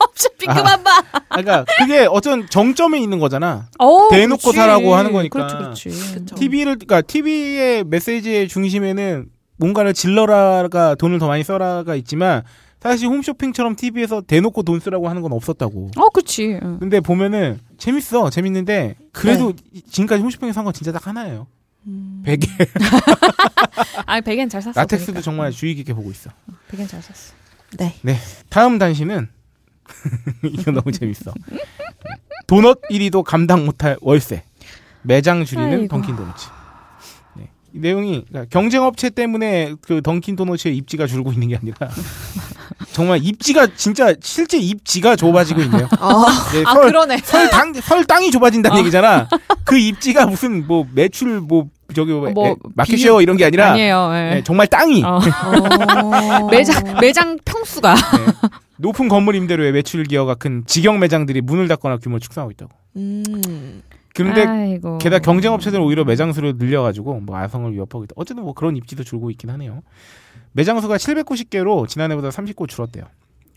[SPEAKER 5] 홈쇼핑 그만 봐.
[SPEAKER 1] 아, 그러니까 그게 어쩐 정점에 있는 거잖아.
[SPEAKER 5] 어우,
[SPEAKER 1] 대놓고
[SPEAKER 5] 그렇지.
[SPEAKER 1] 사라고 하는 거니까.
[SPEAKER 5] 그렇지, 그렇지.
[SPEAKER 2] 그쵸.
[SPEAKER 1] TV를 그러니까 TV의 메시지의 중심에는 뭔가를 질러라가 돈을 더 많이 써라가 있지만 사실 홈쇼핑처럼 TV에서 대놓고 돈 쓰라고 하는 건 없었다고.
[SPEAKER 5] 어, 그렇지. 응.
[SPEAKER 1] 근데 보면은 재밌어 재밌는데 그래도
[SPEAKER 5] 네.
[SPEAKER 1] 이- 지금까지 홈쇼핑에서 산 건 진짜 딱 하나예요.
[SPEAKER 2] 음.
[SPEAKER 1] 베개
[SPEAKER 5] 아니 베개는 잘 샀어.
[SPEAKER 1] 라텍스도
[SPEAKER 5] 그러니까.
[SPEAKER 1] 정말 주의 깊게 보고 있어.
[SPEAKER 5] 베개는 잘 샀어.
[SPEAKER 2] 네.
[SPEAKER 1] 다음 단신은 이거 너무 재밌어. 도넛 1위도 감당 못할 월세. 매장 줄이는
[SPEAKER 5] 아이고.
[SPEAKER 1] 던킨도너츠. 네. 이 내용이 그러니까 경쟁 업체 때문에 그 던킨도너츠의 입지가 줄고 있는 게 아니라 정말 입지가 진짜 실제 입지가 좁아지고 있네요.
[SPEAKER 2] 아,
[SPEAKER 1] 네,
[SPEAKER 5] 아
[SPEAKER 1] 설,
[SPEAKER 5] 그러네.
[SPEAKER 1] 설, 당, 설 땅이 좁아진다는 얘기잖아. 그 입지가 무슨 뭐 매출 뭐 저기 뭐,
[SPEAKER 5] 뭐
[SPEAKER 1] 에, 마켓
[SPEAKER 5] 비유-
[SPEAKER 1] 쉐어 이런 게 아니라
[SPEAKER 5] 아니에요. 예.
[SPEAKER 1] 네, 정말 땅이
[SPEAKER 5] 어.
[SPEAKER 2] 어.
[SPEAKER 5] 매장 매장 평수가
[SPEAKER 1] 네. 높은 건물 임대료의 매출 기여가 큰 직영 매장들이 문을 닫거나 규모 를 축소하고 있다고.
[SPEAKER 2] 음.
[SPEAKER 1] 그런데
[SPEAKER 5] 아이고.
[SPEAKER 1] 게다가 경쟁 업체들은 오히려 매장 수를 늘려가지고 뭐 아성을 위협하고 있다. 어쨌든 뭐 그런 입지도 줄고 있긴 하네요. 매장 수가 790개로 지난해보다 30곳 줄었대요.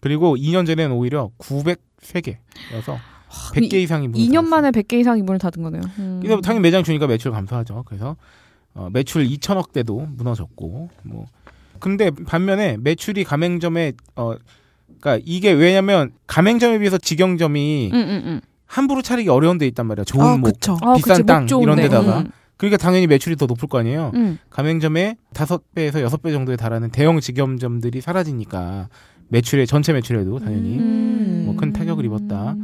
[SPEAKER 1] 그리고 2년 전에는 오히려 903개여서 100개 이상이 문을
[SPEAKER 5] 2년
[SPEAKER 1] 닫았어요.
[SPEAKER 5] 만에 100개 이상 이문을 닫은 거네요. 음.
[SPEAKER 1] 근데 당연히 매장 주니까 매출 감소하죠. 그래서 어, 매출 2천억 대도 무너졌고 뭐 근데 반면에 매출이 가맹점에 어 그러니까 이게 왜냐면 가맹점에 비해서 직영점이
[SPEAKER 5] 응, 응, 응.
[SPEAKER 1] 함부로 차리기 어려운 데 있단 말이야. 좋은
[SPEAKER 2] 음. 아,
[SPEAKER 1] 목.
[SPEAKER 2] 그쵸.
[SPEAKER 5] 아,
[SPEAKER 1] 비싼
[SPEAKER 5] 그치, 목
[SPEAKER 1] 땅
[SPEAKER 5] 좋은
[SPEAKER 1] 이런
[SPEAKER 5] 데.
[SPEAKER 1] 데다가.
[SPEAKER 5] 응,
[SPEAKER 1] 그러니까 당연히 매출이 더 높을 거
[SPEAKER 2] 음.
[SPEAKER 1] 아니에요.
[SPEAKER 5] 응.
[SPEAKER 1] 가맹점의 5배에서 6배 정도에 달하는 대형 직영점들이 사라지니까 매출에 전체 매출에도 당연히
[SPEAKER 5] 음.
[SPEAKER 1] 뭐큰 타격을 입었다.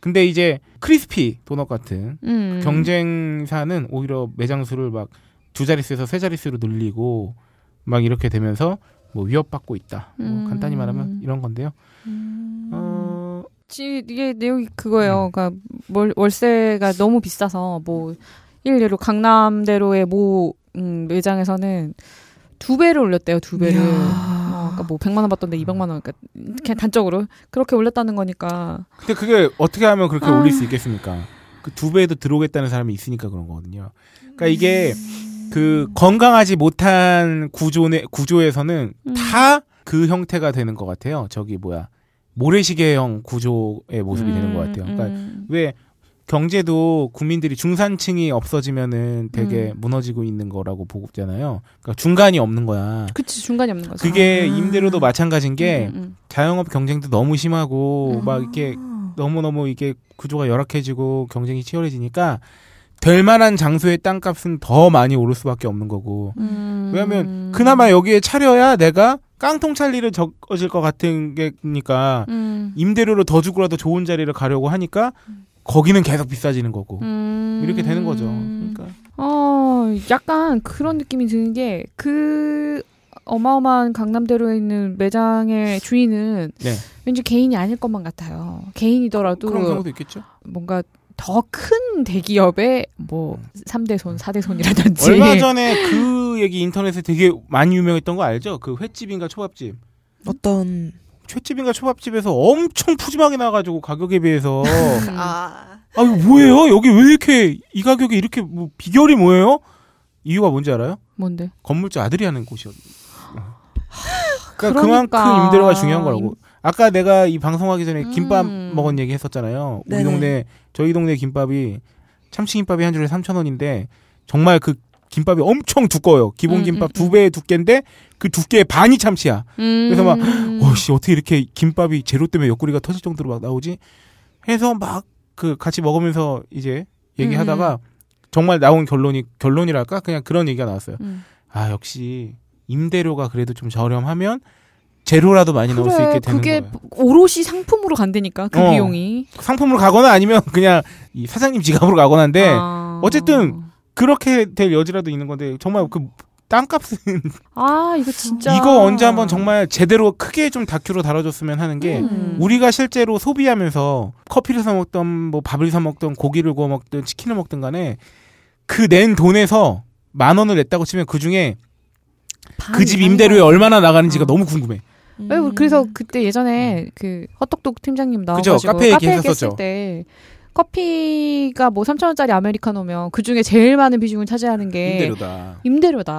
[SPEAKER 1] 근데 이제 크리스피 도넛 같은
[SPEAKER 5] 음.
[SPEAKER 1] 경쟁사는 오히려 매장 수를 막 두 자릿수에서 세 자릿수로 늘리고 막 이렇게 되면서 뭐 위협받고 있다. 뭐
[SPEAKER 5] 음.
[SPEAKER 1] 간단히 말하면 이런 건데요. 어,
[SPEAKER 5] 지- 이게 내용이
[SPEAKER 1] 음.
[SPEAKER 5] 그거예요. 그러니까 월, 월세가 너무 비싸서 뭐 일례로 강남대로의 모 음, 매장에서는 두 배를 올렸대요. 두 배를. 어, 그러니까 뭐 100만 원 받던데 200만 원 그러니까 그냥 단적으로 그렇게 올렸다는 거니까.
[SPEAKER 1] 근데 그게 어떻게 하면 그렇게
[SPEAKER 5] 아.
[SPEAKER 1] 올릴 수 있겠습니까? 그 두 배에도 들어오겠다는 사람이 있으니까 그런 거거든요.
[SPEAKER 5] 음.
[SPEAKER 1] 그러니까 이게 그 건강하지 못한 구조네 구조에서는
[SPEAKER 5] 음.
[SPEAKER 1] 다 그 형태가 되는 것 같아요. 저기 뭐야 모래시계형 구조의 모습이 되는 것 같아요. 그러니까
[SPEAKER 5] 음.
[SPEAKER 1] 왜 경제도 국민들이 중산층이 없어지면은 되게
[SPEAKER 5] 음.
[SPEAKER 1] 무너지고 있는 거라고 보잖아요. 그러니까 중간이 없는 거야.
[SPEAKER 5] 그치 중간이 없는 거죠.
[SPEAKER 1] 그게
[SPEAKER 2] 아.
[SPEAKER 1] 임대료도 마찬가지인 게
[SPEAKER 5] 음, 음,
[SPEAKER 1] 자영업 경쟁도 너무 심하고
[SPEAKER 5] 음.
[SPEAKER 1] 막 이렇게 너무너무 이게 구조가 열악해지고 경쟁이 치열해지니까 될 만한 장소의 땅값은 더 많이 오를 수밖에 없는 거고
[SPEAKER 5] 음.
[SPEAKER 1] 왜냐면 그나마 여기에 차려야 내가 깡통 찰 일은 적어질 것 같은 게니까 그러니까
[SPEAKER 5] 음.
[SPEAKER 1] 임대료를 더 주고라도 좋은 자리를 가려고 하니까 거기는 계속 비싸지는 거고
[SPEAKER 5] 음.
[SPEAKER 1] 이렇게 되는 거죠. 그러니까
[SPEAKER 5] 어, 약간 그런 느낌이 드는 게 그 어마어마한 강남대로에 있는 매장의 주인은
[SPEAKER 1] 네.
[SPEAKER 5] 왠지 개인이 아닐 것만 같아요. 개인이더라도
[SPEAKER 1] 그런 경우도 있겠죠.
[SPEAKER 5] 뭔가 더 큰 대기업의 뭐
[SPEAKER 1] 음.
[SPEAKER 5] 3대 손, 4대 손이라든지
[SPEAKER 1] 얼마 전에 그 얘기 인터넷에 되게 많이 유명했던 거 알죠? 그 횟집인가 초밥집.
[SPEAKER 2] 어떤
[SPEAKER 1] 횟집인가 초밥집에서 엄청 푸짐하게 나와가지고 가격에 비해서
[SPEAKER 5] 음.
[SPEAKER 6] 아,
[SPEAKER 1] 아 이거 뭐예요? 여기 왜 이렇게 이 가격에 이렇게 뭐 비결이 뭐예요? 이유가 뭔지 알아요?
[SPEAKER 5] 뭔데?
[SPEAKER 1] 건물주 아들이 하는 곳이었. 그러니까,
[SPEAKER 5] 그러니까.
[SPEAKER 1] 그만큼 임대료가 중요한 거라고.
[SPEAKER 5] 임-
[SPEAKER 1] 아까 내가 이 방송하기 전에 김밥
[SPEAKER 5] 음.
[SPEAKER 1] 먹은 얘기 했었잖아요. 우리
[SPEAKER 2] 네네.
[SPEAKER 1] 동네 저희 동네 김밥이 참치김밥이 한 줄에 3,000원인데 정말 그 김밥이 엄청 두꺼워요. 기본
[SPEAKER 5] 음,
[SPEAKER 1] 김밥
[SPEAKER 5] 음,
[SPEAKER 1] 두 배의 두께인데 그 두께의 반이 참치야. 그래서 막,
[SPEAKER 5] 음.
[SPEAKER 1] 와씨 어떻게 이렇게 김밥이 재료 때문에 옆구리가 터질 정도로 막 나오지? 해서 막 그 같이 먹으면서 이제
[SPEAKER 5] 음,
[SPEAKER 1] 얘기하다가 정말 나온 결론이 결론이랄까 그냥 그런 얘기가 나왔어요.
[SPEAKER 5] 음.
[SPEAKER 1] 아 역시 임대료가 그래도 좀 저렴하면 재료라도 많이 넣을 수 있게 되는
[SPEAKER 5] 그게
[SPEAKER 1] 거예요.
[SPEAKER 5] 오롯이 상품으로 간다니까 그
[SPEAKER 1] 어.
[SPEAKER 5] 비용이.
[SPEAKER 1] 상품으로 가거나 아니면 그냥 이 사장님 지갑으로 가거나인데
[SPEAKER 5] 아.
[SPEAKER 1] 네. 어쨌든 그렇게 될 여지라도 있는 건데 정말 그 땅값은
[SPEAKER 5] 아 이거 진짜
[SPEAKER 1] 이거 언제 한번 정말 제대로 크게 좀 다큐로 다뤄줬으면 하는 게
[SPEAKER 5] 음.
[SPEAKER 1] 우리가 실제로 소비하면서 커피를 사 먹던 뭐 밥을 사 먹던 고기를 구워 먹든 치킨을 먹든 간에 그 낸 돈에서 만 원을 냈다고 치면 그 중에 그 집 임대료에 얼마나 나가는지가
[SPEAKER 5] 어.
[SPEAKER 1] 너무 궁금해.
[SPEAKER 5] 왜 우리
[SPEAKER 2] 음.
[SPEAKER 5] 그래서 그때 예전에 그 헛똑똑 팀장님 나와가지고
[SPEAKER 1] 그죠, 카페 얘기
[SPEAKER 5] 했을
[SPEAKER 1] 했었죠.
[SPEAKER 5] 때 커피가 뭐 3천 원짜리 아메리카노면 그 중에 제일 많은 비중을 차지하는 게
[SPEAKER 1] 임대료다.
[SPEAKER 5] 임대료. 다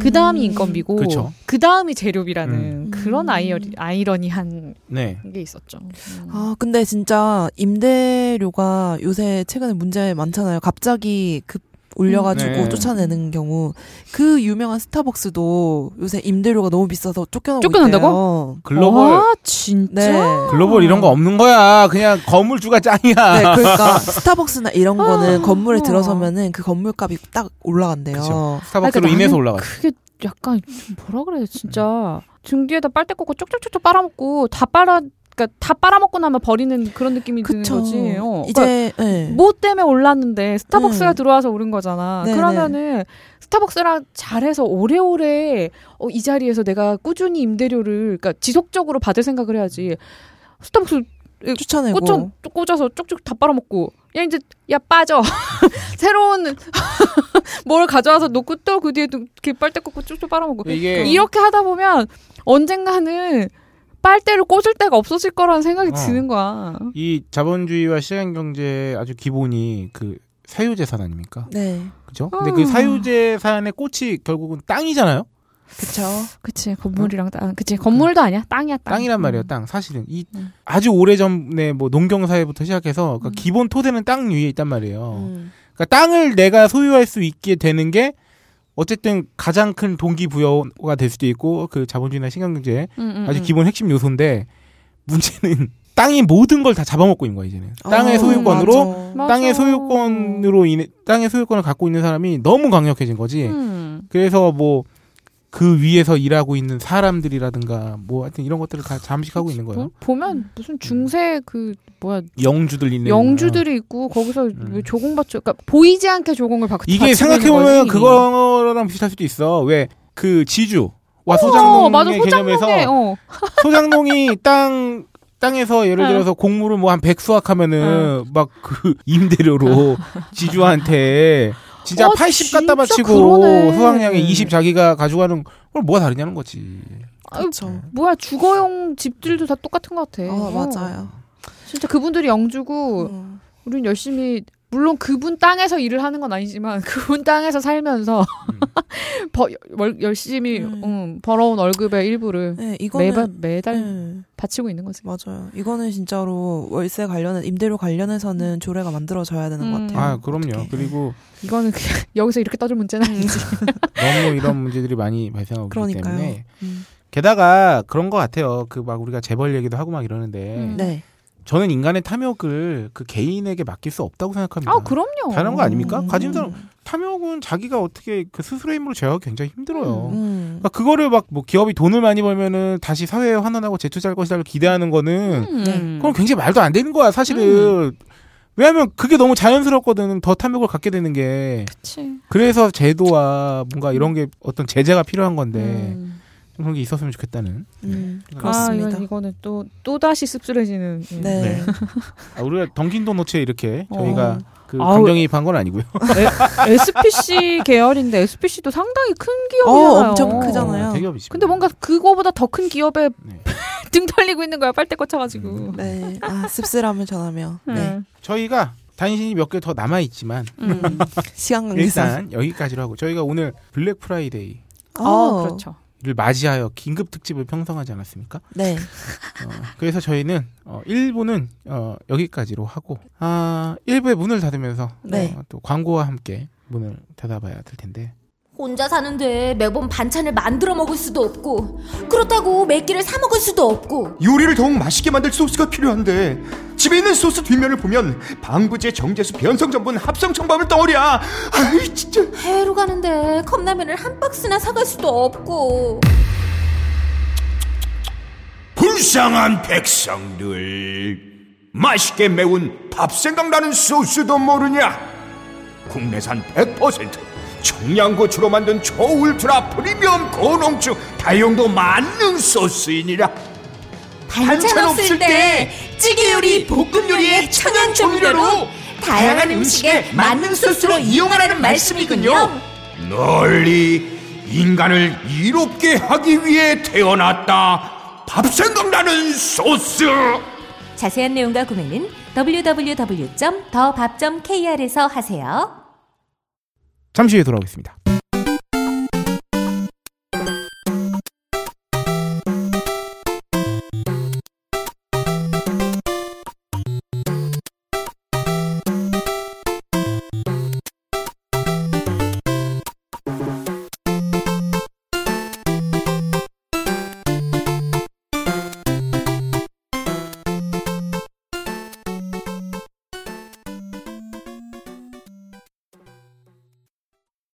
[SPEAKER 5] 그 다음이 인건비고
[SPEAKER 1] 그쵸.
[SPEAKER 5] 그 다음이 재료비라는
[SPEAKER 2] 음.
[SPEAKER 5] 그런 아이러니, 아이러니한
[SPEAKER 1] 네.
[SPEAKER 5] 게 있었죠.
[SPEAKER 2] 아 근데 진짜 임대료가 요새 최근에 문제 많잖아요. 갑자기 급 올려가지고
[SPEAKER 1] 음, 네.
[SPEAKER 2] 쫓아내는 경우 그 유명한 스타벅스도 요새 임대료가 너무 비싸서 쫓겨나고
[SPEAKER 5] 쫓겨난다고?
[SPEAKER 2] 있대요.
[SPEAKER 1] 글로벌
[SPEAKER 5] 아 진짜?
[SPEAKER 2] 네.
[SPEAKER 1] 글로벌 이런 거 없는 거야. 그냥 건물주가 짱이야.
[SPEAKER 2] 네, 그러니까 스타벅스나 이런 거는
[SPEAKER 5] 아,
[SPEAKER 2] 건물에
[SPEAKER 5] 어.
[SPEAKER 2] 들어서면은 그 건물값이 딱 올라간대요.
[SPEAKER 1] 그쵸. 스타벅스로
[SPEAKER 5] 그러니까
[SPEAKER 1] 인해서 음.
[SPEAKER 5] 나는
[SPEAKER 1] 올라가.
[SPEAKER 5] 그게 약간 뭐라 그래 진짜 등 뒤에다 빨대 꽂고 쪽쪽쪽쪽 빨아먹고 다 빨아 그러니까 다 빨아먹고 나면 버리는 그런 느낌이
[SPEAKER 2] 그쵸.
[SPEAKER 5] 드는 거지. 어. 그러니까
[SPEAKER 2] 이제 네.
[SPEAKER 5] 뭐 때문에 올랐는데 스타벅스가
[SPEAKER 2] 음.
[SPEAKER 5] 들어와서 오른 거잖아.
[SPEAKER 2] 네,
[SPEAKER 5] 그러면은 스타벅스랑 잘해서 오래오래 어, 이 자리에서 내가 꾸준히 임대료를 그러니까 지속적으로 받을 생각을 해야지. 스타벅스
[SPEAKER 2] 추천해고
[SPEAKER 5] 꽂혀, 꽂아서 쭉쭉 다 빨아먹고 야 이제 야 빠져 새로운 뭘 가져와서 놓고 또 그 뒤에 또 이렇게 빨대 꽂고 쭉쭉 빨아먹고 그
[SPEAKER 1] 이게
[SPEAKER 5] 이렇게 하다 보면 언젠가는 빨대를 꽂을 데가 없어질 거라는 생각이
[SPEAKER 1] 어.
[SPEAKER 5] 드는 거야.
[SPEAKER 1] 이 자본주의와 시장 경제의 아주 기본이 그 사유재산 아닙니까?
[SPEAKER 2] 네,
[SPEAKER 1] 그죠? 근데 그
[SPEAKER 5] 음.
[SPEAKER 1] 사유재산의 꽃이 결국은 땅이잖아요.
[SPEAKER 2] 그쵸.
[SPEAKER 5] 그치 건물이랑 땅 그치 건물도 아니야 땅이야 땅.
[SPEAKER 1] 땅이란 말이에요.
[SPEAKER 5] 음.
[SPEAKER 1] 땅 사실은 이
[SPEAKER 5] 음.
[SPEAKER 1] 아주 오래 전에 뭐 농경 사회부터 시작해서 그러니까
[SPEAKER 5] 음.
[SPEAKER 1] 기본 토대는 땅 위에 있단 말이에요.
[SPEAKER 2] 음.
[SPEAKER 1] 그러니까 땅을 내가 소유할 수 있게 되는 게 어쨌든 가장 큰 동기부여가 될 수도 있고 그 자본주의나 시간경제
[SPEAKER 5] 음, 음,
[SPEAKER 1] 아주
[SPEAKER 5] 음.
[SPEAKER 1] 기본 핵심 요소인데 문제는 땅이 모든 걸 다 잡아먹고 있는 거야 이제는 땅의
[SPEAKER 2] 어,
[SPEAKER 1] 소유권으로
[SPEAKER 2] 맞아.
[SPEAKER 5] 맞아.
[SPEAKER 1] 땅의 소유권으로 인해 땅의 소유권을 갖고 있는 사람이 너무 강력해진 거지
[SPEAKER 5] 음.
[SPEAKER 1] 그래서 뭐 그 위에서 일하고 있는 사람들이라든가 뭐 하여튼 이런 것들을 다 잠식하고 있는 거예요.
[SPEAKER 5] 보- 보면 무슨 중세 그 뭐야
[SPEAKER 1] 영주들 있는 어.
[SPEAKER 5] 영주들이 있고 거기서
[SPEAKER 1] 음.
[SPEAKER 5] 왜 조공받죠? 그러니까 보이지 않게 조공을 받고
[SPEAKER 1] 이게 생각해 보면
[SPEAKER 5] 어,
[SPEAKER 1] 그거랑 비슷할 수도 있어. 왜 그 지주 와 소장농의
[SPEAKER 5] 어, 맞아 소장농에
[SPEAKER 1] 개념에서
[SPEAKER 5] 어.
[SPEAKER 1] 소장농이 땅 땅에서 예를
[SPEAKER 5] 응.
[SPEAKER 1] 들어서 곡물을 뭐 한 100수확
[SPEAKER 5] 어.
[SPEAKER 1] 하면은 막 그 임대료로 지주한테 진짜
[SPEAKER 5] 어,
[SPEAKER 1] 80 갖다
[SPEAKER 5] 진짜
[SPEAKER 1] 바치고
[SPEAKER 5] 그러네.
[SPEAKER 1] 소황량의 20 자기가 가져가는 걸 뭐가 다르냐는 거지.
[SPEAKER 5] 아유,
[SPEAKER 2] 그쵸.
[SPEAKER 5] 뭐야 주거용 집들도 다 똑같은 것 같아.
[SPEAKER 2] 어, 맞아요.
[SPEAKER 5] 진짜 그분들이 영주고
[SPEAKER 2] 음.
[SPEAKER 5] 우린 열심히 물론 그분 땅에서 일을 하는 건 아니지만 그분 땅에서 살면서
[SPEAKER 1] 음.
[SPEAKER 5] 버, 월, 열심히
[SPEAKER 2] 음.
[SPEAKER 5] 음, 벌어온 월급의 일부를
[SPEAKER 2] 네, 이거는
[SPEAKER 5] 매달 매달
[SPEAKER 2] 네,
[SPEAKER 5] 바치고 있는 거지.
[SPEAKER 2] 맞아요. 이거는 진짜로 월세 관련해 임대료 관련해서는 조례가 만들어져야 되는
[SPEAKER 5] 음.
[SPEAKER 2] 것 같아요.
[SPEAKER 1] 아 그럼요.
[SPEAKER 2] 어떡해.
[SPEAKER 1] 그리고
[SPEAKER 5] 이거는 그냥 여기서 이렇게 떠들 문제는
[SPEAKER 2] 음.
[SPEAKER 5] 아니지.
[SPEAKER 1] 너무 이런 문제들이 많이 발생하고 있기
[SPEAKER 2] 그러니까요.
[SPEAKER 1] 때문에
[SPEAKER 2] 음.
[SPEAKER 1] 게다가 그런 것 같아요. 그 막 우리가 재벌 얘기도 하고 막 이러는데
[SPEAKER 5] 음.
[SPEAKER 2] 네.
[SPEAKER 1] 저는 인간의 탐욕을 그 개인에게 맡길 수 없다고 생각합니다.
[SPEAKER 5] 아 그럼요.
[SPEAKER 1] 다른 거 아닙니까?
[SPEAKER 2] 음.
[SPEAKER 1] 가진 사람 탐욕은 자기가 어떻게 그 스스로의 힘으로 제어하기 굉장히 힘들어요.
[SPEAKER 2] 음.
[SPEAKER 1] 그러니까 그거를 막 뭐 기업이 돈을 많이 벌면은 다시 사회에 환원하고 재투자할 것이다를 기대하는 거는
[SPEAKER 2] 네.
[SPEAKER 5] 음.
[SPEAKER 1] 그럼 굉장히 말도 안 되는 거야 사실은. 왜냐하면 그게 너무 자연스럽거든. 더 탐욕을 갖게 되는 게
[SPEAKER 5] 그치.
[SPEAKER 1] 그래서 제도와 뭔가 이런 게 어떤 제재가 필요한 건데
[SPEAKER 5] 음.
[SPEAKER 1] 그런 게 있었으면 좋겠다는.
[SPEAKER 2] 음,
[SPEAKER 5] 아,
[SPEAKER 2] 그렇습니다.
[SPEAKER 5] 이건, 이거는 또, 또 다시 씁쓸해지는. 음.
[SPEAKER 2] 네.
[SPEAKER 1] 네. 아, 우리가 덩킨도노체 이렇게
[SPEAKER 5] 어.
[SPEAKER 1] 저희가 그
[SPEAKER 5] 아우.
[SPEAKER 1] 감정이입한 건 아니고요.
[SPEAKER 5] SPC 계열인데, SPC도 상당히 큰 기업이잖아요.
[SPEAKER 2] 어, 엄청 크잖아요.
[SPEAKER 1] 어, 대기업이죠.
[SPEAKER 5] 근데 뭔가 그거보다 더 큰 기업에
[SPEAKER 1] 네.
[SPEAKER 5] 등 털리고 있는 거야, 빨대 꽂혀가지고.
[SPEAKER 1] 음.
[SPEAKER 2] 네. 아, 씁쓸함을 전하며. 네.
[SPEAKER 5] 음.
[SPEAKER 1] 저희가 단신이 몇 개 더 남아 있지만
[SPEAKER 5] 음.
[SPEAKER 2] 시간 관계상.
[SPEAKER 1] 일단 여기까지로 하고 저희가 오늘 블랙 프라이데이를
[SPEAKER 5] 어, 그렇죠.
[SPEAKER 1] 맞이하여 긴급 특집을 편성하지 않았습니까?
[SPEAKER 2] 네.
[SPEAKER 1] 어, 그래서 저희는 어, 1부는 어, 여기까지로 하고 아, 1부의 문을 닫으면서
[SPEAKER 2] 네.
[SPEAKER 1] 어, 또 광고와 함께 문을 닫아봐야 될 텐데
[SPEAKER 6] 혼자 사는데 매번 반찬을 만들어 먹을 수도 없고 그렇다고 매끼를 사 먹을 수도 없고
[SPEAKER 7] 요리를 더욱 맛있게 만들 소스가 필요한데 집에 있는 소스 뒷면을 보면 방부제, 정제수, 변성 전분, 합성 첨가물 덩어리야. 아이 진짜.
[SPEAKER 6] 해외로 가는데 컵라면을 한 박스나 사갈 수도 없고
[SPEAKER 7] 불쌍한 백성들. 맛있게 매운 밥 생각나는 소스도 모르냐? 국내산 100% 청양고추로 만든 초울트라 프리미엄 고농축 다용도 만능 소스이니라.
[SPEAKER 6] 반찬 없을 때 찌개 요리, 볶음 요리에 천연 조미료로 다양한 음식에 만능 소스로 이용하라는 말씀이군요.
[SPEAKER 7] 널리 인간을 이롭게 하기 위해 태어났다. 밥 생각나는 소스.
[SPEAKER 6] 자세한 내용과 구매는 www.더밥.kr에서 하세요.
[SPEAKER 1] 잠시 후에 돌아오겠습니다.